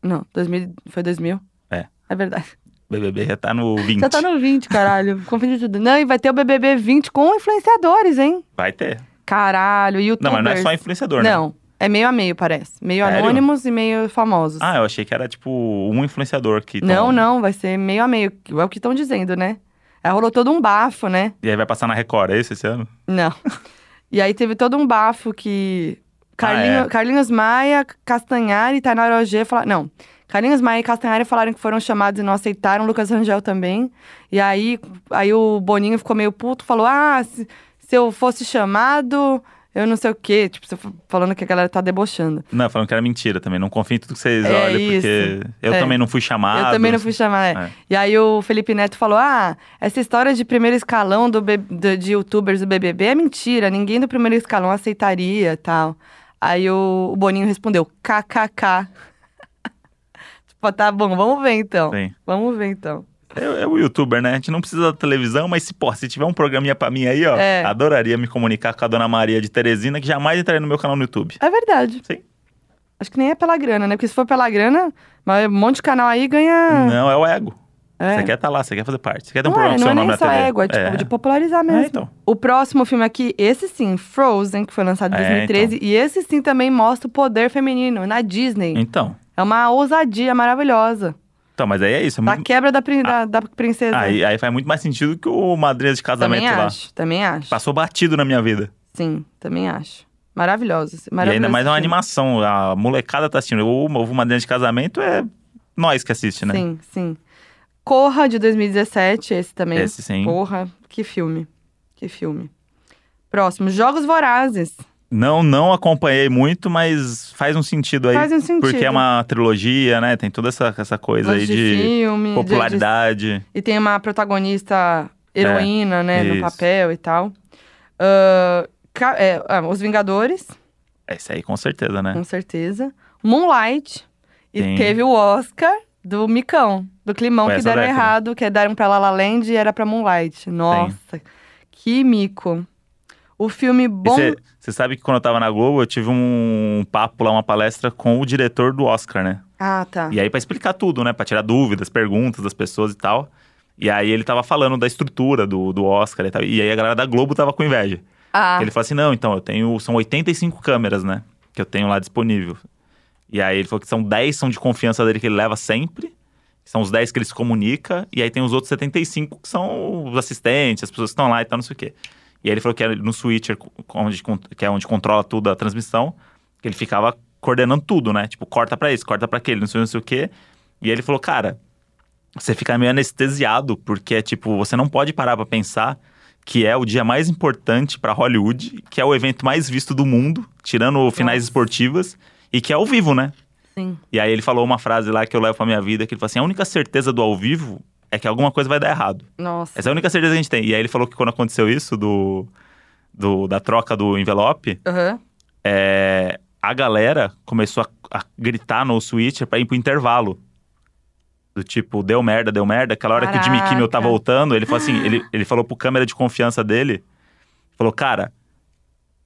[SPEAKER 2] Não, 2000, foi 2000.
[SPEAKER 1] É.
[SPEAKER 2] É verdade.
[SPEAKER 1] BBB já tá no 20.
[SPEAKER 2] Já tá no 20, caralho. Confundi tudo. Não, e vai ter o BBB 20 com influenciadores, hein?
[SPEAKER 1] Vai ter.
[SPEAKER 2] Caralho,
[SPEAKER 1] Não,
[SPEAKER 2] youtubers.
[SPEAKER 1] mas não é só influenciador, né?
[SPEAKER 2] Não, é meio a meio, parece. Meio
[SPEAKER 1] Sério?
[SPEAKER 2] anônimos e meio famosos.
[SPEAKER 1] Ah, eu achei que era tipo um influenciador que.
[SPEAKER 2] não,
[SPEAKER 1] tão-
[SPEAKER 2] não, vai ser meio a meio. É o que estão dizendo, né? Aí rolou todo um bafo, né?
[SPEAKER 1] E aí vai passar na Record, é isso esse ano?
[SPEAKER 2] Não. E aí teve todo um bafo que Carlinho-
[SPEAKER 1] é.
[SPEAKER 2] Carlinhos Maia, Castanhari e Tainara Roger falaram. Não. Carlinhos Maia e Castanhari falaram que foram chamados e não aceitaram, Lucas Rangel também. E aí, aí o Boninho ficou meio puto, falou: Ah, se, se eu fosse chamado, eu não sei o quê. Tipo, você fa- falando que a galera tá debochando.
[SPEAKER 1] Não, falando que era mentira também. Não confio em tudo que vocês
[SPEAKER 2] É
[SPEAKER 1] olham, porque
[SPEAKER 2] isso.
[SPEAKER 1] eu
[SPEAKER 2] É.
[SPEAKER 1] também não fui chamado.
[SPEAKER 2] Eu também não fui chamar. é.
[SPEAKER 1] Ah, É.
[SPEAKER 2] E aí o Felipe Neto falou: Ah, essa história de primeiro escalão do B- do- de youtubers do BBB é mentira, ninguém do primeiro escalão aceitaria tal. Aí o, o Boninho respondeu: KKK. tipo, tá bom, vamos ver então.
[SPEAKER 1] Bem,
[SPEAKER 2] Vamos ver então.
[SPEAKER 1] é, é o youtuber, né? A gente não precisa da televisão, mas se, pô, se tiver um programinha pra mim aí, ó,
[SPEAKER 2] É.
[SPEAKER 1] adoraria me comunicar com a dona Maria de Teresina, que jamais entraria no meu canal no YouTube.
[SPEAKER 2] É verdade.
[SPEAKER 1] Sim.
[SPEAKER 2] Acho que nem é pela grana, né? Porque se for pela grana, mas um monte de canal aí ganha.
[SPEAKER 1] Não, é o ego.
[SPEAKER 2] Ah. É.
[SPEAKER 1] Você quer estar lá, você quer fazer parte. Você quer ter um
[SPEAKER 2] Não
[SPEAKER 1] programa
[SPEAKER 2] é,
[SPEAKER 1] com
[SPEAKER 2] não
[SPEAKER 1] seu
[SPEAKER 2] é
[SPEAKER 1] nome
[SPEAKER 2] nem
[SPEAKER 1] na
[SPEAKER 2] só
[SPEAKER 1] TV.
[SPEAKER 2] égua, é tipo,
[SPEAKER 1] É.
[SPEAKER 2] de popularizar mesmo.
[SPEAKER 1] É, então.
[SPEAKER 2] O próximo filme aqui, esse sim, Frozen, que foi lançado em
[SPEAKER 1] É,
[SPEAKER 2] 2013. E esse sim também mostra o poder feminino na Disney.
[SPEAKER 1] Então.
[SPEAKER 2] É uma ousadia maravilhosa.
[SPEAKER 1] Então, mas aí é isso. é
[SPEAKER 2] Da
[SPEAKER 1] muito-
[SPEAKER 2] quebra da, prin- da- da princesa.
[SPEAKER 1] Aí, aí faz muito mais sentido que o madrinha de casamento
[SPEAKER 2] também
[SPEAKER 1] lá.
[SPEAKER 2] acho, também acho.
[SPEAKER 1] Passou batido na minha vida.
[SPEAKER 2] Sim, também acho. Maravilhoso. esse-
[SPEAKER 1] E
[SPEAKER 2] maravilhoso
[SPEAKER 1] ainda mais é uma
[SPEAKER 2] esse filme.
[SPEAKER 1] animação. A molecada tá assistindo. O novo madrinha de casamento é nós que assiste, né?
[SPEAKER 2] Sim, sim. Corra de 2017, esse também.
[SPEAKER 1] Esse sim.
[SPEAKER 2] Porra, que filme. Que filme. Próximo, Jogos Vorazes.
[SPEAKER 1] Não, não acompanhei muito, mas faz um sentido aí.
[SPEAKER 2] Faz um sentido.
[SPEAKER 1] Porque é uma trilogia, né? Tem toda essa, essa coisa aí
[SPEAKER 2] Gosto
[SPEAKER 1] de,
[SPEAKER 2] filme, de- de-
[SPEAKER 1] popularidade.
[SPEAKER 2] E tem uma protagonista heroína, né,
[SPEAKER 1] É, isso.
[SPEAKER 2] no papel e tal. Ah, ca- é, ah, Os Vingadores,
[SPEAKER 1] Esse É, aí, com certeza, né?
[SPEAKER 2] com certeza. Moonlight. E
[SPEAKER 1] Tem.
[SPEAKER 2] teve o Oscar do Micão, do Climão,
[SPEAKER 1] Foi
[SPEAKER 2] que
[SPEAKER 1] essa
[SPEAKER 2] deram
[SPEAKER 1] década.
[SPEAKER 2] errado, que deram pra La La Land e era pra Moonlight. Nossa, que mico. O filme bom...
[SPEAKER 1] Você sabe que quando eu tava na Globo, eu tive um papo lá, uma palestra com o diretor do Oscar, né?
[SPEAKER 2] Ah, tá.
[SPEAKER 1] E aí, pra explicar tudo, né? Pra tirar dúvidas, perguntas das pessoas e tal. E aí, ele tava falando da estrutura do, do Oscar e tal. E aí, a galera da Globo tava com inveja.
[SPEAKER 2] Ah,
[SPEAKER 1] Ele falou assim: não, então, eu tenho. São 85 câmeras, né? Que eu tenho lá disponível. E aí, ele falou que são 10 são de confiança dele que ele leva sempre. São os 10 que ele se comunica. E aí, tem os outros 75 que são os assistentes, as pessoas que estão lá e tal, não sei o quê. E aí, ele falou que era no switcher, onde, con- que é onde controla tudo a transmissão, que ele ficava coordenando tudo, né? Tipo, corta pra esse, corta pra aquele, não sei, não sei o quê. E aí ele falou, cara, você fica meio anestesiado, porque é tipo, você não pode parar pra pensar que é o dia mais importante pra Hollywood, que é o evento mais visto do mundo, tirando finais esportivas, e que é ao vivo, né?
[SPEAKER 2] sim.
[SPEAKER 1] E aí ele falou uma frase lá que eu levo pra minha vida, que ele falou assim, a única certeza do ao vivo é que alguma coisa vai dar errado.
[SPEAKER 2] Nossa.
[SPEAKER 1] Essa é a única certeza que a gente tem. E aí ele falou que quando aconteceu isso, do, do da troca do envelope,
[SPEAKER 2] Aham.
[SPEAKER 1] é, a galera começou a, a gritar no switcher pra ir pro intervalo. Do tipo, deu merda, deu merda. Aquela hora que o Jimmy
[SPEAKER 2] Caraca.
[SPEAKER 1] Kimmel tá voltando, ele falou assim, ele, ele falou pro câmera de confiança dele, falou, cara,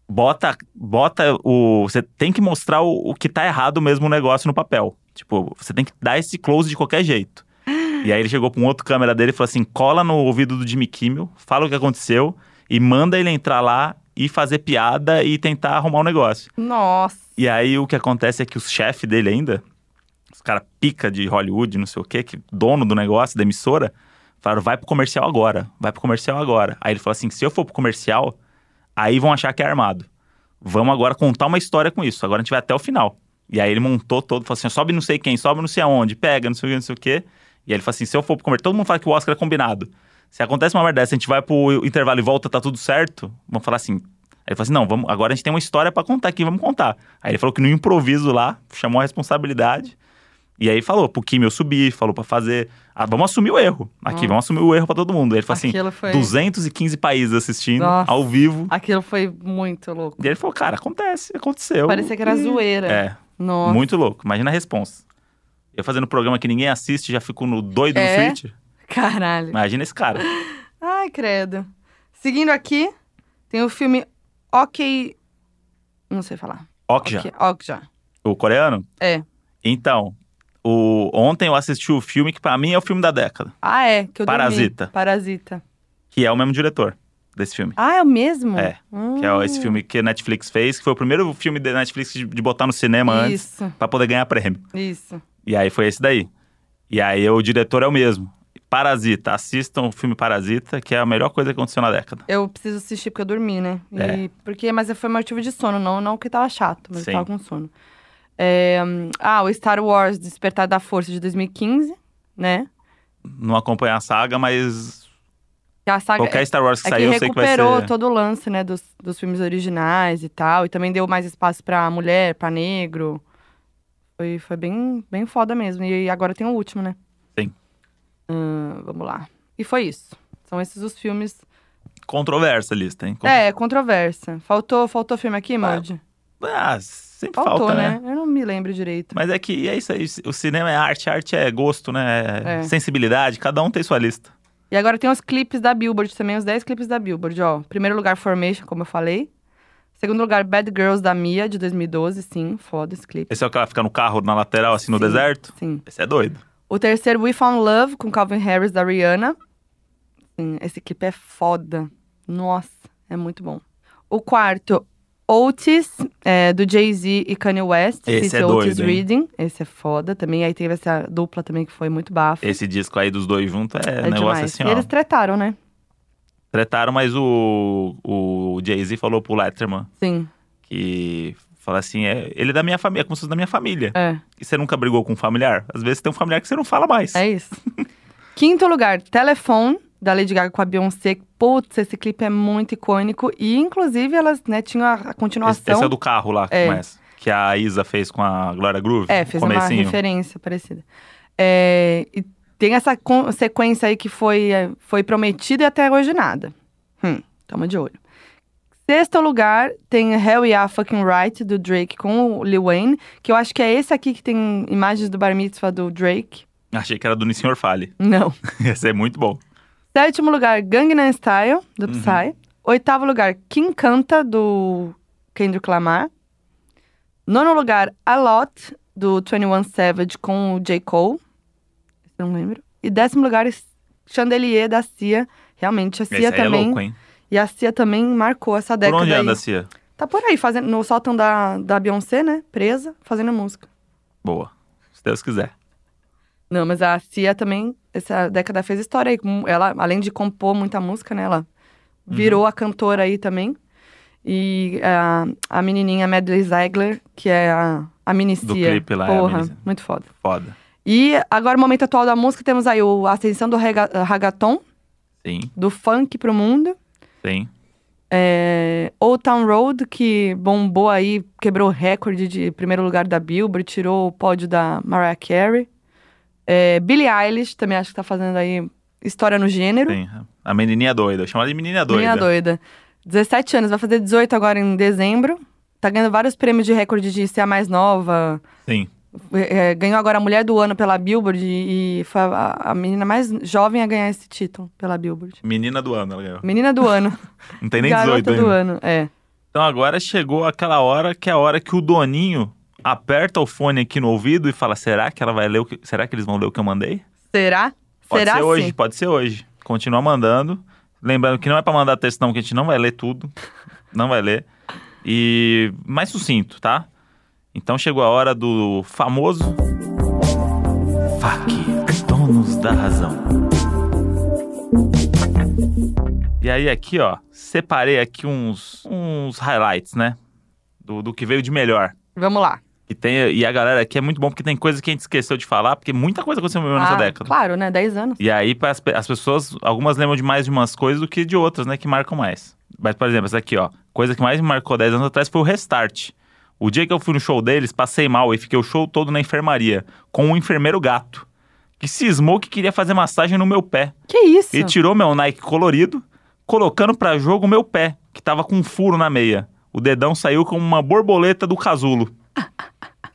[SPEAKER 1] bota, bota o... Você tem que mostrar o, o que tá errado mesmo no negócio no papel. Tipo, você tem que dar esse close de qualquer jeito. E aí ele chegou pra um outro câmera dele e falou assim, cola no ouvido do Jimmy Kimmel, fala o que aconteceu e manda ele entrar lá e fazer piada e tentar arrumar o negócio.
[SPEAKER 2] Nossa.
[SPEAKER 1] E aí o que acontece é que os chefes dele ainda, os cara pica de Hollywood, não sei o quê, que dono do negócio, da emissora, falaram: vai pro comercial agora, vai pro comercial agora. Aí ele falou assim: se eu for pro comercial, aí vão achar que é armado. Vamos agora contar uma história com isso. Agora a gente vai até o final. E aí ele montou todo, falou assim: sobe não sei quem, sobe não sei aonde, pega, não sei o que, não sei o quê. E aí ele falou assim: se eu for pro comercial, todo mundo fala que o Oscar é combinado. Se acontece uma merda dessa, a gente vai pro intervalo e volta, tá tudo certo, vamos falar assim. Aí ele falou assim: não, vamos, agora a gente tem uma história pra contar aqui, vamos contar. Aí ele falou que no improviso lá, chamou a responsabilidade. E aí falou pro Kim eu subir, falou pra fazer. Ah, vamos assumir o erro. Aqui,
[SPEAKER 2] Nossa.
[SPEAKER 1] vamos assumir o erro pra todo mundo. Aí ele falou assim:
[SPEAKER 2] Aquilo foi...
[SPEAKER 1] 215 países assistindo,
[SPEAKER 2] Nossa.
[SPEAKER 1] ao vivo.
[SPEAKER 2] Aquilo foi muito louco.
[SPEAKER 1] E ele falou, cara, acontece, aconteceu.
[SPEAKER 2] Parecia que era zoeira.
[SPEAKER 1] É,
[SPEAKER 2] Nossa.
[SPEAKER 1] muito louco. Imagina a responsa. Eu fazendo programa que ninguém assiste, já fico no doido
[SPEAKER 2] É?
[SPEAKER 1] no Switch.
[SPEAKER 2] Caralho.
[SPEAKER 1] Imagina esse cara.
[SPEAKER 2] Ai, credo. Seguindo aqui, tem o filme Ok. Não sei falar.
[SPEAKER 1] Okja,
[SPEAKER 2] Ok- Okja.
[SPEAKER 1] o coreano.
[SPEAKER 2] É.
[SPEAKER 1] Então, o... ontem eu assisti o filme que pra mim é o filme da década.
[SPEAKER 2] Ah, é. Que eu dormi.
[SPEAKER 1] Parasita.
[SPEAKER 2] Parasita.
[SPEAKER 1] Que é o mesmo diretor desse filme.
[SPEAKER 2] Ah, é o mesmo?
[SPEAKER 1] É.
[SPEAKER 2] Hum,
[SPEAKER 1] Que é esse filme que a Netflix fez, que foi o primeiro filme da Netflix de de botar no cinema antes
[SPEAKER 2] Isso,
[SPEAKER 1] pra poder ganhar prêmio.
[SPEAKER 2] isso.
[SPEAKER 1] E aí foi esse daí. E aí o diretor é o mesmo. Parasita. Assistam o filme Parasita, que é a melhor coisa que aconteceu na década.
[SPEAKER 2] Eu preciso assistir porque eu dormi, né? E-
[SPEAKER 1] É.
[SPEAKER 2] porque, mas foi motivo de sono, não, não que tava chato, mas
[SPEAKER 1] Sim.
[SPEAKER 2] eu tava com sono. É, hum, ah, o Star Wars Despertar da Força de 2015, né?
[SPEAKER 1] Não acompanhei a saga, mas
[SPEAKER 2] Que a saga
[SPEAKER 1] qualquer Star Wars que
[SPEAKER 2] é que
[SPEAKER 1] sair, eu sei que vai ser.
[SPEAKER 2] recuperou todo o lance, né, dos, dos filmes originais e tal. E também deu mais espaço pra mulher, pra negro. Foi, foi bem, bem foda mesmo. E agora tem o último, né?
[SPEAKER 1] Sim.
[SPEAKER 2] Ahn, vamos lá. E foi isso. São esses os filmes.
[SPEAKER 1] Controversa a lista, hein? Con-
[SPEAKER 2] É, controvérsia. Faltou, faltou filme aqui, Maldi?
[SPEAKER 1] Ah, sempre
[SPEAKER 2] Faltou,
[SPEAKER 1] falta, né?
[SPEAKER 2] né? Eu não me lembro direito.
[SPEAKER 1] Mas é que é isso aí. O cinema é arte, arte é gosto, né? É
[SPEAKER 2] É.
[SPEAKER 1] Sensibilidade, cada um tem sua lista.
[SPEAKER 2] E agora tem os clipes da Billboard também, os 10 clipes da Billboard, ó. Primeiro lugar, Formation, como eu falei. Segundo lugar, Bad Girls da Mia, de 2012. Sim, foda esse clipe.
[SPEAKER 1] Esse é o que ela fica no carro, na lateral, assim, no
[SPEAKER 2] Sim,
[SPEAKER 1] deserto.
[SPEAKER 2] Sim.
[SPEAKER 1] Esse é doido.
[SPEAKER 2] O terceiro, We Found Love, com Calvin Harris, da Rihanna. Sim, esse clipe é foda. Nossa, é muito bom. O quarto, Otis, é, do Jay-Z e Kanye West.
[SPEAKER 1] Esse
[SPEAKER 2] Cissy
[SPEAKER 1] é
[SPEAKER 2] Otis
[SPEAKER 1] doido, hein?
[SPEAKER 2] Reading. Esse é foda também. Aí teve essa dupla também que foi muito bafa.
[SPEAKER 1] Esse disco aí dos dois juntos é,
[SPEAKER 2] é
[SPEAKER 1] negócio
[SPEAKER 2] demais.
[SPEAKER 1] assim,
[SPEAKER 2] e
[SPEAKER 1] ó.
[SPEAKER 2] eles tretaram, né?
[SPEAKER 1] Tretaram, mas o, o Jay-Z falou pro Letterman
[SPEAKER 2] Sim,
[SPEAKER 1] que fala assim: é, ele é da minha família, é como se fosse da minha família.
[SPEAKER 2] é.
[SPEAKER 1] E você nunca brigou com um familiar? Às vezes tem um familiar que você não fala mais.
[SPEAKER 2] É isso. Quinto lugar, Telefone, da Lady Gaga com a Beyoncé. Putz, esse clipe é muito icônico. E, inclusive, elas né, tinham a, a
[SPEAKER 1] esse,
[SPEAKER 2] continuação.
[SPEAKER 1] esse é o do carro lá que
[SPEAKER 2] É.
[SPEAKER 1] começa. Que a Isa fez com a Glória Groove.
[SPEAKER 2] É,
[SPEAKER 1] no
[SPEAKER 2] fez uma
[SPEAKER 1] comecinho.
[SPEAKER 2] referência parecida. É, e tem essa con- sequência aí que foi, é, foi prometida e até hoje nada. Hum, toma de olho. Sexto lugar tem Hell Yeah Fucking Right, do Drake com o Lil Wayne, que eu acho que é esse aqui que tem imagens do bar mitzvah do Drake.
[SPEAKER 1] Achei que era do Senhor Fale.
[SPEAKER 2] Não.
[SPEAKER 1] Esse é muito bom.
[SPEAKER 2] Sétimo lugar, Gangnam Style, do
[SPEAKER 1] Uhum.
[SPEAKER 2] Psy. Oitavo lugar, Kim Canta, do Kendrick Lamar. Nono lugar, A Lot, do 21 Savage, com o J. Cole. Esse eu não lembro. E décimo lugar, Chandelier, da Cia. Realmente, a
[SPEAKER 1] Esse
[SPEAKER 2] Cia
[SPEAKER 1] aí é
[SPEAKER 2] também...
[SPEAKER 1] louco, hein?
[SPEAKER 2] E a Cia também marcou essa
[SPEAKER 1] Por
[SPEAKER 2] década
[SPEAKER 1] onde
[SPEAKER 2] aí.
[SPEAKER 1] anda, Cia?
[SPEAKER 2] Tá por aí, fazendo, no sótão da, da Beyoncé, né? Presa, fazendo música.
[SPEAKER 1] Boa. Se Deus quiser.
[SPEAKER 2] Não, mas a Cia também, essa década fez história aí. Com- Ela, além de compor muita música, né? Ela virou
[SPEAKER 1] Uhum.
[SPEAKER 2] a cantora aí também. E a, a menininha Medley Ziegler, que é a, a mini Cia.
[SPEAKER 1] Do clipe lá, é a
[SPEAKER 2] Porra,
[SPEAKER 1] mini Cia.
[SPEAKER 2] muito foda.
[SPEAKER 1] Foda.
[SPEAKER 2] E agora, o momento atual da música, temos aí o a ascensão do rega- ragaton,
[SPEAKER 1] Sim,
[SPEAKER 2] do funk pro mundo.
[SPEAKER 1] sim.
[SPEAKER 2] É, Old Town Road, que bombou aí, quebrou o recorde de primeiro lugar da Billboard, tirou o pódio da Mariah Carey. É, Billie Eilish, também acho que tá fazendo aí história no gênero.
[SPEAKER 1] Sim. A menininha doida. Chama de menininha doida.
[SPEAKER 2] Menina doida. 17 anos, vai fazer 18 agora em dezembro. Tá ganhando vários prêmios de recorde de ser a mais nova.
[SPEAKER 1] Sim.
[SPEAKER 2] É, é, ganhou agora a Mulher do Ano pela Billboard e e foi a, a menina mais jovem a ganhar esse título pela Billboard.
[SPEAKER 1] Menina do ano, ela ganhou.
[SPEAKER 2] Menina do ano.
[SPEAKER 1] Não tem nem
[SPEAKER 2] Garota
[SPEAKER 1] 18
[SPEAKER 2] do
[SPEAKER 1] ainda.
[SPEAKER 2] ano, é.
[SPEAKER 1] Então agora chegou aquela hora que é a hora que o Doninho aperta o fone aqui no ouvido e fala: será que ela vai ler o que. Será que eles vão ler o que eu mandei?
[SPEAKER 2] Será?
[SPEAKER 1] Pode
[SPEAKER 2] Será assim?
[SPEAKER 1] ser
[SPEAKER 2] sim?
[SPEAKER 1] hoje, pode ser hoje. Continua mandando. Lembrando que não é pra mandar texto, não, que a gente não vai ler tudo. não vai ler. E mais sucinto, tá? Então chegou a hora do famoso. FAC, donos da razão. E aí aqui, ó, separei aqui uns, uns highlights, né? Do, do que veio de melhor.
[SPEAKER 2] Vamos lá.
[SPEAKER 1] E, tem, e a galera aqui é muito bom porque tem coisa que a gente esqueceu de falar, porque muita coisa aconteceu na nossa
[SPEAKER 2] Ah,
[SPEAKER 1] década.
[SPEAKER 2] Claro, né? 10 anos.
[SPEAKER 1] E aí, pras pe- as pessoas, algumas lembram de mais de umas coisas do que de outras, né? Que marcam mais. Mas, por exemplo, essa aqui, ó. Coisa que mais me marcou 10 anos atrás foi o Restart. O dia que eu fui no show deles, passei mal e fiquei o show todo na enfermaria, com um enfermeiro gato, que cismou que queria fazer massagem no meu pé.
[SPEAKER 2] Que isso?
[SPEAKER 1] E tirou meu Nike colorido, colocando pra jogo meu pé, que tava com um furo na meia. O dedão saiu como uma borboleta do casulo.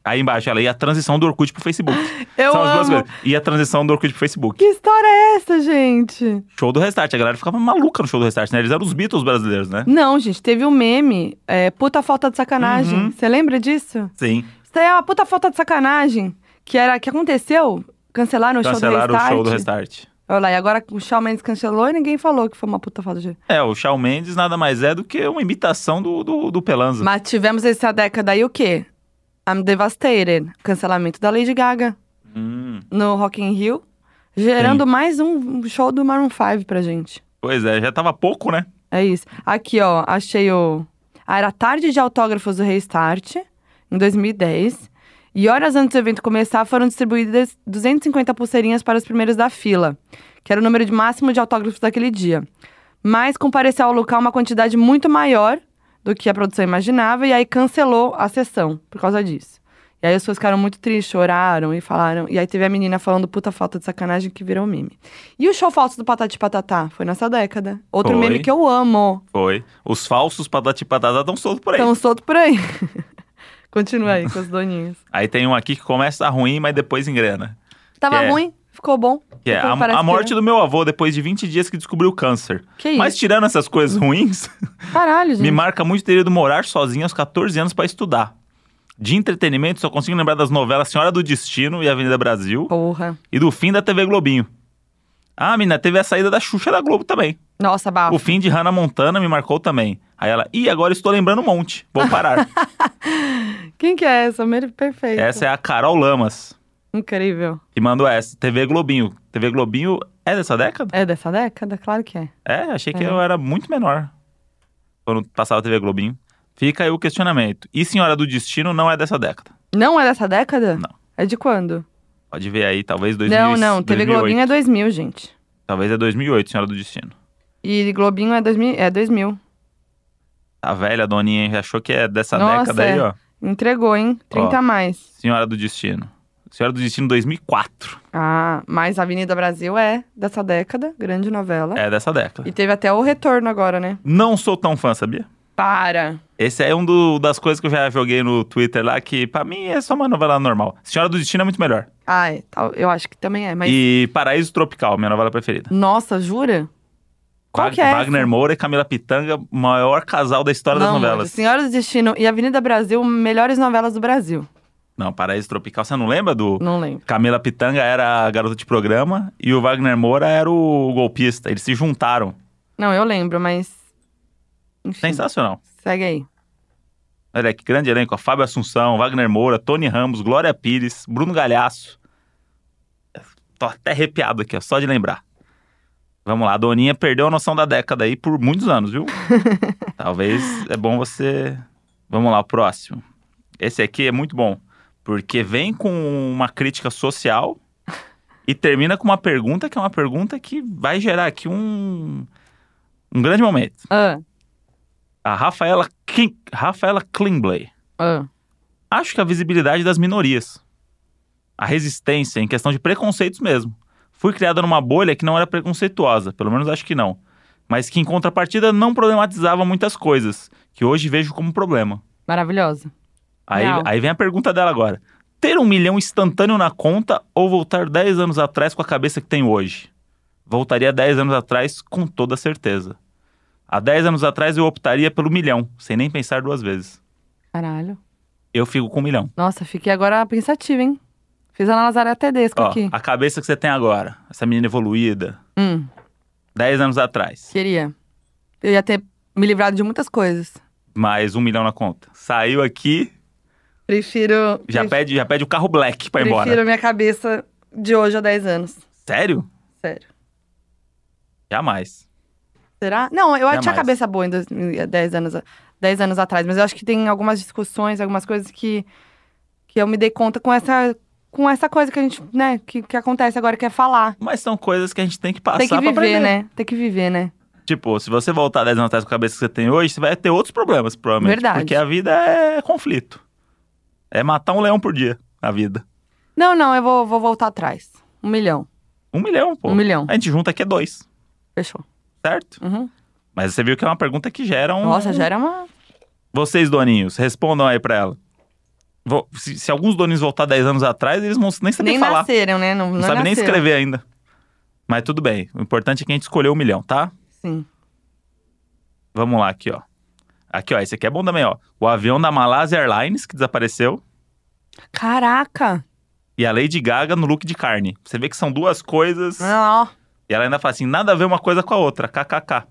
[SPEAKER 1] Aí embaixo, ela ia a transição do Orkut pro Facebook.
[SPEAKER 2] Eu
[SPEAKER 1] São as duas
[SPEAKER 2] amo.
[SPEAKER 1] coisas. E a transição do Orkut pro Facebook.
[SPEAKER 2] Que história é essa, gente?
[SPEAKER 1] Show do Restart. A galera ficava maluca no show do Restart, né? Eles eram os Beatles brasileiros, né?
[SPEAKER 2] Não, gente, teve um meme. é, puta falta de sacanagem.
[SPEAKER 1] Uhum.
[SPEAKER 2] Você lembra disso?
[SPEAKER 1] Sim.
[SPEAKER 2] Isso daí é uma puta falta de sacanagem. Que era que aconteceu? Cancelaram o
[SPEAKER 1] Cancelaram o
[SPEAKER 2] show do Restart.
[SPEAKER 1] show do Restart.
[SPEAKER 2] Olha lá, e agora o Shawn Mendes cancelou e ninguém falou que foi uma puta falta de.
[SPEAKER 1] É, o Shawn Mendes nada mais é do que uma imitação do, do, do Pelanza.
[SPEAKER 2] Mas tivemos essa década aí o quê? I'm Devastated. Cancelamento da Lady Gaga
[SPEAKER 1] Hum,
[SPEAKER 2] no Rock in Rio. Gerando mais um show do Maroon 5 pra gente.
[SPEAKER 1] Pois é, já tava pouco, né?
[SPEAKER 2] É isso. Aqui, ó, achei o. Ah, era a tarde de autógrafos do Restart, em 2010. E horas antes do evento começar, foram distribuídas 250 pulseirinhas para os primeiros da fila, que era o número de máximo de autógrafos daquele dia. Mas compareceu ao local uma quantidade muito maior do que a produção imaginava, e aí cancelou a sessão por causa disso. E aí as pessoas ficaram muito tristes, choraram e falaram. E aí teve a menina falando puta falta de sacanagem que virou meme. E o show falso do Patati Patatá? Foi nessa década. Outro
[SPEAKER 1] Foi.
[SPEAKER 2] meme que eu amo.
[SPEAKER 1] Foi. Os falsos patati patatá estão soltos por aí.
[SPEAKER 2] Estão solto por aí. Continua aí com os doninhos.
[SPEAKER 1] Aí tem um aqui que começa ruim, mas depois engrena.
[SPEAKER 2] Tava
[SPEAKER 1] Que é-
[SPEAKER 2] ruim, ficou bom.
[SPEAKER 1] Que é
[SPEAKER 2] Depois
[SPEAKER 1] a,
[SPEAKER 2] Então parece
[SPEAKER 1] a
[SPEAKER 2] que-
[SPEAKER 1] morte do meu avô depois de 20 dias que descobriu o câncer.
[SPEAKER 2] Que isso? Hum.
[SPEAKER 1] Mas tirando essas coisas ruins,
[SPEAKER 2] Caralho, gente.
[SPEAKER 1] me marca muito ter ido morar sozinho aos 14 anos pra estudar. De entretenimento, só consigo lembrar das novelas Senhora do Destino e Avenida Brasil
[SPEAKER 2] Porra.
[SPEAKER 1] e do fim da TV Globinho. Ah, menina, teve a saída da Xuxa da Globo também.
[SPEAKER 2] Nossa, bafo.
[SPEAKER 1] O fim de Hannah Montana me marcou também. Aí ela, ih, agora estou lembrando um monte. Vou parar.
[SPEAKER 2] Quem que é essa? Mer- Perfeito.
[SPEAKER 1] Essa é a Carol Lamas.
[SPEAKER 2] Incrível.
[SPEAKER 1] E mandou essa. TV Globinho. TV Globinho é dessa década?
[SPEAKER 2] É dessa década? Claro que é.
[SPEAKER 1] É, achei que
[SPEAKER 2] É.
[SPEAKER 1] eu era muito menor quando passava TV Globinho. Fica aí o questionamento. E Senhora do Destino não é dessa década.
[SPEAKER 2] Não é dessa década?
[SPEAKER 1] Não.
[SPEAKER 2] É de quando?
[SPEAKER 1] Pode ver aí, talvez 2000,
[SPEAKER 2] Não, não. TV
[SPEAKER 1] 2008.
[SPEAKER 2] Globinho é 2000, gente.
[SPEAKER 1] Talvez é 2008, Senhora do Destino.
[SPEAKER 2] E Globinho é 2000. É 2000.
[SPEAKER 1] A velha doninha hein, achou que é dessa
[SPEAKER 2] Nossa,
[SPEAKER 1] década aí,
[SPEAKER 2] é.
[SPEAKER 1] ó.
[SPEAKER 2] Entregou, hein? 30 a mais.
[SPEAKER 1] Senhora do Destino. Senhora do Destino 2004.
[SPEAKER 2] Ah, mas Avenida Brasil é dessa década. Grande novela.
[SPEAKER 1] É dessa década.
[SPEAKER 2] E teve até o retorno agora, né?
[SPEAKER 1] Não sou tão fã, sabia?
[SPEAKER 2] Para.
[SPEAKER 1] Esse é um do- das coisas que eu já joguei no Twitter lá, que pra mim é só uma novela normal. Senhora do Destino é muito melhor.
[SPEAKER 2] Ah, é, tal- eu acho que também é, mas...
[SPEAKER 1] E Paraíso Tropical, minha novela preferida.
[SPEAKER 2] Nossa, jura? Qual
[SPEAKER 1] Wag-
[SPEAKER 2] que é?
[SPEAKER 1] Wagner Moura e Camila Pitanga, maior casal da história das
[SPEAKER 2] Não, assim- mano,
[SPEAKER 1] novelas.
[SPEAKER 2] Senhora do Destino e Avenida Brasil, melhores novelas do Brasil.
[SPEAKER 1] Não, Paraíso Tropical, você não lembra do.
[SPEAKER 2] Não lembro.
[SPEAKER 1] Camila Pitanga era a garota de programa e o Wagner Moura era o golpista. Eles se juntaram.
[SPEAKER 2] Não, eu lembro, mas. Enfim,
[SPEAKER 1] Sensacional.
[SPEAKER 2] segue aí.
[SPEAKER 1] Olha que grande elenco. A Fábio Assunção, Wagner Moura, Tony Ramos, Glória Pires, Bruno Galhaço. Tô até arrepiado aqui, ó, só de lembrar. Vamos lá, a Doninha perdeu a noção da década aí por muitos anos, viu? Talvez é bom você. Vamos lá, o próximo. Esse aqui é muito bom, porque vem com uma crítica social e termina com uma pergunta que é uma pergunta que vai gerar aqui um, um grande momento.
[SPEAKER 2] Ah,
[SPEAKER 1] A Rafaela, Kim, Rafaela Klingblay.
[SPEAKER 2] ah.
[SPEAKER 1] Acho que a visibilidade das minorias. A resistência em questão de preconceitos mesmo. Fui criada numa bolha que não era preconceituosa, pelo menos acho que não. Mas que em contrapartida não problematizava muitas coisas, que hoje vejo como problema.
[SPEAKER 2] Maravilhosa.
[SPEAKER 1] Aí,
[SPEAKER 2] Real.
[SPEAKER 1] aí vem a pergunta dela agora. Ter um milhão instantâneo na conta ou voltar 10 anos atrás com a cabeça que tenho hoje? Voltaria 10 anos atrás com toda certeza. Há 10 anos atrás eu optaria pelo milhão, sem nem pensar duas vezes.
[SPEAKER 2] Caralho.
[SPEAKER 1] Eu fico com um milhão.
[SPEAKER 2] Nossa, fiquei agora pensativa, hein? Fiz a Ana Lazaré Tedesco
[SPEAKER 1] Ó,
[SPEAKER 2] aqui.
[SPEAKER 1] a cabeça que você tem agora, essa menina evoluída,
[SPEAKER 2] Hum,
[SPEAKER 1] 10 anos atrás,
[SPEAKER 2] queria. Eu ia ter me livrado de muitas coisas.
[SPEAKER 1] mais um milhão na conta. Saiu aqui,
[SPEAKER 2] Prefiro.
[SPEAKER 1] já,
[SPEAKER 2] pref-
[SPEAKER 1] pede, já pede o carro black pra ir
[SPEAKER 2] Prefiro
[SPEAKER 1] embora.
[SPEAKER 2] minha cabeça de hoje a 10 anos.
[SPEAKER 1] Sério?
[SPEAKER 2] Sério.
[SPEAKER 1] Jamais.
[SPEAKER 2] Será? Não, eu tinha
[SPEAKER 1] Jamais.
[SPEAKER 2] a cabeça boa em 2000 10 anos, a- 10 anos atrás, mas eu acho que tem algumas discussões, algumas coisas que, que eu me dei conta com essa, com essa coisa que a gente, né, que, que acontece agora, que é falar.
[SPEAKER 1] Mas são coisas que a gente tem que passar
[SPEAKER 2] Tem que
[SPEAKER 1] Ah, pra aprender.
[SPEAKER 2] viver, né? Tem que viver, né?
[SPEAKER 1] Tipo, se você voltar 10 anos atrás com a cabeça que você tem hoje, você vai ter outros problemas, provavelmente.
[SPEAKER 2] Verdade.
[SPEAKER 1] Porque a vida é conflito. É matar um leão por dia, a vida.
[SPEAKER 2] Não, não, eu vou, vou voltar atrás. Um milhão.
[SPEAKER 1] Um milhão, pô.
[SPEAKER 2] Um milhão.
[SPEAKER 1] A gente junta aqui é dois,
[SPEAKER 2] Fechou.
[SPEAKER 1] certo?
[SPEAKER 2] Uhum.
[SPEAKER 1] Mas você viu que é uma pergunta que gera um...
[SPEAKER 2] Nossa, já era uma.
[SPEAKER 1] Vocês, doninhos, respondam aí pra ela. Vou- se, se alguns doninhos voltar 10 anos atrás, eles vão nem saber
[SPEAKER 2] Nem
[SPEAKER 1] falar.
[SPEAKER 2] nasceram, né? Não,
[SPEAKER 1] não
[SPEAKER 2] não
[SPEAKER 1] sabe nem
[SPEAKER 2] nasceram.
[SPEAKER 1] escrever ainda. Mas tudo bem. O importante é que a gente escolheu um milhão, tá?
[SPEAKER 2] Sim.
[SPEAKER 1] Vamos lá, aqui, ó. Aqui, ó. Esse aqui é bom também, ó. O avião da Malaysia Airlines, que desapareceu.
[SPEAKER 2] Caraca!
[SPEAKER 1] E a Lady Gaga no look de carne. Você vê que são duas coisas.
[SPEAKER 2] Não,
[SPEAKER 1] E ela ainda fala assim, nada a ver uma coisa com a outra. KKK.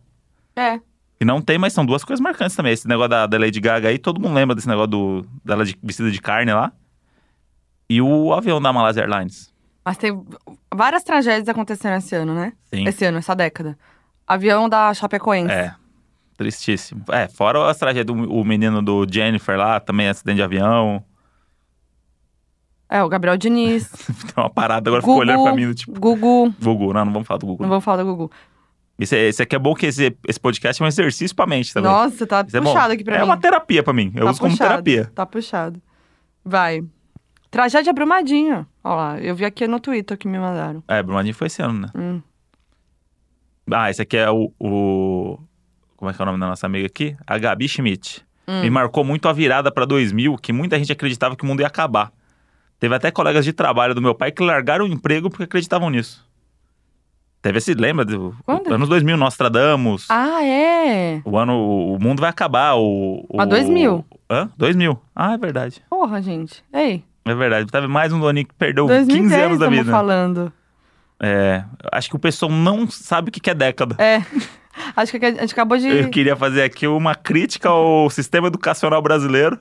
[SPEAKER 2] é.
[SPEAKER 1] E não tem, mas são duas coisas marcantes também. Esse negócio da, da Lady Gaga aí, todo mundo lembra desse negócio do, dela de, vestida de carne lá. E o avião da Malaysia Airlines.
[SPEAKER 2] Mas tem Várias tragédias aconteceram esse ano, né?
[SPEAKER 1] Sim.
[SPEAKER 2] Esse ano, essa década. Avião da Chapecoense.
[SPEAKER 1] É. Tristíssimo. É, fora as tragédias do o menino do Jennifer lá, também acidente de avião.
[SPEAKER 2] É, o Gabriel Diniz,
[SPEAKER 1] Tem uma parada agora, ficou
[SPEAKER 2] Gugu,
[SPEAKER 1] olhando pra mim do tipo,
[SPEAKER 2] Gugu.
[SPEAKER 1] Gugu, não, não vamos falar do Gugu.
[SPEAKER 2] Não vou falar do Gugu.
[SPEAKER 1] Esse, esse aqui é bom que esse, esse podcast é um exercício pra mente também.
[SPEAKER 2] Nossa, você tá
[SPEAKER 1] Isso é bom.
[SPEAKER 2] puxado aqui pra
[SPEAKER 1] É
[SPEAKER 2] mim.
[SPEAKER 1] uma terapia pra mim. Eu
[SPEAKER 2] tá
[SPEAKER 1] uso como
[SPEAKER 2] puxado,
[SPEAKER 1] terapia.
[SPEAKER 2] Tá puxado. Vai. Tragédia Brumadinho. Olha lá, eu vi aqui no Twitter que me mandaram.
[SPEAKER 1] É, Brumadinho foi esse ano, né?
[SPEAKER 2] Hum.
[SPEAKER 1] Ah, esse aqui é o, o- Como é que é o nome da nossa amiga aqui? A Gabi Schmidt.
[SPEAKER 2] Hum.
[SPEAKER 1] Me marcou muito a virada pra 2000, que muita gente acreditava que o mundo ia acabar. Teve até colegas de trabalho do meu pai que largaram o emprego porque acreditavam nisso. Teve esse, lembra? Do,
[SPEAKER 2] Quando?
[SPEAKER 1] Anos 2000, Nostradamus.
[SPEAKER 2] Ah, é?
[SPEAKER 1] O ano, o o mundo vai acabar, o... o...
[SPEAKER 2] Ah, 2000.
[SPEAKER 1] Hã? 2000. Ah, é verdade.
[SPEAKER 2] Porra, gente. Ei,
[SPEAKER 1] É verdade. Tava mais um Doninho que perdeu
[SPEAKER 2] 2010
[SPEAKER 1] 15 anos da
[SPEAKER 2] tamo
[SPEAKER 1] vida.
[SPEAKER 2] falando.
[SPEAKER 1] É, acho que o pessoal não sabe o que que é década.
[SPEAKER 2] É. Acho que a gente acabou de.
[SPEAKER 1] Eu queria fazer aqui uma crítica ao sistema educacional brasileiro,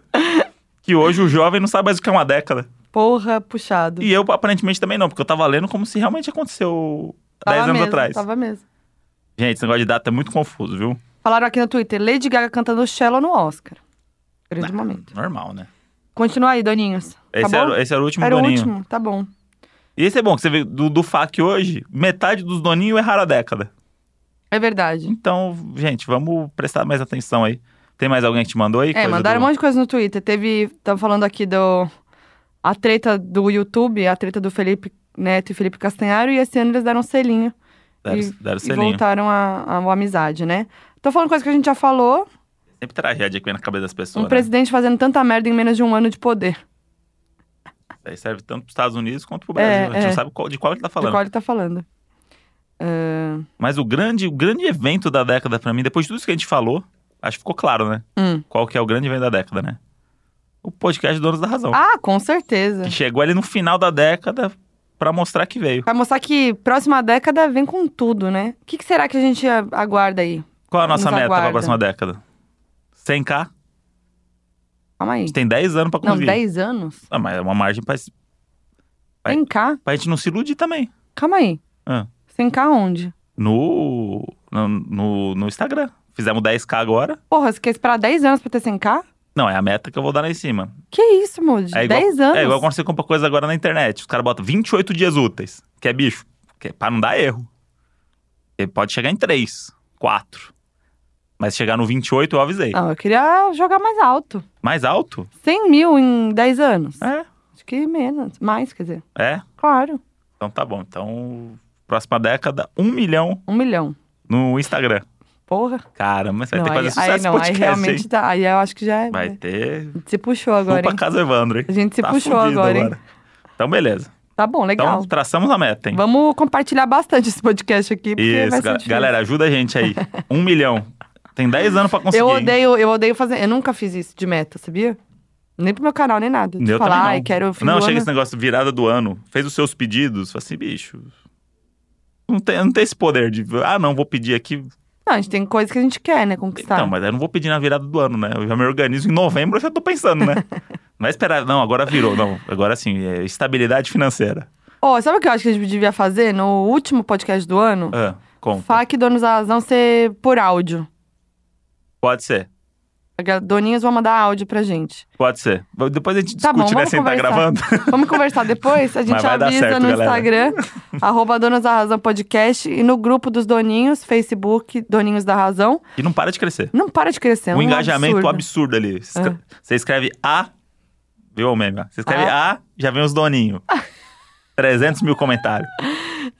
[SPEAKER 1] que hoje o jovem não sabe mais o que é uma década.
[SPEAKER 2] Porra, puxado.
[SPEAKER 1] E eu, aparentemente, também não, porque eu tava lendo como se realmente aconteceu 10 anos
[SPEAKER 2] mesmo,
[SPEAKER 1] atrás.
[SPEAKER 2] Tava mesmo.
[SPEAKER 1] Gente, esse negócio de data é muito confuso, viu?
[SPEAKER 2] Falaram aqui no Twitter: Lady Gaga cantando Shallow no Oscar. Grande momento.
[SPEAKER 1] Normal, né?
[SPEAKER 2] Continua aí, Doninhos.
[SPEAKER 1] Esse,
[SPEAKER 2] Acabou?
[SPEAKER 1] era, esse era o último
[SPEAKER 2] Era o
[SPEAKER 1] doninho.
[SPEAKER 2] último, tá bom.
[SPEAKER 1] E esse é bom, que você vê do, do FAC hoje, metade dos doninhos erraram a década.
[SPEAKER 2] É verdade.
[SPEAKER 1] Então, gente, vamos prestar mais atenção aí. Tem mais alguém que te mandou aí?
[SPEAKER 2] É,
[SPEAKER 1] Coisa
[SPEAKER 2] mandaram
[SPEAKER 1] do-
[SPEAKER 2] um monte de coisa no Twitter. Teve. Tava falando aqui do. A treta do YouTube, a treta do Felipe Neto e Felipe Castanharo, e esse ano eles deram um selinho.
[SPEAKER 1] Deram,
[SPEAKER 2] e-
[SPEAKER 1] deram
[SPEAKER 2] E
[SPEAKER 1] selinho.
[SPEAKER 2] voltaram à à- à amizade, né? Tô falando coisa que a gente já falou.
[SPEAKER 1] Sempre tragédia que vem na cabeça das
[SPEAKER 2] Um
[SPEAKER 1] pessoas. né?
[SPEAKER 2] presidente fazendo tanta merda em menos de um ano de poder.
[SPEAKER 1] Isso aí serve tanto para os Estados Unidos quanto para o
[SPEAKER 2] É,
[SPEAKER 1] Brasil. a gente
[SPEAKER 2] é.
[SPEAKER 1] não sabe qual- de qual ele tá
[SPEAKER 2] De
[SPEAKER 1] falando.
[SPEAKER 2] qual ele tá falando. Ah,
[SPEAKER 1] Mas o grande, o grande evento da década para mim, depois de tudo isso que a gente falou, acho que ficou claro, né?
[SPEAKER 2] hum.
[SPEAKER 1] Qual que é o grande evento da década, né? O podcast Donos da Razão.
[SPEAKER 2] Ah, com certeza.
[SPEAKER 1] Que chegou ali no final da década para mostrar que veio.
[SPEAKER 2] Vai mostrar que próxima década vem com tudo, né? O que, que será que a gente a- aguarda aí?
[SPEAKER 1] Qual a nossa
[SPEAKER 2] Nos
[SPEAKER 1] meta para
[SPEAKER 2] aguarda.
[SPEAKER 1] a próxima década? 100k? A
[SPEAKER 2] Calma aí.
[SPEAKER 1] gente tem 10 anos para
[SPEAKER 2] Não,
[SPEAKER 1] conseguir.
[SPEAKER 2] 10 anos?
[SPEAKER 1] Ah, mas é uma margem para Vai.
[SPEAKER 2] Vem cá.
[SPEAKER 1] a gente não se iludir também.
[SPEAKER 2] Calma aí.
[SPEAKER 1] Ah.
[SPEAKER 2] Sem cá onde?
[SPEAKER 1] No, no, no, no Instagram. Fizemos 10k agora.
[SPEAKER 2] Porra, você quer esperar 10 anos pra ter 100k?
[SPEAKER 1] Não, é a meta que eu vou dar lá em cima.
[SPEAKER 2] Que isso, Moody?
[SPEAKER 1] É igual-
[SPEAKER 2] 10 anos?
[SPEAKER 1] É igual quando você compra coisa agora na internet. Os caras botam 28 dias úteis, que é bicho, que é pra não dar erro. Ele pode chegar em 3, 4. Mas se chegar no 28, eu avisei.
[SPEAKER 2] Não, eu queria jogar mais alto.
[SPEAKER 1] Mais alto?
[SPEAKER 2] 100 mil em 10 anos?
[SPEAKER 1] É.
[SPEAKER 2] Acho que menos. Mais, quer dizer.
[SPEAKER 1] É?
[SPEAKER 2] Claro.
[SPEAKER 1] Então tá bom. Então, próxima década, 1 milhão
[SPEAKER 2] Um milhão.
[SPEAKER 1] no Instagram.
[SPEAKER 2] Porra.
[SPEAKER 1] Caramba, você vai
[SPEAKER 2] não,
[SPEAKER 1] ter que
[SPEAKER 2] aí,
[SPEAKER 1] fazer sucesso
[SPEAKER 2] aí
[SPEAKER 1] esse
[SPEAKER 2] não,
[SPEAKER 1] podcast,
[SPEAKER 2] aí realmente
[SPEAKER 1] hein?
[SPEAKER 2] tá. Aí eu acho que já é.
[SPEAKER 1] Vai ter
[SPEAKER 2] Se puxou agora,
[SPEAKER 1] culpa
[SPEAKER 2] hein?
[SPEAKER 1] casa Evandro, hein?
[SPEAKER 2] A gente se
[SPEAKER 1] tá
[SPEAKER 2] puxou
[SPEAKER 1] fudido
[SPEAKER 2] agora, hein?
[SPEAKER 1] Então, beleza.
[SPEAKER 2] Tá bom, legal.
[SPEAKER 1] Então, traçamos a meta, hein?
[SPEAKER 2] Vamos compartilhar bastante esse podcast aqui, É porque vai
[SPEAKER 1] Isso,
[SPEAKER 2] ser
[SPEAKER 1] ga-
[SPEAKER 2] difícil.
[SPEAKER 1] galera, ajuda a gente aí. 1 milhão. Tem 10 anos pra conseguir.
[SPEAKER 2] Eu
[SPEAKER 1] hein?
[SPEAKER 2] odeio, eu odeio fazer. Eu nunca fiz isso de meta, sabia? Nem pro meu canal, nem nada. De
[SPEAKER 1] Eu
[SPEAKER 2] falar,
[SPEAKER 1] também
[SPEAKER 2] ai,
[SPEAKER 1] não.
[SPEAKER 2] quero. fim
[SPEAKER 1] Não,
[SPEAKER 2] do
[SPEAKER 1] chega
[SPEAKER 2] ano.
[SPEAKER 1] esse negócio virada do ano. Fez os seus pedidos. Fala assim, bicho. Não tem, não tem esse poder de. Ah, não, vou pedir aqui.
[SPEAKER 2] Não, a gente tem coisas que a gente quer, né? Conquistar.
[SPEAKER 1] Não, mas eu não vou pedir na virada do ano, né? Eu já me organizo em novembro, eu já tô pensando, né? não vai esperar. Não, agora virou. Não, agora sim, é estabilidade financeira.
[SPEAKER 2] Ó, sabe o que eu acho que a gente devia fazer no último podcast do ano?
[SPEAKER 1] Ah, conta.
[SPEAKER 2] FAC Donos da Razão ser por áudio.
[SPEAKER 1] Pode ser.
[SPEAKER 2] A gal- Doninhas vão mandar áudio pra gente.
[SPEAKER 1] Pode ser. Depois a gente
[SPEAKER 2] Tá bom,
[SPEAKER 1] discute, né?
[SPEAKER 2] vamos
[SPEAKER 1] Sem tá
[SPEAKER 2] conversar.
[SPEAKER 1] gravando.
[SPEAKER 2] Vamos conversar depois? A gente
[SPEAKER 1] Mas vai dar
[SPEAKER 2] avisa
[SPEAKER 1] certo,
[SPEAKER 2] no
[SPEAKER 1] galera.
[SPEAKER 2] Instagram, arroba Donos da Razão Podcast e no grupo dos Doninhos, Facebook, Doninhos da Razão.
[SPEAKER 1] e não para de crescer.
[SPEAKER 2] Não para de crescer, é um
[SPEAKER 1] um engajamento absurdo,
[SPEAKER 2] absurdo. É.
[SPEAKER 1] ali. Você escre- Você escreve A, viu o meme? ó? Você escreve
[SPEAKER 2] Ah.
[SPEAKER 1] A, já vem os doninhos. 300 mil comentários.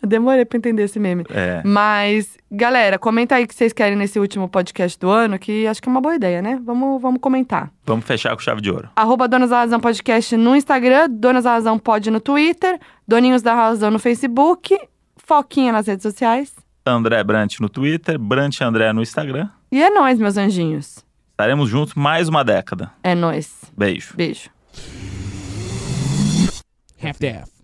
[SPEAKER 2] Eu Demorei pra entender esse meme.
[SPEAKER 1] É.
[SPEAKER 2] Mas, galera, comenta aí o que vocês querem nesse último podcast do ano, que acho que é uma boa ideia, né? Vamos, vamos comentar.
[SPEAKER 1] Vamos fechar com chave de ouro.
[SPEAKER 2] Arroba Donas da Razão Podcast no Instagram, Donas da Razão Pod no Twitter, Doninhos da Razão no Facebook, Foquinha nas redes sociais.
[SPEAKER 1] André Brant no Twitter, Brant André no Instagram.
[SPEAKER 2] E é nóis, meus anjinhos.
[SPEAKER 1] Estaremos juntos mais uma década.
[SPEAKER 2] É nóis.
[SPEAKER 1] Beijo.
[SPEAKER 2] Beijo.
[SPEAKER 3] half-daff.